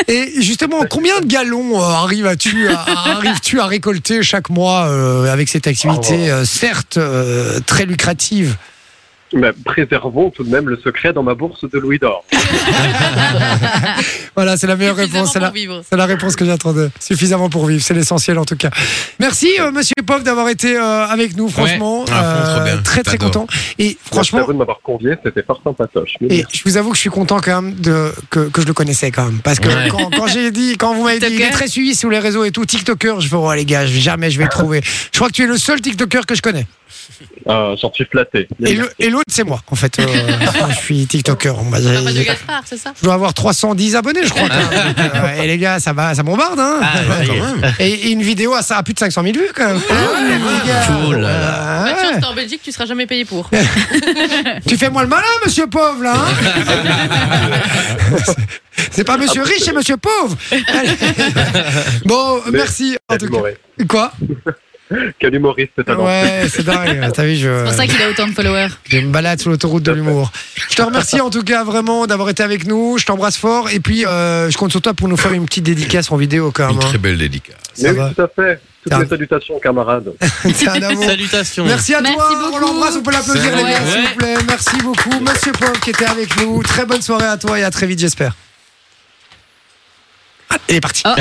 Speaker 3: Et
Speaker 4: Bah,
Speaker 3: justement, combien de gallons euh, arrives-tu à, à- arrives-tu à récolter chaque mois euh, avec cette
Speaker 4: Oh,
Speaker 3: activité, euh, certes euh, très lucrative
Speaker 13: Mais préservons tout de même le secret dans ma bourse de Louis d'Or.
Speaker 3: Voilà, c'est la meilleure
Speaker 7: Suffisamment
Speaker 3: réponse. C'est
Speaker 7: pour
Speaker 3: la,
Speaker 7: vivre.
Speaker 3: c'est la réponse que j'attendais. Suffisamment pour vivre, c'est l'essentiel en tout cas. Merci, euh, monsieur Pov, d'avoir été euh, avec nous, franchement. Euh,
Speaker 6: à fond, Ah, trop bien.
Speaker 3: très, très
Speaker 6: J'adore.
Speaker 3: content. Et
Speaker 13: Franchement,
Speaker 3: franchement,
Speaker 13: de m'avoir convié, c'était fort sympatoche. Mais
Speaker 3: Et
Speaker 13: bien.
Speaker 3: je vous avoue que je suis content quand même de, que, que je le connaissais quand même. Parce que
Speaker 4: Ouais.
Speaker 3: quand, quand j'ai dit, quand vous m'avez dit, il est
Speaker 5: TikToker.
Speaker 3: très suivi sur les réseaux et tout, TikToker, je fais, oh les gars, je- jamais je vais le trouver. Je crois que tu es le seul TikToker que je connais.
Speaker 13: Ah, J'en suis flatté.
Speaker 3: Et
Speaker 13: *laughs*
Speaker 3: le- et l'autre, c'est moi, en fait. Euh, je suis TikToker. Moi, j'ai-
Speaker 7: Papa de Gaspard, c'est ça
Speaker 3: je dois avoir 310 abonnés, je crois. quand même. Donc, euh, et les gars, ça, va, ça bombarde, hein.
Speaker 4: Ah, ça y
Speaker 6: quand
Speaker 4: est.
Speaker 6: même.
Speaker 3: Et, et une vidéo à ça à plus de 500 000 vues, quand même. Ah, les gars.
Speaker 4: Oh là là.
Speaker 3: Ah,
Speaker 7: Bah, tu vois,
Speaker 3: ouais.
Speaker 7: t'es en Belgique, tu seras jamais payé
Speaker 4: *laughs*
Speaker 7: pour.
Speaker 3: Tu fais moi le malin, monsieur pauvre,
Speaker 5: *laughs*
Speaker 3: là. hein C'est- c'est pas monsieur riche, c'est monsieur pauvre. Allez. Bon,
Speaker 13: Mais-
Speaker 3: merci. En
Speaker 13: Quel
Speaker 3: tout cas.
Speaker 13: humoriste.
Speaker 3: Quoi
Speaker 13: Quel humoriste talent.
Speaker 3: Ouais, c'est dingue. T'as vu,
Speaker 5: C'est pour ça
Speaker 3: je,
Speaker 5: qu'il a autant de followers.
Speaker 3: je me balade sur l'autoroute de l'humour. Je te remercie en tout cas vraiment d'avoir été avec nous. Je t'embrasse fort. Et puis, euh, je compte sur toi pour nous faire une petite dédicace en vidéo quand
Speaker 6: *laughs* Une
Speaker 3: même. hein.
Speaker 6: très belle dédicace.
Speaker 3: Ça
Speaker 13: Mais oui,
Speaker 3: va.
Speaker 13: tout à fait. Toutes
Speaker 3: Ça-
Speaker 13: mes salutations,
Speaker 3: *laughs*
Speaker 13: camarades.
Speaker 3: hein. T'es
Speaker 6: *laughs*
Speaker 3: un amour.
Speaker 4: Salutations.
Speaker 3: Merci à
Speaker 5: Merci
Speaker 3: toi, on
Speaker 5: beaucoup.
Speaker 3: l'embrasse, on peut l'applaudir les
Speaker 5: Ouais.
Speaker 3: gars, s'il vous plaît. Merci beaucoup, Monsieur Paul qui était avec nous. Très bonne soirée à toi et à très vite, j'espère. Ah, il est parti.
Speaker 5: Oh.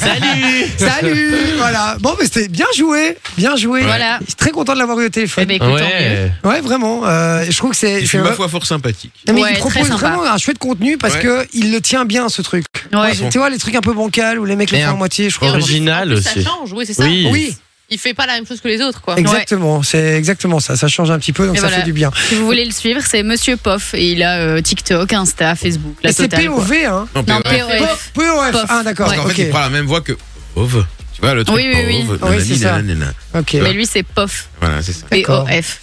Speaker 4: Salut.
Speaker 3: *laughs* Salut, voilà. Bon, mais c'était bien joué, bien joué.
Speaker 5: Voilà.
Speaker 3: Je suis très content de l'avoir eu au téléphone.
Speaker 5: Eh ben, écoute, tant mieux.
Speaker 4: Ouais.
Speaker 3: Ouais, vraiment. euh, je trouve que c'est.
Speaker 6: Il
Speaker 3: c'est
Speaker 6: fut ma
Speaker 3: vrai-
Speaker 6: foi fort sympathique.
Speaker 3: Non, mais
Speaker 5: Ouais,
Speaker 3: il
Speaker 5: très
Speaker 3: propose
Speaker 5: sympa.
Speaker 3: vraiment un chouette contenu parce
Speaker 6: Ouais.
Speaker 3: que il le tient bien ce truc.
Speaker 5: Ouais.
Speaker 3: Tu vois les trucs un peu bancals où les mecs le
Speaker 4: Et
Speaker 3: font
Speaker 4: un-
Speaker 3: à moitié,
Speaker 7: Et
Speaker 3: je
Speaker 7: en
Speaker 3: crois.
Speaker 7: plus-
Speaker 4: Original
Speaker 7: en plus,
Speaker 4: aussi.
Speaker 7: Ça change, oui, c'est ça.
Speaker 4: Oui.
Speaker 3: Oui,
Speaker 7: Il fait pas la même chose que les autres, quoi.
Speaker 3: exactement. C'est exactement ça. Ça change un petit peu, donc
Speaker 5: Et
Speaker 3: ça
Speaker 5: voilà.
Speaker 3: fait du bien.
Speaker 5: Si vous voulez le suivre, c'est Monsieur Poff et il a euh, TikTok, Insta, Facebook, la
Speaker 3: Et c'est
Speaker 5: totale. quoi.
Speaker 3: POV, hein.
Speaker 6: Non,
Speaker 5: Non,
Speaker 6: mais ouais.
Speaker 5: POF.
Speaker 3: POF.
Speaker 5: Pof.
Speaker 3: Ah, d'accord.
Speaker 6: Parce qu'en
Speaker 3: ok.
Speaker 6: fait, il prend la même voix que Pauvre. Tu vois, le truc
Speaker 5: Oui, oui, oui.
Speaker 6: Pauvre,
Speaker 3: Oui, c'est
Speaker 6: nanani,
Speaker 3: ça.
Speaker 6: nanana.
Speaker 3: Ok.
Speaker 5: Mais lui, c'est Poff.
Speaker 6: Voilà, c'est ça.
Speaker 3: D'accord.
Speaker 5: P-O-F.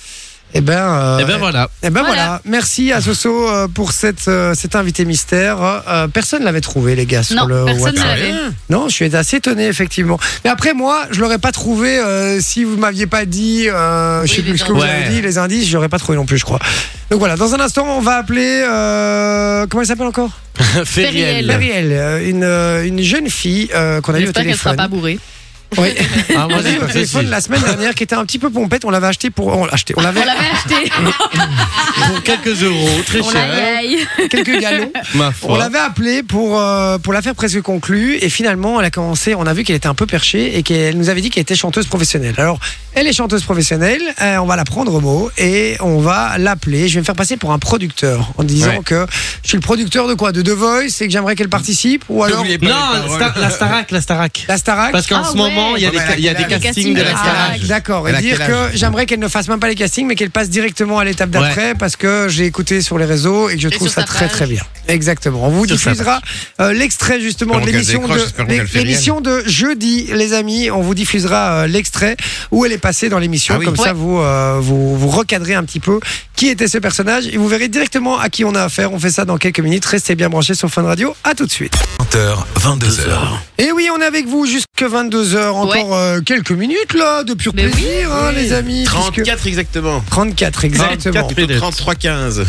Speaker 3: Eh ben, euh,
Speaker 4: Et ben voilà.
Speaker 3: eh ben voilà.
Speaker 5: Voilà.
Speaker 3: Merci à Soso euh, pour cette, euh, cet invité mystère. Euh, personne l'avait trouvé, les gars, sur
Speaker 5: Non,
Speaker 3: le
Speaker 5: personne
Speaker 3: WhatsApp.
Speaker 5: ne
Speaker 6: Ah,
Speaker 5: l'avait.
Speaker 6: rien.
Speaker 3: Non, je suis assez étonné, effectivement. Mais après, moi, je l'aurais pas trouvé euh, si vous m'aviez pas dit, euh, je sais
Speaker 7: Oui,
Speaker 3: plus
Speaker 7: les
Speaker 3: ce que vous
Speaker 4: indices.
Speaker 3: avez
Speaker 4: Ouais.
Speaker 3: dit, les indices, je l'aurais pas trouvé non plus, je crois. Donc voilà, dans un instant, on va appeler. euh, comment elle s'appelle
Speaker 4: *laughs*
Speaker 3: encore
Speaker 5: Feriel.
Speaker 4: Feriel.
Speaker 3: Marielle, euh, une, euh, une jeune fille euh, qu'on a eu au
Speaker 5: J'espère qu'elle sera
Speaker 3: téléphone.
Speaker 5: pas
Speaker 3: *laughs*
Speaker 5: bourrée.
Speaker 3: Oui.
Speaker 4: Ah,
Speaker 3: On
Speaker 4: moi,
Speaker 3: l'a
Speaker 4: j'ai
Speaker 3: eu au
Speaker 4: pas fait
Speaker 3: téléphone la semaine dernière qui était un petit peu pompette. On l'avait acheté pour. On l'a acheté. On
Speaker 5: On
Speaker 3: l'avait
Speaker 5: l'avait acheté.
Speaker 4: Pour quelques euros, très cher.
Speaker 5: Aïe, aïe.
Speaker 3: quelques
Speaker 6: *laughs*
Speaker 3: gallons.
Speaker 4: Ma
Speaker 3: On
Speaker 4: foi.
Speaker 3: l'avait appelée pour, euh, pour la faire presque conclue et finalement elle a commencé, on a vu qu'elle était un peu perchée et qu'elle nous avait dit qu'elle était chanteuse professionnelle. Alors elle est chanteuse professionnelle, euh, on va la prendre au mot et on va l'appeler. Je vais me faire passer pour un producteur en disant
Speaker 4: Ouais.
Speaker 3: que je suis le producteur de quoi De The Voice et que j'aimerais qu'elle participe ou alors
Speaker 6: N'oubliez pas les
Speaker 4: Non,
Speaker 6: paroles.
Speaker 4: Star- la Starac, la Starac.
Speaker 3: la Starac bah,
Speaker 4: Parce qu'en
Speaker 5: Ah ouais.
Speaker 4: ce moment, il y a des,
Speaker 6: Ouais,
Speaker 4: ca- il y a des
Speaker 6: les
Speaker 4: castings
Speaker 5: castings
Speaker 4: de la
Speaker 5: de la
Speaker 4: Starac.
Speaker 3: Ah, D'accord, et
Speaker 6: Elle a
Speaker 3: dire
Speaker 6: quel âge
Speaker 3: que j'aimerais qu'elle ne fasse même pas les castings, mais qu'elle passe directement à l'étape d'après parce que j'ai écouté sur les réseaux et que je trouve
Speaker 7: sur
Speaker 3: ça
Speaker 7: sa
Speaker 3: très
Speaker 7: page.
Speaker 3: très bien. Exactement. On vous
Speaker 4: Sur sa
Speaker 3: diffusera euh, l'extrait justement de
Speaker 6: Espérons qu'elle
Speaker 3: l'émission
Speaker 6: décroche, espérons qu'elle
Speaker 3: de
Speaker 6: fait
Speaker 3: l'émission de jeudi, les amis. On vous diffusera euh, l'extrait où elle est passée dans l'émission.
Speaker 6: Ah oui.
Speaker 3: Comme ça,
Speaker 7: Ouais.
Speaker 3: vous, euh, vous vous recadrez un petit peu qui était ce personnage et vous verrez directement à qui on a affaire. On fait ça dans quelques minutes. Restez bien branchés sur Fun Radio. À tout de suite.
Speaker 2: 20h, 22h.
Speaker 3: Et oui, on est avec vous jusque 22h, encore
Speaker 5: Ouais.
Speaker 3: euh, quelques minutes là, de pur
Speaker 5: Mais oui,
Speaker 3: plaisir, hein, les amis. puisque-
Speaker 6: 34 exactement.
Speaker 3: 34, exactement.
Speaker 4: 34. Minutes.
Speaker 6: 33-15.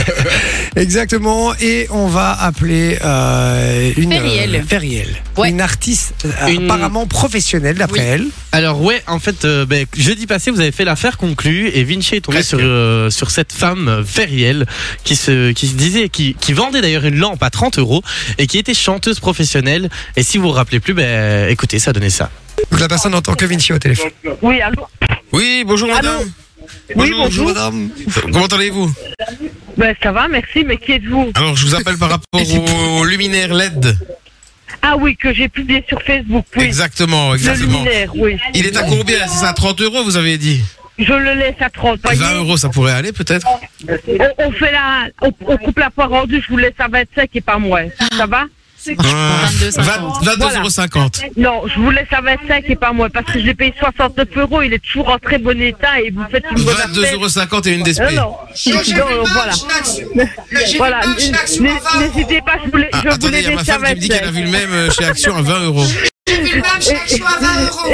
Speaker 6: *laughs*
Speaker 3: Exactement. Et on va appeler euh, une.
Speaker 5: Feriel.
Speaker 3: Feriel. une artiste euh,
Speaker 4: Une-
Speaker 3: apparemment professionnelle d'après elle.
Speaker 4: Alors ouais, en fait, euh, ben, jeudi passé, vous avez fait l'affaire conclue et Vinci est tombé sur, euh, sur cette femme euh, Veriel qui se, qui se disait, qui, qui vendait d'ailleurs une lampe à 30 euros et qui était chanteuse professionnelle. Et si vous vous rappelez plus, ben, écoutez, ça donnait ça.
Speaker 3: Donc la personne entend que Vinci au téléphone.
Speaker 9: Oui, allô
Speaker 6: Oui, bonjour madame.
Speaker 9: Oui, bonjour.
Speaker 6: madame. Comment allez-vous
Speaker 9: Ben, ça va, merci, mais qui êtes-vous
Speaker 6: Alors, je vous appelle par rapport au, au luminaire E LED.
Speaker 9: Ah oui, que j'ai publié sur Facebook, oui.
Speaker 6: Exactement,
Speaker 9: Le
Speaker 6: exactement.
Speaker 9: luminaire, oui.
Speaker 6: Il est à combien là C'est ça, à 30 euros, vous avez dit
Speaker 9: Je le laisse à 30.
Speaker 6: 20 euros, ça pourrait aller peut-être
Speaker 9: On, on fait la, on, on coupe la poire en deux, je vous laisse à 25 et pas moins. Ça va
Speaker 6: Ah, 22,50. 22,50.
Speaker 9: Non, je vous laisse à 25 et pas moins, parce que je l'ai payé 69 euros, il est toujours en très bon état et vous faites une bonne affaire.
Speaker 6: 22,50 et une DSP.
Speaker 9: Non, non. Non, non, voilà. Voilà, n'hésitez pas, je voulais,
Speaker 6: Ah,
Speaker 9: je
Speaker 6: attendez,
Speaker 9: voulais
Speaker 6: il y a ma
Speaker 9: laisser à
Speaker 6: femme qui me dit
Speaker 9: 25.
Speaker 6: qu'elle a vu le même euh, chez Action à 20 euros.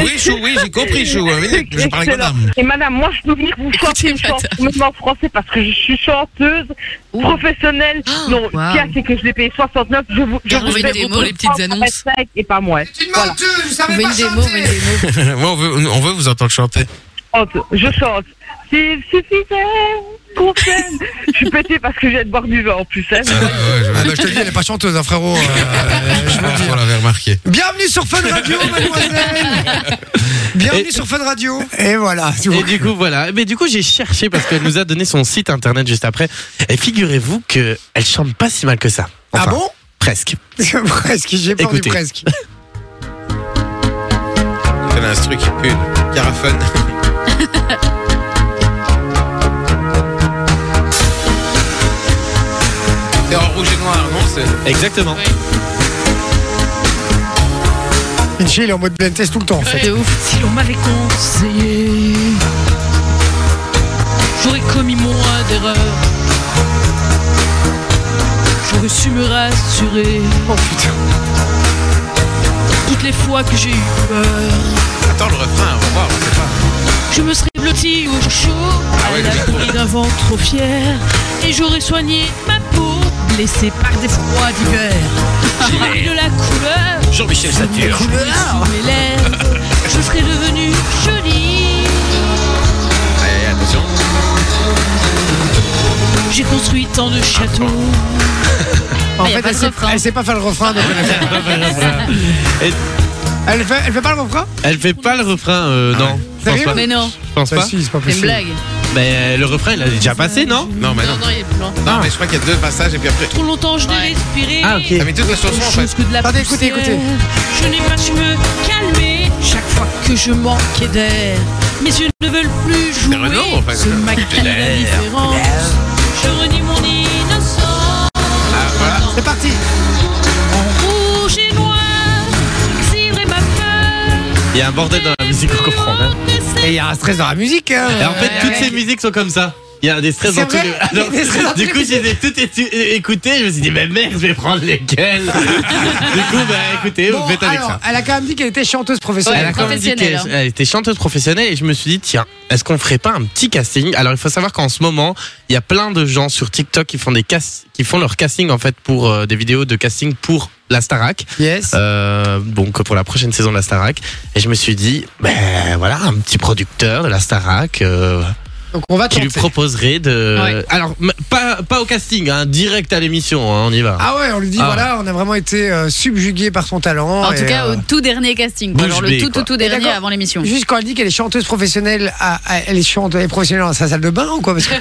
Speaker 6: Oui, Chou, oui, j'ai compris, Chou. hein,
Speaker 9: *laughs*
Speaker 6: mais je parle
Speaker 9: Ah,
Speaker 6: avec
Speaker 9: Excellent.
Speaker 6: madame.
Speaker 9: Et madame, moi je peux venir vous chanter une chanson même en français parce que je suis chanteuse professionnelle. non,
Speaker 7: wow.
Speaker 9: le cas c'est que je l'ai payé 69. Je vous, je
Speaker 7: Et on
Speaker 9: vous
Speaker 7: fait
Speaker 9: fais
Speaker 7: une démo
Speaker 9: vous-
Speaker 7: pour les petites annonces.
Speaker 9: 35 Et pas moi. Voilà.
Speaker 7: Fais une démo, fais une démo.
Speaker 6: *laughs* Moi, on veut, on veut vous entendre chanter.
Speaker 9: Je chante, je chante. S'il suffisait qu'on s'aime. Je suis pétée parce que j'ai de boire du vin en plus. hein.
Speaker 3: Ah bah, je te le dis, elle est pas chanteuse, hein, frérot. euh, je vous le dis.
Speaker 6: Ah, On l'avait remarqué.
Speaker 3: Bienvenue sur Fun
Speaker 4: *laughs*
Speaker 3: Radio, mademoiselle. Bienvenue sur Fun Radio. Et voilà.
Speaker 4: Et du coup, voilà. Mais du coup, j'ai cherché parce qu'elle nous a donné son site internet juste après. Et figurez-vous que elle chante pas si mal que ça.
Speaker 3: ah bon
Speaker 4: Presque.
Speaker 3: *laughs* Presque, j'ai peur
Speaker 4: Écoutez.
Speaker 3: du presque.
Speaker 6: C'est un truc qui pue. Carafun. C'est en rouge et noir, non c'est-
Speaker 4: Exactement.
Speaker 3: Vinci, il est en mode blind test tout le temps en fait.
Speaker 14: Si l'on m'avait conseillé, j'aurais commis moins d'erreurs. J'aurais su me rassurer. Oh putain. Toutes les fois que j'ai eu peur,
Speaker 6: Attends le refrain, on va voir, on sait pas.
Speaker 14: je me serais blottie au chaud,
Speaker 6: ouais,
Speaker 14: à l'abri d'un vent trop fier, et j'aurais soigné ma peau, blessée par des froids d'hiver. J'aurais eu de la couleur
Speaker 6: Jean-Michel Satur.
Speaker 14: Couleur. Sous mes lèvres, je serais devenue jolie.
Speaker 6: Allez, attention.
Speaker 14: J'ai construit tant de châteaux.
Speaker 3: En fait, elle sait, elle sait pas faire le refrain. donc elle, fait...
Speaker 4: Et
Speaker 3: Elle fait, elle fait pas le refrain
Speaker 4: elle fait pas le refrain, euh, non. Je pense
Speaker 3: Ah. Sérieux
Speaker 4: pas.
Speaker 3: Mais non.
Speaker 4: Je pense
Speaker 3: Bah
Speaker 4: pas.
Speaker 3: si, c'est pas
Speaker 7: C'est une blague.
Speaker 4: Mais le refrain, il a déjà passé, non
Speaker 6: Non, mais non.
Speaker 7: Non, il est plus loin.
Speaker 6: Non, mais je crois qu'il y a deux passages et puis après.
Speaker 14: Ah, Trop longtemps je l'ai respiré.
Speaker 6: Ah, ok. Ah, mais toute la chanson, en fait.
Speaker 14: Chose que de la
Speaker 3: Attendez, écoutez,
Speaker 14: poussière. Je n'ai pas su me calmer chaque fois que je manquais d'air. Mes yeux ne veulent plus jouer.
Speaker 6: Renaud, Ah, en fait.
Speaker 14: Se maquille
Speaker 6: L'air.
Speaker 14: l'indifférence. Je renie mon innocence.
Speaker 3: Ah, C'est parti.
Speaker 14: En rouge et noir, j'exilerai ma peur.
Speaker 4: Il y a un bordel dans la musique, on comprend. hein.
Speaker 3: Et il y a un stress dans la musique. hein.
Speaker 4: Et en fait, toutes ces musiques sont comme ça. Il y a des stress
Speaker 3: C'est
Speaker 4: dans tous
Speaker 3: vrai
Speaker 4: les.
Speaker 3: Il y a des stress dans
Speaker 4: du
Speaker 3: tous
Speaker 4: coup,
Speaker 3: les-
Speaker 4: j'ai des- toutes étu- écoutées. Je me suis dit, mais merde, je vais prendre
Speaker 3: *laughs*
Speaker 4: lesquelles Du coup, bah écoutez,
Speaker 3: Bon,
Speaker 4: vous faites avec
Speaker 3: alors,
Speaker 4: ça.
Speaker 3: Elle a quand même dit qu'elle était chanteuse professionnelle.
Speaker 4: Elle a quand même dit qu'elle
Speaker 5: hein.
Speaker 3: hein.
Speaker 4: elle était chanteuse professionnelle et je me suis dit, tiens, est-ce qu'on ferait pas un petit casting Alors, il faut savoir qu'en ce moment, il y a plein de gens sur TikTok qui font, des cas- qui font leur casting, en fait, pour euh, des vidéos de casting pour la Starac.
Speaker 3: Yes.
Speaker 4: Euh, donc pour la prochaine saison de la Starac. Et je me suis dit, ben voilà, un petit producteur de la Starac. euh,
Speaker 3: Donc on va
Speaker 4: qui lui
Speaker 3: tenter.
Speaker 4: proposerait de.
Speaker 3: Ouais.
Speaker 4: Alors, m- pas, pas au casting, hein, direct à l'émission, hein, on y va.
Speaker 3: Ah ouais, on lui dit
Speaker 4: Ah
Speaker 3: voilà, on a vraiment été euh, subjugué par son talent.
Speaker 5: En
Speaker 3: et,
Speaker 5: tout cas, au
Speaker 3: euh,
Speaker 5: tout dernier casting. quoi.
Speaker 4: Bouche
Speaker 5: Alors, le
Speaker 4: bée,
Speaker 5: tout, tout,
Speaker 4: quoi.
Speaker 5: tout dernier avant l'émission.
Speaker 3: Juste quand elle dit qu'elle est chanteuse professionnelle, à- à- elle est chanteuse elle est professionnelle dans sa salle de bain ou quoi Parce
Speaker 4: *laughs*
Speaker 3: que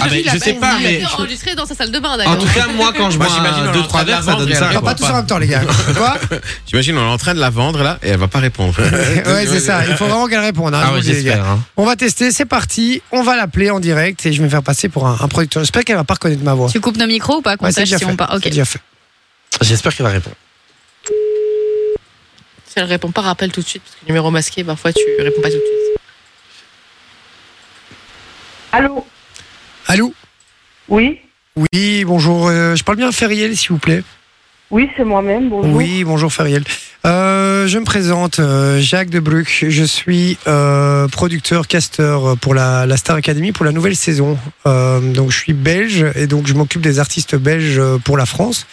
Speaker 4: Ah, ben, je sais pas,
Speaker 7: Il a
Speaker 4: mais.
Speaker 7: été enregistré dans sa salle de
Speaker 5: *laughs*
Speaker 7: bain d'ailleurs.
Speaker 4: Ah, En tout cas, moi, quand je
Speaker 6: Moi,
Speaker 4: bois
Speaker 6: j'imagine,
Speaker 4: un,
Speaker 6: on est
Speaker 4: deux,
Speaker 6: en
Speaker 4: trois
Speaker 6: train de
Speaker 4: verres, ça
Speaker 6: la
Speaker 4: donne
Speaker 6: vendre,
Speaker 4: ça.
Speaker 6: elle
Speaker 3: on va pas
Speaker 4: quoi.
Speaker 3: tous en même temps les
Speaker 4: *laughs*
Speaker 3: gars. Quoi
Speaker 6: *laughs* J'imagine, on est en train de la vendre là et elle va pas répondre.
Speaker 3: Ouais,
Speaker 6: *laughs*
Speaker 3: c'est ça. Il faut vraiment qu'elle réponde. hein,
Speaker 4: Ah
Speaker 3: je vous
Speaker 4: ouais,
Speaker 3: le dis, les
Speaker 4: j'espère,
Speaker 3: gars.
Speaker 4: hein.
Speaker 3: On va tester. C'est parti. On va l'appeler en direct et je vais me faire passer pour un, un producteur. J'espère qu'elle va pas reconnaître ma voix.
Speaker 5: Tu coupes nos micros ou pas Qu'on
Speaker 3: Ouais, c'est
Speaker 5: sache
Speaker 3: déjà
Speaker 5: si on
Speaker 3: fait.
Speaker 5: part. Ok.
Speaker 3: C'est déjà fait.
Speaker 4: J'espère qu'elle va répondre.
Speaker 7: Si elle répond pas, rappelle tout de suite. Parce que numéro masqué, parfois tu réponds pas tout de suite.
Speaker 9: Allô
Speaker 3: Allô
Speaker 9: Oui
Speaker 3: Oui, bonjour. euh, je parle bien à Feriel, s'il vous plaît.
Speaker 9: Oui, c'est moi-même, bonjour.
Speaker 3: Oui, bonjour Feriel. Euh, je me présente, euh, Jacques Debruck. Je suis euh, producteur, casteur pour la, la Star Academy pour la nouvelle saison. Euh, donc je suis belge et donc je m'occupe des artistes belges euh, pour la France.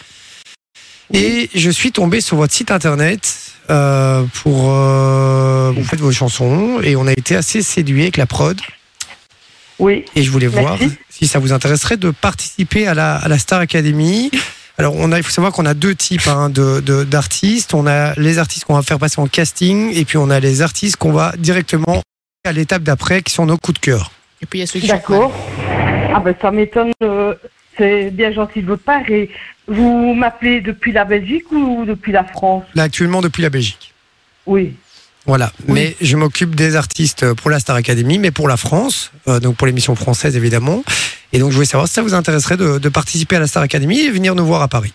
Speaker 3: Et je suis tombé sur votre site internet euh, pour euh, vous faites vos chansons et on a été assez séduit avec la prod.
Speaker 9: Oui.
Speaker 3: Et je voulais
Speaker 9: Merci.
Speaker 3: voir si ça vous intéresserait de participer à la, à la Star Academy. Alors, on a, il faut savoir qu'on a deux types hein, de- de- d'artistes. on a les artistes qu'on va faire passer en casting et puis on a les artistes qu'on va directement à l'étape d'après qui sont nos coups de cœur.
Speaker 7: Et puis il y a ceux qui
Speaker 9: D'accord. Ah ben ça m'étonne. euh, c'est bien gentil de votre part. Et vous m'appelez depuis la Belgique ou depuis la France
Speaker 3: Là, actuellement, depuis la Belgique.
Speaker 9: Oui.
Speaker 3: Voilà. Mais je m'occupe des artistes pour la Star Academy, mais pour la France, euh, donc pour l'émission française évidemment. Et donc, je voulais savoir si ça vous intéresserait de, de participer à la Star Academy et venir nous voir à Paris.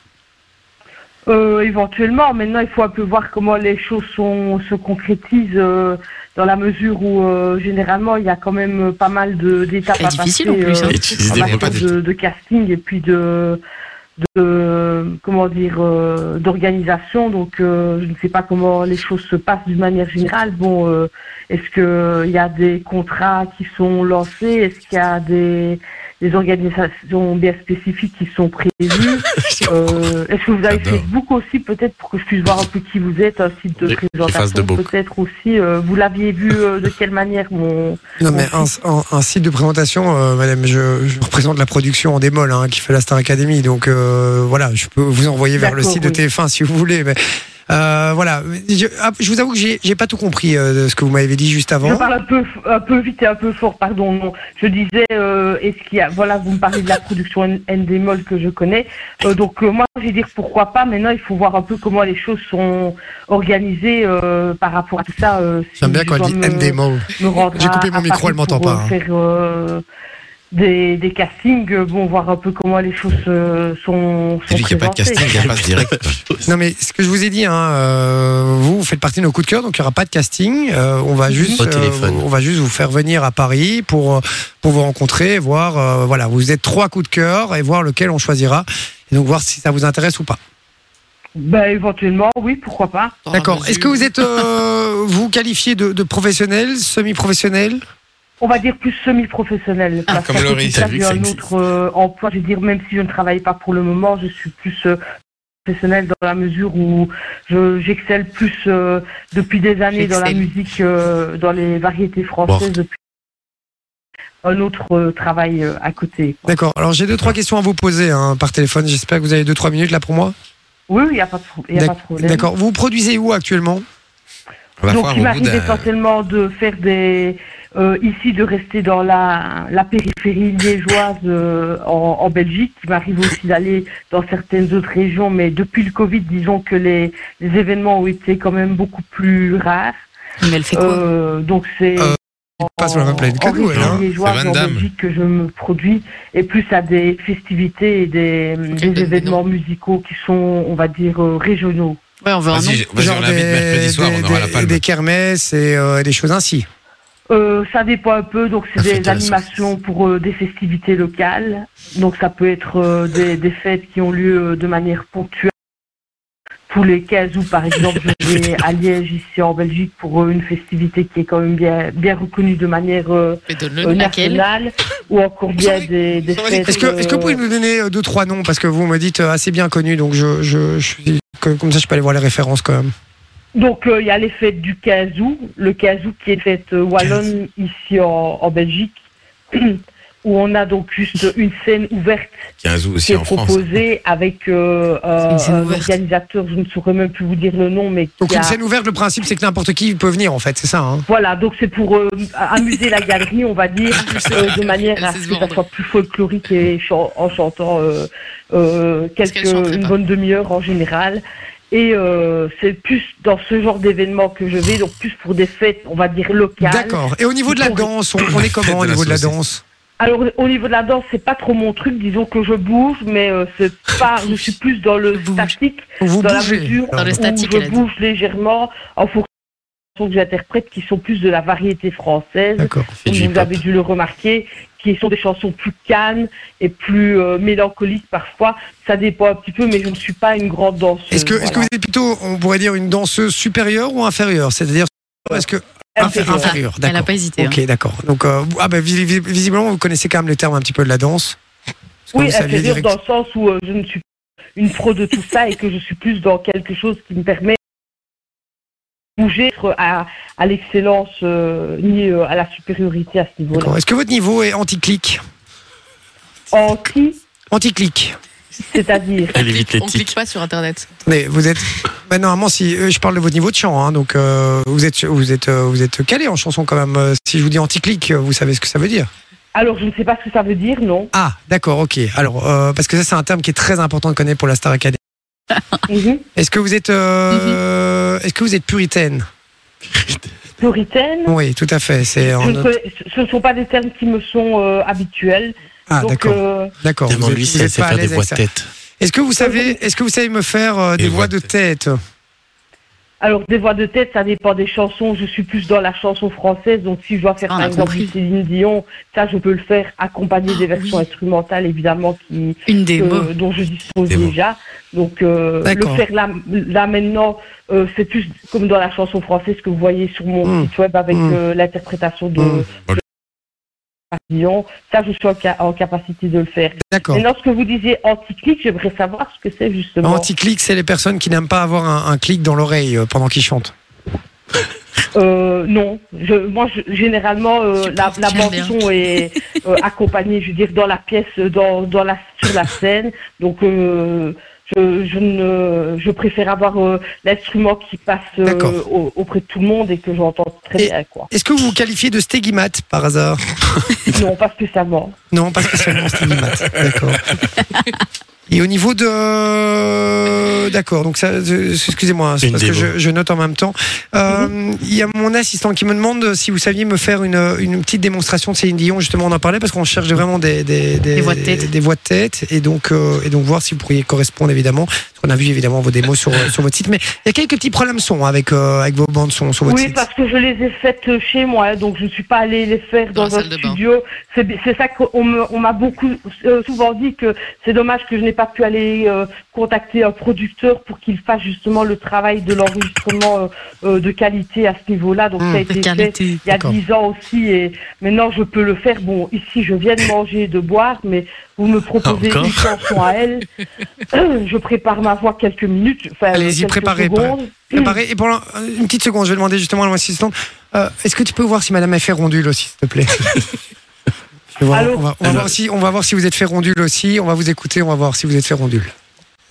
Speaker 9: Euh, éventuellement, maintenant il faut un peu voir comment les choses sont, se concrétisent euh, dans la mesure où euh, généralement il y a quand même pas mal de- d'étapes
Speaker 7: Très
Speaker 9: à
Speaker 7: difficile,
Speaker 9: passer,
Speaker 7: en plus, hein.
Speaker 9: euh,
Speaker 7: Et tu disais
Speaker 9: en
Speaker 7: des
Speaker 9: matière
Speaker 7: repas des-
Speaker 9: de, de casting et puis de, de comment dire euh, d'organisation. Donc euh, je ne sais pas comment les choses se passent d'une manière générale. Bon, euh, est-ce que il y a des contrats qui sont lancés Est-ce qu'il y a des des organisations bien spécifiques qui sont
Speaker 3: *laughs*
Speaker 9: prévues. Euh, Est-ce que vous avez Facebook aussi peut-être pour que je puisse voir un peu qui vous êtes, un site de
Speaker 3: Les- les faces de
Speaker 9: présentation
Speaker 3: book.
Speaker 9: peut-être aussi. euh, vous l'aviez vu euh, de quelle manière mon
Speaker 3: Non, mais un, un- un site de présentation, euh, madame, je, je représente la production en démol hein, qui fait la Star Academy. Donc euh, voilà, je peux vous envoyer vers le
Speaker 9: D'accord,
Speaker 3: site de
Speaker 9: oui.
Speaker 3: TF1 si vous voulez. Mais, euh, voilà, je, ah, je vous avoue que j'ai j'ai pas tout compris euh, de ce que vous m'avez dit juste
Speaker 9: Je
Speaker 3: avant.
Speaker 9: parle un peu, un peu vite et un peu fort, pardon. Non. Je disais, euh, est-ce qu'il y a, voilà, vous me parlez de la production N- NDMOL que je connais. Euh, donc euh, moi, je vais dire pourquoi pas. Maintenant, il faut voir un peu comment les choses sont organisées euh, par rapport à tout ça. euh, si
Speaker 3: J'aime bien
Speaker 9: je
Speaker 3: quand elle
Speaker 9: dois
Speaker 3: dit
Speaker 9: me-
Speaker 3: NDMOL.
Speaker 9: me rendre
Speaker 3: J'ai
Speaker 9: à-
Speaker 3: coupé mon
Speaker 9: à
Speaker 3: micro,
Speaker 9: Paris
Speaker 3: elle m'entend
Speaker 9: pour,
Speaker 3: pas,
Speaker 9: euh,
Speaker 3: hein.
Speaker 9: Faire euh, des, des castings, euh, bon, voir un peu comment les choses euh, sont. sont présentées.
Speaker 3: Non, mais ce que je vous ai dit, hein, euh, vous, vous faites partie de nos coups de cœur, donc il n'y aura pas de casting. Euh, on va juste,
Speaker 15: Au téléphone.
Speaker 3: on va juste vous faire venir à Paris pour euh, pour vous rencontrer, voir, euh, voilà, vous êtes trois coups de cœur et voir lequel on choisira, et donc voir si ça vous intéresse ou pas.
Speaker 9: Ben, éventuellement, oui, pourquoi pas.
Speaker 3: D'accord. Est-ce que vous êtes euh, vous qualifié de, de professionnel, semi-professionnel
Speaker 9: On va dire plus semi-professionnel.
Speaker 3: Ah,
Speaker 9: Parce
Speaker 3: comme
Speaker 9: qu'à
Speaker 3: Laurie,
Speaker 9: côté de
Speaker 3: t'as
Speaker 9: ça,
Speaker 3: vu
Speaker 9: j'ai
Speaker 3: que ça
Speaker 9: un
Speaker 3: existe.
Speaker 9: autre euh, emploi. Je veux dire, même si je ne travaille pas pour le moment, je suis plus euh, professionnel dans la mesure où je- j'excelle plus euh, depuis des années dans la
Speaker 7: J'excelle.
Speaker 9: musique, euh, dans les variétés françaises, depuis un autre euh, travail euh, à côté.
Speaker 3: D'accord. Alors j'ai deux trois questions à vous poser hein, par téléphone. J'espère que vous avez deux trois minutes là pour moi.
Speaker 9: Oui, il n'y a, pas de pro- y a pas de problème.
Speaker 3: D'accord. Vous produisez où actuellement
Speaker 9: Donc, il m'arrive essentiellement de faire des. euh, ici, de rester dans la, la périphérie liégeoise euh, en, en Belgique. Il m'arrive aussi d'aller dans certaines autres régions, mais depuis le Covid, disons que les, les événements ont été quand même beaucoup plus rares.
Speaker 16: Mais elle fait quoi
Speaker 9: Euh, Donc, c'est.
Speaker 3: pas sur la même planète que
Speaker 9: en
Speaker 3: nous, elle,
Speaker 9: région
Speaker 3: hein.
Speaker 9: liégeoise,
Speaker 3: C'est Van
Speaker 9: en
Speaker 3: Damme.
Speaker 9: Belgique que je me produis, et plus à des festivités et des, des événements musicaux qui sont, on va dire, euh, régionaux.
Speaker 16: Ouais, on veut
Speaker 9: un nom.
Speaker 3: Genre des, des- des- des kermesses et euh, des choses ainsi.
Speaker 9: Euh, ça dépend un peu, donc c'est
Speaker 3: La fête
Speaker 9: des
Speaker 3: de la sauce.
Speaker 9: animations pour euh, des festivités locales, donc ça peut être euh, des, des fêtes qui ont lieu euh, de manière ponctuelle tous les 15 août par
Speaker 3: *laughs*
Speaker 9: exemple je vais à Liège ici en Belgique pour euh, une festivité qui est quand même bien, bien reconnue de manière euh,
Speaker 7: donne-le.
Speaker 9: euh,
Speaker 7: Laquelle
Speaker 9: nationale ou encore bien des, des fêtes
Speaker 3: Est-ce que, est-ce que vous pouvez
Speaker 9: euh,
Speaker 3: nous donner euh, deux, trois noms Parce que vous me dites euh, assez bien connu, donc je, je, je suis, comme comme ça je peux aller voir les références quand même.
Speaker 9: Donc euh, il y a les fêtes du 15 août, le 15 août qui est fête euh, wallonne ici en, en Belgique, *clears throat* où on a donc juste une scène ouverte
Speaker 6: 15
Speaker 9: qui
Speaker 6: août aussi
Speaker 9: est
Speaker 6: en France.
Speaker 9: proposée avec euh,
Speaker 6: une
Speaker 9: un,
Speaker 6: scène
Speaker 9: un
Speaker 6: ouverte.
Speaker 9: organisateur, je ne saurais même plus vous dire le nom, mais qui
Speaker 3: Donc
Speaker 9: a-
Speaker 3: une scène ouverte, le principe c'est que n'importe qui peut venir en fait, c'est ça. hein
Speaker 9: voilà, donc c'est pour euh, amuser la galerie, on va dire,
Speaker 3: Ah,
Speaker 9: euh, de manière à ce que ça soit plus folklorique et chan- en chantant euh, euh, quelques, une bonne demi-heure en général. Et euh, c'est plus dans ce genre d'événement que je vais, donc plus pour des fêtes, on va dire, locales.
Speaker 3: D'accord. Et au niveau de la
Speaker 9: Qui sont- *coughs*
Speaker 3: danse, on, on est comment au
Speaker 6: Fête de la
Speaker 3: niveau de la
Speaker 6: saucisse.
Speaker 3: danse
Speaker 9: alors au niveau de la danse, c'est pas trop mon truc. Disons que je bouge, mais euh, c'est pas. Je suis plus dans le statique,
Speaker 3: Vous
Speaker 9: dans
Speaker 3: bougez.
Speaker 9: la mesure
Speaker 3: Dans le
Speaker 9: où
Speaker 3: statique, elle a
Speaker 9: je
Speaker 3: dit.
Speaker 9: bouge légèrement en fonction des chansons que j'interprète, qui sont plus de la variété française.
Speaker 3: Fait du
Speaker 9: Comme Vous avez dû le remarquer, qui sont des chansons plus calmes et plus euh, mélancoliques parfois. Ça dépend un petit peu, mais je ne suis pas une grande danseuse.
Speaker 3: Est-ce que, est-ce que vous
Speaker 9: voilà.
Speaker 3: êtes plutôt, on pourrait dire, une danseuse supérieure ou inférieure C'est-à-dire, est-ce que.
Speaker 9: Inférieure.
Speaker 3: Inférieure, inférieure,
Speaker 9: Ah, elle a
Speaker 3: d'accord.
Speaker 9: pas hésité, hein.
Speaker 3: Ok, d'accord. Donc, euh, vous- ah bah, vis- vis- visiblement, vous connaissez quand même les termes un petit peu de la danse. Parce que
Speaker 9: Oui,
Speaker 3: vous saviez
Speaker 9: inférieure
Speaker 3: direct-
Speaker 9: dans le sens où euh, je ne suis une pro de tout ça et que je suis plus dans quelque chose qui me permet de bouger à, à l'excellence euh, ni euh, à la supériorité à ce niveau-là.
Speaker 3: Est-ce que votre niveau est anti-clic
Speaker 9: Anti
Speaker 3: Anti-clic.
Speaker 9: C'est-à-dire
Speaker 4: Elle évite
Speaker 7: On clique pas sur Internet.
Speaker 3: Mais vous êtes. Mais normalement, si euh, je parle de votre niveau de chant, hein, donc euh, vous êtes, vous êtes, euh, vous êtes calé en chanson quand même. Euh, Si je vous dis anti-clic, euh, vous savez ce que ça veut dire.
Speaker 9: Alors, je ne sais pas ce que ça veut dire,
Speaker 3: *laughs*
Speaker 9: non
Speaker 3: Ah, d'accord, ok. Alors, euh, parce que ça, c'est un terme qui est très important de connaître pour la Star Academy.
Speaker 9: Mhm.
Speaker 3: Est-ce que vous êtes, euh, est-ce que vous êtes puritaine
Speaker 9: Puritaine
Speaker 3: Oui, tout à fait. C'est
Speaker 9: je
Speaker 3: en-
Speaker 9: ne connais- Ce ne sont pas des termes qui me sont euh, habituels.
Speaker 3: Ah,
Speaker 9: Donc,
Speaker 3: d'accord.
Speaker 9: euh,
Speaker 3: D'accord. vous
Speaker 4: Demande-lui
Speaker 3: êtes-
Speaker 4: si
Speaker 3: vous
Speaker 4: elle
Speaker 3: êtes
Speaker 4: sait
Speaker 3: pas à
Speaker 4: faire des
Speaker 3: l'aise
Speaker 4: voix
Speaker 3: avec
Speaker 4: de
Speaker 3: ça.
Speaker 4: tête.
Speaker 3: Est-ce que vous savez, est-ce que vous savez me faire euh, des voix de tête
Speaker 9: Alors, des voix de tête, ça dépend des chansons. Je suis plus dans la chanson française, donc si je dois faire
Speaker 3: Ah, on
Speaker 9: par
Speaker 3: a
Speaker 9: exemple
Speaker 3: compris. Ah
Speaker 9: du Céline Dion, ça, je peux le faire accompagné des versions instrumentales, évidemment, qui
Speaker 5: Une démo.
Speaker 9: que- dont je dispose
Speaker 5: Démo.
Speaker 9: déjà. Donc, euh, le
Speaker 5: D'accord.
Speaker 9: faire là, là maintenant, euh, c'est plus comme dans la chanson française que vous voyez sur mon
Speaker 3: Hmm.
Speaker 9: site web avec euh, l'interprétation de, de Dion. Ça, je suis en, ca- en capacité de le faire.
Speaker 3: D'accord.
Speaker 9: Et lorsque vous disiez anti-clic, j'aimerais savoir ce que c'est justement.
Speaker 3: Anti-clic, c'est les personnes qui n'aiment pas avoir un, un clic dans l'oreille euh, pendant qu'ils chantent.
Speaker 9: Euh, non, je, moi je- généralement euh, la, la bande son est euh, accompagnée, je veux dire dans la pièce, dans, dans la sur la scène, donc euh, je, je ne, je préfère avoir euh, l'instrument qui passe euh, au- auprès de tout le monde et que j'entends très bien quoi.
Speaker 3: Est-ce que vous vous qualifiez de stégimat par hasard
Speaker 9: Non, pas spécialement.
Speaker 3: Non, pas spécialement stégimat. D'accord. Et au niveau de. D'accord, donc ça. je- Excusez-moi, hein, c'est
Speaker 4: Une
Speaker 3: parce que
Speaker 4: démo.
Speaker 3: je, je note en même temps. Euh, Il y a mon assistant qui me demande si vous saviez me faire une, une petite démonstration de Céline Dion. Justement, on en parlait parce qu'on cherche vraiment des, des, des,
Speaker 5: Des voix de tête.
Speaker 3: des voix de tête. et, donc, euh, et donc voir si vous pourriez correspondre évidemment. Parce qu'on a vu évidemment vos démos sur, sur votre site. Mais il y a quelques petits problèmes son avec, euh, avec vos bandes son sur votre
Speaker 9: Oui,
Speaker 3: site.
Speaker 9: parce que je les ai faites euh, chez moi, hein, donc je ne suis pas allée les faire dans, un studio. C'est bi- c'est ça qu'on me- on m'a beaucoup euh, souvent dit que c'est dommage que je n'ai pas pu aller euh, contacter un producteur pour qu'il fasse justement le travail de l'enregistrement euh, euh, de qualité à ce niveau-là. Donc
Speaker 5: Mmh,
Speaker 9: ça a
Speaker 5: de
Speaker 9: été fait
Speaker 5: qualité.
Speaker 9: il y a
Speaker 5: D'accord.
Speaker 9: dix ans aussi, et maintenant je peux le faire. Bon, ici je viens de manger et de boire, mais vous me proposez
Speaker 3: Encore
Speaker 9: une chanson à
Speaker 3: *laughs*
Speaker 9: elle. je prépare ma voix quelques minutes. enfin,
Speaker 3: Allez-y,
Speaker 9: Euh, quelques
Speaker 3: préparez.
Speaker 9: secondes.
Speaker 3: préparez. Et pendant euh, une petite seconde, je vais demander justement à mon assistante euh, est-ce que tu peux voir si madame est fait rondule aussi, s'il
Speaker 9: *laughs*
Speaker 3: te plaît Je vais voir,
Speaker 9: Allô
Speaker 3: on, va, on va
Speaker 9: Allô
Speaker 3: voir si, on va voir si vous êtes fait rondule aussi. On va vous écouter, on va voir si vous êtes fait rondule.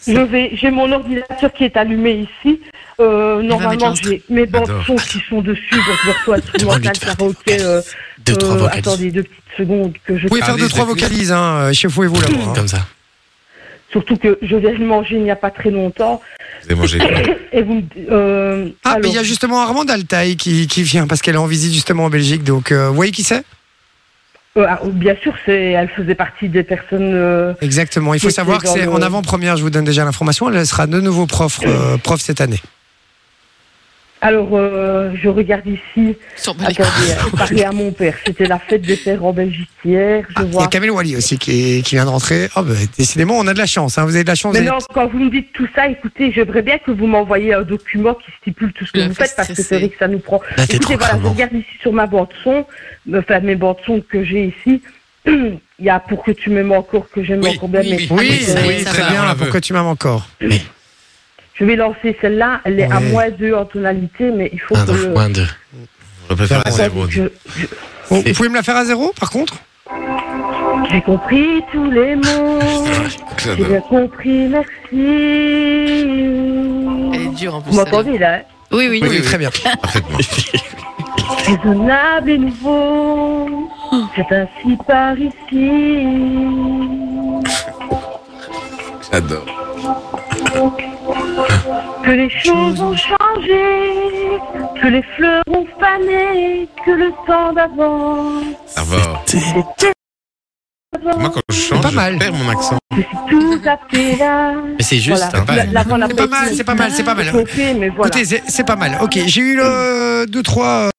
Speaker 9: Je vais, j'ai mon ordinateur qui est allumé ici. Euh, normalement, j'ai mes bandes
Speaker 3: J'adore.
Speaker 9: son qui sont dessus, donc verso
Speaker 3: *laughs*
Speaker 9: instrumental, karaoké. Euh,
Speaker 3: Deux, trois
Speaker 9: euh,
Speaker 3: vocalises.
Speaker 9: attendez deux petites secondes que je.
Speaker 3: Vous pouvez faire deux, trois vocalises, hein, chez vous et vous là-bas. Comme
Speaker 4: ça.
Speaker 9: Surtout que je viens de manger il n'y a pas très longtemps. *coughs* Et vous. me- Euh,
Speaker 3: Ah, mais
Speaker 9: alors,
Speaker 3: il y a justement Armand Altaï qui, qui vient parce qu'elle est en visite justement en Belgique. Donc, euh, vous voyez qui c'est
Speaker 9: euh, ah, bien sûr, c'est, elle faisait partie des personnes. euh,
Speaker 3: Exactement. Il faut
Speaker 9: qui étaient
Speaker 3: savoir que
Speaker 9: dans
Speaker 3: c'est
Speaker 9: le-
Speaker 3: en avant-première, je vous donne déjà l'information. Elle sera de nouveau prof, euh, prof cette année.
Speaker 9: Alors, euh, je regarde ici.
Speaker 7: les
Speaker 9: Attendez,
Speaker 3: *laughs*
Speaker 9: euh, parler à mon père. C'était la fête des pères en Belgique hier. Je
Speaker 3: Ah, Il y a
Speaker 9: vois.
Speaker 3: Kamel Wally aussi qui, qui vient de rentrer. Oh, bah, décidément, on a de la chance. hein. Vous avez de la chance. vous
Speaker 9: Mais
Speaker 3: avez-
Speaker 9: non, quand vous me dites tout ça, écoutez, j'aimerais bien que vous m'envoyiez un document qui stipule tout ce que vous faites parce que c'est vrai que ça nous prend.
Speaker 3: Là, Bah, t'es
Speaker 9: écoutez,
Speaker 3: trop
Speaker 9: voilà, je
Speaker 3: cramant.
Speaker 9: regarde ici sur ma bande son, euh, enfin mes bandes son que j'ai ici. *clears throat* Il y a pour que tu m'aimes encore, que j'aime encore bien. mais-
Speaker 3: Oui,
Speaker 9: Euh,
Speaker 3: oui, très bien. là, Pourquoi tu m'aimes encore
Speaker 9: Je vais lancer celle-là. Elle est à
Speaker 3: Ouais. Ah, bah,
Speaker 9: moins 2 en tonalité, mais il faut que. le-
Speaker 4: deux.
Speaker 6: On peut faire la zéro.
Speaker 3: Bon, Oh, Vous pouvez me la faire à zéro, par contre
Speaker 9: J'ai compris tous les
Speaker 3: Ah,
Speaker 9: mots. J'ai bien compris, merci. Elle est
Speaker 7: dure en
Speaker 9: plus. Vous m'entendez là hein
Speaker 5: Oui, oui.
Speaker 3: très bien. *laughs*
Speaker 9: raisonnable et nouveau. C'est ainsi par ici.
Speaker 6: J'adore.
Speaker 9: Que les choses ont changé, que les fleurs ont fané, que le temps d'avant.
Speaker 6: Moi, quand je chante, je perds mon accent.
Speaker 9: Tout à fait là.
Speaker 6: Mais c'est juste,
Speaker 9: Voilà.
Speaker 6: hein.
Speaker 9: La- la- la-
Speaker 3: C'est pas mal, c'est pas mal, c'est pas mal.
Speaker 9: Ok, mais voilà.
Speaker 3: Écoutez, c'est- c'est pas mal. Ok, j'ai eu le 2 trois euh,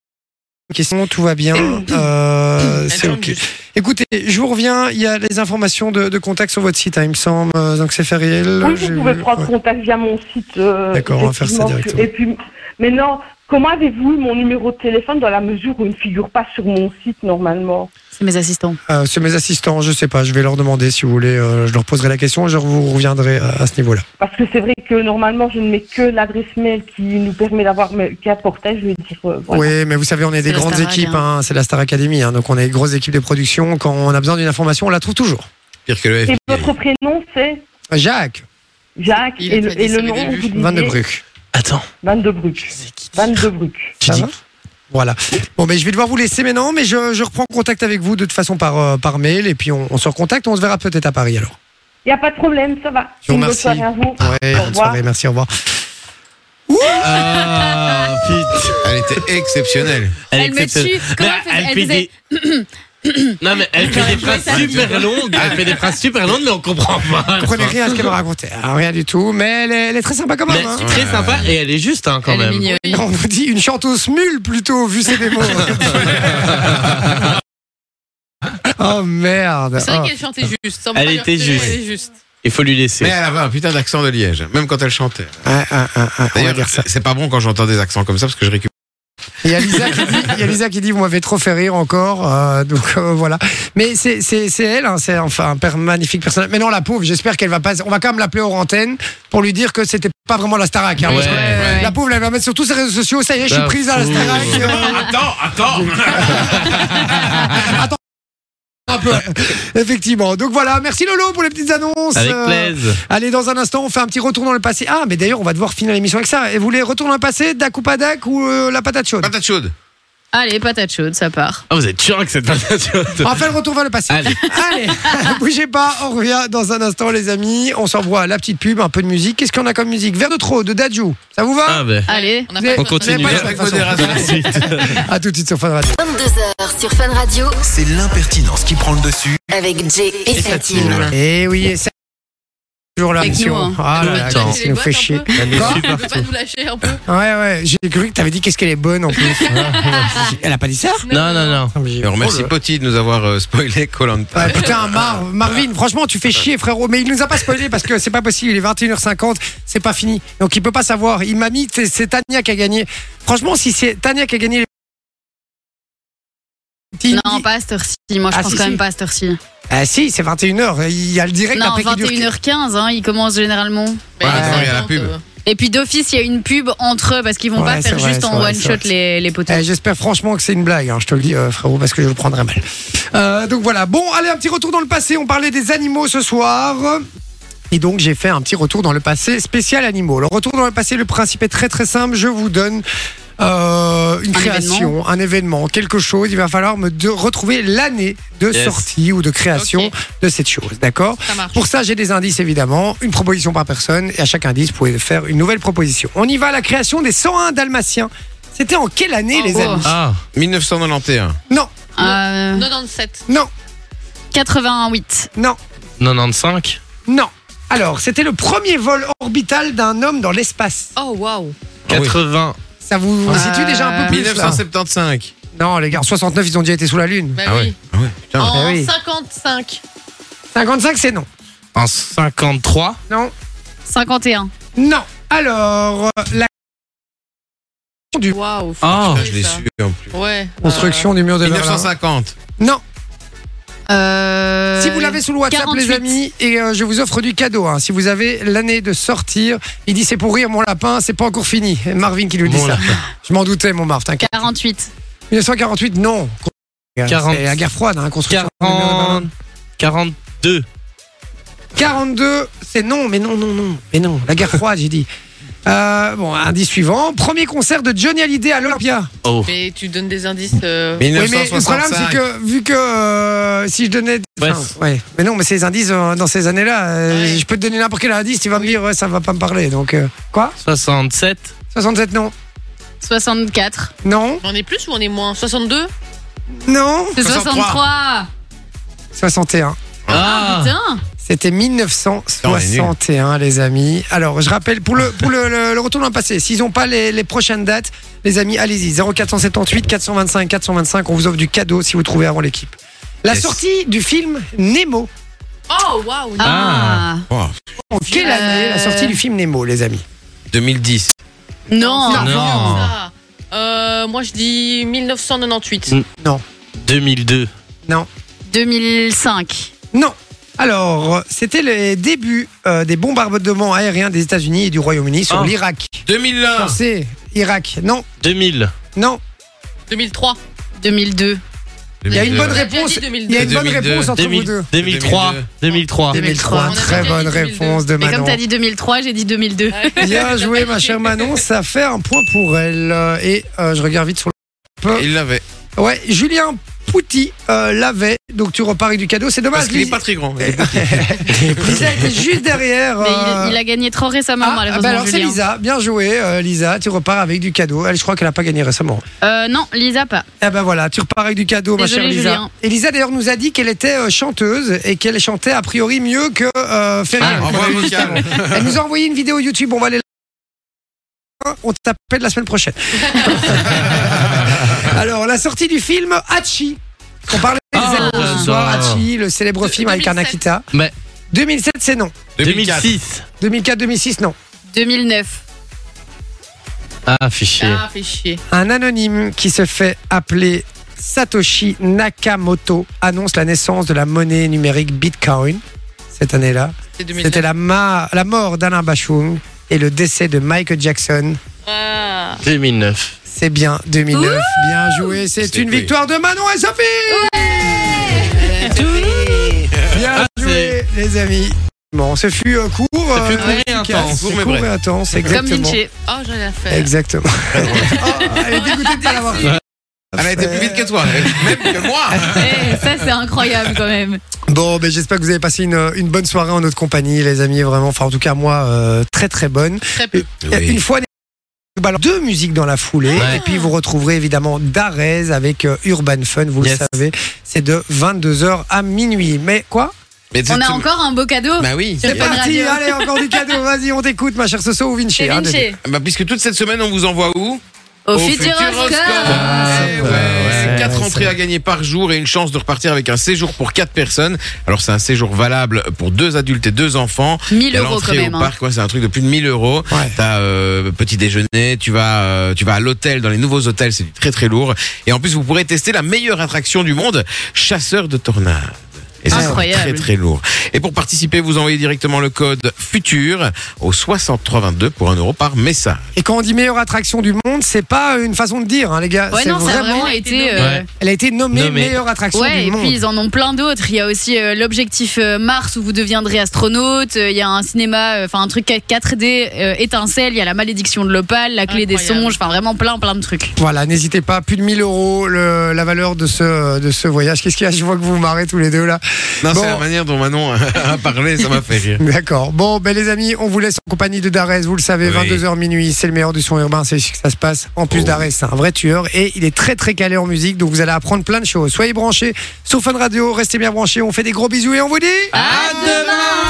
Speaker 3: questions,
Speaker 9: *coughs*
Speaker 3: tout va bien. Euh, c'est ok. Écoutez, je vous reviens. Il y a les informations de, de contact sur votre site, hein, il me semble. euh, Donc c'est fait réel.
Speaker 9: Oui,
Speaker 3: J'ai
Speaker 9: vous pouvez
Speaker 3: eu-
Speaker 9: prendre
Speaker 3: ouais.
Speaker 9: contact via mon site. euh,
Speaker 3: D'accord, on va faire ça
Speaker 9: effectivement,
Speaker 3: directement.
Speaker 9: Et puis, maintenant, comment avez-vous eu mon numéro de téléphone dans la mesure où il ne figure pas sur mon site normalement
Speaker 5: C'est mes assistants.
Speaker 3: Euh, c'est mes assistants, je sais pas, je vais leur demander si vous voulez, euh, je leur poserai la question et je vous reviendrai euh, à, à ce niveau-là.
Speaker 9: Parce que c'est vrai que normalement, je ne mets que l'adresse mail qui nous permet d'avoir, mais qui apportait, je veux dire. euh, voilà.
Speaker 3: Oui, mais vous savez, on est des
Speaker 9: C'est la
Speaker 3: grandes
Speaker 9: Starac,
Speaker 3: équipes,
Speaker 9: hein.
Speaker 3: hein, c'est la Star Academy, hein, donc on est une grosse équipe de production. Quand on a besoin d'une information, on la trouve toujours.
Speaker 6: Pire que le
Speaker 9: Et votre prénom, c'est
Speaker 3: Jacques,
Speaker 9: Jacques et, le- et le nom, vous disiez
Speaker 3: 22 Bruc. Attends.
Speaker 9: 22 Bruc. 22 Bruc.
Speaker 3: Ça va Voilà. Bon, mais je vais devoir vous laisser maintenant, mais je, je reprends contact avec vous de toute façon par, euh, par mail et puis on, on se recontacte. On se verra peut-être à Paris alors.
Speaker 9: Il n'y a pas de problème, ça va.
Speaker 3: Je vous
Speaker 9: Une bonne
Speaker 3: remercie.
Speaker 9: soirée à vous.
Speaker 3: Ouais,
Speaker 9: Au
Speaker 3: bonne
Speaker 9: revoir.
Speaker 3: soirée, merci, au revoir.
Speaker 4: Ah, putain.
Speaker 6: Elle était exceptionnelle.
Speaker 5: Elle, me tue. Comment
Speaker 4: Mais
Speaker 5: elle
Speaker 4: elle
Speaker 5: faisait, elle *coughs* faisait-
Speaker 4: Non, mais elle fait des phrases super longues. Elle fait des phrases super longues, mais on comprend pas.
Speaker 3: Vous comprenez rien à ce qu'elle me racontait. Ah, rien du tout, mais elle est, elle est très sympa quand
Speaker 4: Mais
Speaker 3: même. hein.
Speaker 4: c'est très sympa et elle est juste hein, quand même.
Speaker 3: On vous dit une chanteuse mule plutôt, vu ses démos. oh merde.
Speaker 7: C'est vrai
Speaker 3: Oh.
Speaker 7: qu'elle chantait juste. sans
Speaker 6: Elle
Speaker 7: pas
Speaker 6: était
Speaker 7: dire que
Speaker 6: juste.
Speaker 7: Elle était juste.
Speaker 4: Il faut lui laisser.
Speaker 6: Mais elle avait un putain d'accent de Liège, même quand elle chantait.
Speaker 3: D'ailleurs,
Speaker 6: C'est pas bon quand j'entends des accents comme ça parce que je récupère.
Speaker 3: Il y a Lisa qui dit, il y a Lisa qui dit vous m'avez trop fait rire encore, euh, donc euh, voilà. Mais c'est c'est- c'est elle, hein, c'est enfin un per- magnifique personnage. Mais non la pauvre, j'espère qu'elle va pas. On va quand même l'appeler hors antenne pour lui dire que c'était pas vraiment la Starac. hein, parce que
Speaker 11: Ouais, ouais.
Speaker 3: La pauvre, elle va mettre sur tous ses réseaux sociaux. Ça y est, je suis
Speaker 11: La
Speaker 3: prise à la
Speaker 4: Bah,
Speaker 11: pauvre.
Speaker 3: Starac.
Speaker 6: attends, attends.
Speaker 3: Un peu. Ah, bah, *laughs* Effectivement. Donc voilà, merci Lolo pour les petites annonces.
Speaker 4: Avec
Speaker 3: Euh,
Speaker 4: plaisir.
Speaker 3: allez, dans un instant, on fait un petit retour dans le passé. Ah, mais d'ailleurs, on va devoir finir l'émission avec ça. Et vous voulez retour dans le passé, Dak ou pas Dak ou euh, la patate chaude
Speaker 6: Patate chaude.
Speaker 5: Allez, patate chaude, ça part.
Speaker 4: Ah, vous êtes chiant avec cette patate.
Speaker 3: On va faire le retour Bah, vers le passé.
Speaker 4: Allez.
Speaker 3: *laughs* Allez, bougez pas, on revient dans un instant, les amis. On s'envoie la petite pub, un peu de musique. Qu'est-ce qu'on a comme musique Vers de trop, de Dadju. Ça vous va
Speaker 4: Ah, ben.
Speaker 5: Allez,
Speaker 3: Vous avez-
Speaker 4: On
Speaker 3: vous avez
Speaker 4: continue.
Speaker 3: pas les autres, de toute façon. *laughs* À tout de suite sur Fun Radio.
Speaker 1: 22h sur Fun Radio
Speaker 2: C'est l'impertinence qui prend le dessus.
Speaker 1: avec Jay et sa team.
Speaker 3: Et Eh oui, et c'est toujours la
Speaker 1: Avec
Speaker 3: mission.
Speaker 1: nous, hein.
Speaker 3: Ah là là,
Speaker 4: Attends.
Speaker 3: qu'est-ce qui nous fait chier. Quoi
Speaker 7: Elle peut pas nous lâcher un peu.
Speaker 3: Ouais, ouais, j'ai cru que t'avais dit qu'est-ce qu'elle est bonne en plus. Elle a pas dit ça
Speaker 4: Non, non, non. Oh
Speaker 6: Et on remercie Poti de nous avoir euh, spoilé Colanta.
Speaker 3: Ouais, Euh, putain, Mar- Marvin, franchement, tu fais chier, frérot. Mais il nous a pas spoilé parce que c'est pas possible. Il est 21h50, c'est pas fini. Donc il peut pas savoir. Il m'a mis, c'est- c'est Tania qui a gagné. Franchement, si c'est Tania qui a gagné. les-
Speaker 5: Non, pas à cette heure-ci. Moi, je
Speaker 3: Ah,
Speaker 5: pense
Speaker 3: si,
Speaker 5: quand
Speaker 3: si.
Speaker 5: même pas à cette heure-ci.
Speaker 3: Ah si, c'est 21h. Il y a le direct
Speaker 5: Non,
Speaker 3: après qui dure.
Speaker 5: 21h15, hein, ils commencent généralement.
Speaker 6: Ouais, attends, il y a la pub.
Speaker 5: Et puis d'office, il y a une pub entre eux parce qu'ils vont
Speaker 3: Ouais,
Speaker 5: pas
Speaker 3: c'est
Speaker 5: faire
Speaker 3: vrai,
Speaker 5: juste
Speaker 3: c'est
Speaker 5: en
Speaker 3: vrai,
Speaker 5: one
Speaker 3: c'est
Speaker 5: shot
Speaker 3: vrai.
Speaker 5: les, les poteaux.
Speaker 3: Eh, J'espère franchement que c'est une blague, hein, je te le dis euh, frérot, parce que je le prendrai mal. Euh, donc voilà, bon, allez, un petit retour dans le passé, on parlait des animaux ce soir. Et donc j'ai fait un petit retour dans le passé spécial animaux. Le retour dans le passé, le principe est très très simple, je vous donne euh, une
Speaker 5: Un
Speaker 3: création,
Speaker 5: événement.
Speaker 3: un événement, quelque chose, il va falloir me de- retrouver l'année de
Speaker 4: Yes.
Speaker 3: sortie ou de création de cette chose, d'accord Pour ça j'ai des indices évidemment, une proposition par personne, et à chaque indice vous pouvez faire une nouvelle proposition. On y va à la création des 101 Dalmatiens. C'était en quelle année les
Speaker 4: Oh.
Speaker 3: amis
Speaker 6: Ah. 1991.
Speaker 3: non.
Speaker 5: Euh,
Speaker 7: 97.
Speaker 3: Non.
Speaker 5: 88.
Speaker 3: Non. Ah
Speaker 4: 95
Speaker 3: Non. Alors, c'était le premier vol orbital d'un homme dans l'espace.
Speaker 7: Oh, waouh.
Speaker 4: 80.
Speaker 3: Ça vous
Speaker 4: Euh,
Speaker 3: situe déjà un peu plus là
Speaker 6: 1975.
Speaker 3: Non, les gars, en 69, ils ont déjà été sous la Lune.
Speaker 7: Bah oui.
Speaker 6: Ah ouais, putain.
Speaker 7: En
Speaker 3: Eh oui.
Speaker 7: 55.
Speaker 3: 55, c'est non.
Speaker 4: En 53.
Speaker 3: Non.
Speaker 5: 51.
Speaker 3: Non. Alors, euh, la du-
Speaker 7: Waouh.
Speaker 4: Ah.
Speaker 6: Putain, je l'ai su en plus.
Speaker 7: Ouais.
Speaker 3: construction Ah, du mur de Berlin.
Speaker 6: 1950.
Speaker 3: Non.
Speaker 5: Euh,
Speaker 3: si vous l'avez sous le WhatsApp,
Speaker 5: 48.
Speaker 3: les amis, et euh, je vous offre du cadeau. hein. Si vous avez l'année de sortir, il dit c'est pour rire, mon lapin, c'est pas encore fini. Marvin qui nous dit
Speaker 4: Mon
Speaker 3: ça.
Speaker 4: lapin.
Speaker 3: Je m'en doutais, mon Marv, t'inquiète.
Speaker 5: 48.
Speaker 3: 1948, non.
Speaker 4: Quarante.
Speaker 3: C'est la guerre froide, hein, construction. du mur de Berlin.
Speaker 4: 40. 42.
Speaker 3: 42, c'est non, mais non, non, non, mais non, la guerre froide, j'ai dit. Euh, bon, indice suivant. Premier concert de Johnny Hallyday à l'Olympia.
Speaker 4: Oh.
Speaker 7: Mais tu donnes des indices. euh,
Speaker 3: Oui, mais le problème, c'est que vu que euh, si je donnais. enfin, ouais. Mais non, mais ces indices euh, dans ces années-là, euh, je peux te donner n'importe quel indice, tu vas me dire, ouais, ça va pas me parler. Donc, euh, quoi
Speaker 4: 67.
Speaker 3: 67, non.
Speaker 5: 64.
Speaker 3: Non. Oh.
Speaker 7: On est plus ou on est moins 62
Speaker 3: Non.
Speaker 5: C'est 63.
Speaker 3: 61.
Speaker 5: Ah, putain.
Speaker 3: C'était 1961, les amis. Alors, je rappelle, pour le, pour le, le- le retour dans le passé, s'ils n'ont pas les, les prochaines dates, les amis, allez-y. 0478 425 425, on vous offre du cadeau si vous trouvez avant l'équipe. La
Speaker 6: Yes.
Speaker 3: sortie du film Nemo.
Speaker 7: Oh, waouh. Euh,
Speaker 5: Ah.
Speaker 6: Oh,
Speaker 3: En quelle
Speaker 5: euh,
Speaker 3: année la sortie du film Nemo, les amis
Speaker 6: 2010.
Speaker 5: Non.
Speaker 4: Non.
Speaker 3: Mm.
Speaker 7: Ah. Euh, moi, je dis 1998.
Speaker 3: Non.
Speaker 4: 2002.
Speaker 3: Non.
Speaker 5: 2005.
Speaker 3: Non. Alors, c'était les débuts euh, des bombardements aériens des États-Unis et du Royaume-Uni sur
Speaker 4: Ah.
Speaker 3: l'Irak.
Speaker 6: 2001.
Speaker 3: Pensez, Irak. Non,
Speaker 4: 2000.
Speaker 3: non.
Speaker 7: 2003.
Speaker 5: 2002.
Speaker 3: Il y a une bonne
Speaker 7: On a déjà
Speaker 3: réponse.
Speaker 7: dit 2002.
Speaker 3: Il y a une bonne réponse entre vous deux.
Speaker 4: 2003. 2003.
Speaker 3: 2003, très bonne réponse de
Speaker 5: Mais comme
Speaker 3: Manon.
Speaker 5: t'as dit 2003, j'ai dit 2002.
Speaker 3: *laughs* Bien joué, ma chère Manon. Ça fait un point pour elle. Euh, Et euh, je regarde vite sur le. Peu.
Speaker 6: Il l'avait.
Speaker 3: Ouais, Julien Pouty euh, l'avait. Donc tu repars avec du cadeau. C'est dommage.
Speaker 6: Parce qu'il est
Speaker 3: Lisa-
Speaker 6: pas très
Speaker 3: Eh,
Speaker 6: grand.
Speaker 3: Lisa était juste derrière.
Speaker 5: Mais
Speaker 3: euh,
Speaker 5: il, il a gagné trop récemment,
Speaker 3: Ah
Speaker 5: malheureusement.
Speaker 3: bah alors c'est
Speaker 5: Julien.
Speaker 3: Lisa, bien joué euh, Lisa, tu repars avec du cadeau. Elle, je crois qu'elle a pas gagné récemment.
Speaker 5: Euh, non, Lisa pas.
Speaker 3: Eh ben voilà, tu repars avec du cadeau, ma chère
Speaker 5: Désolée,
Speaker 3: Lisa.
Speaker 5: Julien.
Speaker 3: Et Lisa d'ailleurs nous a dit qu'elle était euh, chanteuse et qu'elle chantait a priori mieux que euh, Ferré.
Speaker 6: Ah, envoie un vocal.
Speaker 3: *laughs* Elle nous a envoyé une vidéo YouTube. On va aller. la- On t'appelle la semaine
Speaker 6: *laughs*
Speaker 3: prochaine. Alors la sortie du film Hachi. On parlait des
Speaker 4: Ah,
Speaker 3: héros ce
Speaker 4: j'adore.
Speaker 3: soir, Hachi, le célèbre film avec
Speaker 7: 2007.
Speaker 3: Anakita.
Speaker 4: Mais
Speaker 3: 2007, c'est non.
Speaker 4: 2006.
Speaker 3: 2004-2006, non.
Speaker 5: 2009.
Speaker 4: Ah, fichier.
Speaker 7: Ah, fait chier.
Speaker 3: Un anonyme qui se fait appeler Satoshi Nakamoto annonce la naissance de la monnaie numérique Bitcoin cette année-là.
Speaker 7: C'était 2009.
Speaker 3: C'était la, ma- la mort d'Alain Bachung et le décès de Michael Jackson.
Speaker 7: Ah.
Speaker 4: 2009.
Speaker 3: C'est bien 2009. bien joué. C'est
Speaker 6: C'est
Speaker 3: une
Speaker 6: cool.
Speaker 3: victoire de Manon et Sophie. bien
Speaker 4: Ah,
Speaker 3: joué, les amis. Bon, ce fut euh, court.
Speaker 4: Ça fut
Speaker 3: euh,
Speaker 4: court et
Speaker 3: efficace.
Speaker 4: intense.
Speaker 3: C'est
Speaker 4: Court mais
Speaker 3: court
Speaker 4: vrai.
Speaker 3: et intense,
Speaker 5: Comme
Speaker 3: exactement.
Speaker 5: Vinci.
Speaker 7: Oh, j'en ai fait.
Speaker 3: Exactement. Oh, elle est dégoûtée de pas *laughs* l'avoir fait.
Speaker 6: Elle a été plus vite que toi, même que moi.
Speaker 5: Eh, ça, c'est incroyable quand même.
Speaker 3: Bon, ben j'espère que vous avez passé une, une bonne soirée en notre compagnie, les amis, vraiment. Enfin, en tout cas, moi, euh, très très bonne. Euh,
Speaker 7: Très peu.
Speaker 6: Oui.
Speaker 3: Une fois, nous ballons deux musiques dans la foulée.
Speaker 4: Ouais.
Speaker 3: Et puis, vous retrouverez évidemment Darez avec euh, Urban Fun, vous
Speaker 4: Yes.
Speaker 3: le savez. C'est de 22h à minuit. Mais quoi
Speaker 6: Mais
Speaker 5: On
Speaker 6: c'est-
Speaker 5: a encore un beau cadeau.
Speaker 6: Bah oui.
Speaker 3: C'est
Speaker 5: Fun Radio.
Speaker 3: parti, allez, encore du cadeau. Vas-y, on t'écoute, ma chère Soso ou Vinci.
Speaker 5: C'est
Speaker 3: hein,
Speaker 5: Vinci.
Speaker 6: Bah, puisque toute cette semaine, on vous envoie où
Speaker 5: Au Futuroscope.
Speaker 3: Ah.
Speaker 6: Eh ouais,
Speaker 3: ouais,
Speaker 6: quatre
Speaker 3: ouais,
Speaker 6: entrées à gagner par jour et une chance de repartir avec un séjour pour quatre personnes. Alors c'est un séjour valable pour deux adultes et deux enfants.
Speaker 5: 1000
Speaker 6: Et
Speaker 5: euros
Speaker 6: l'entrée
Speaker 5: quand même.
Speaker 6: Au
Speaker 5: hein.
Speaker 6: parc, ouais, c'est un truc de plus de 1000 euros.
Speaker 3: Ouais.
Speaker 6: T'as euh, petit déjeuner, tu vas, euh, tu vas à l'hôtel, dans les nouveaux hôtels, c'est du très très lourd. Et en plus, vous pourrez tester la meilleure attraction du monde, chasseur de tornades. Et ça, c'est
Speaker 5: Incroyable.
Speaker 6: Très très lourd. Et pour participer, vous envoyez directement le code FUTUR au 6322 pour 1 euro par message.
Speaker 3: Et quand on dit meilleure attraction du monde, c'est pas une façon de dire, hein, les gars.
Speaker 5: Ouais,
Speaker 3: c'est
Speaker 5: non, ça a
Speaker 3: vraiment.
Speaker 5: vraiment été. euh,
Speaker 4: Ouais.
Speaker 3: Elle a été nommée,
Speaker 4: Nommée.
Speaker 3: meilleure attraction
Speaker 5: Ouais,
Speaker 3: du
Speaker 5: et
Speaker 3: monde.
Speaker 5: puis ils en ont plein d'autres. Il y a aussi euh, l'objectif euh, Mars où vous deviendrez astronaute. Euh, Il y a un cinéma, euh, enfin un truc 4D euh, étincelle. Il y a la malédiction de l'opale, la clé des
Speaker 7: Incroyable.
Speaker 5: songes. Enfin vraiment plein, plein de trucs.
Speaker 3: Voilà, n'hésitez pas, plus de 1000 euros le- la valeur de ce, de ce voyage. Qu'est-ce qu'il y a Je vois que vous vous marrez tous les deux là.
Speaker 6: Non,
Speaker 3: Bon.
Speaker 6: c'est la manière dont Manon *laughs* a parlé, ça m'a fait rire.
Speaker 3: *laughs* D'accord. Bon, ben les amis, on vous laisse en compagnie de Darès, vous le savez,
Speaker 6: Oui.
Speaker 3: 22h minuit, c'est le meilleur du son urbain, c'est ici que ça se passe. En plus,
Speaker 6: Oh.
Speaker 3: Darès, c'est un vrai tueur et il est très très calé en musique, donc vous allez apprendre plein de choses. Soyez branchés sur Fun Radio, restez bien branchés, on fait des gros bisous et on vous dit...
Speaker 6: À demain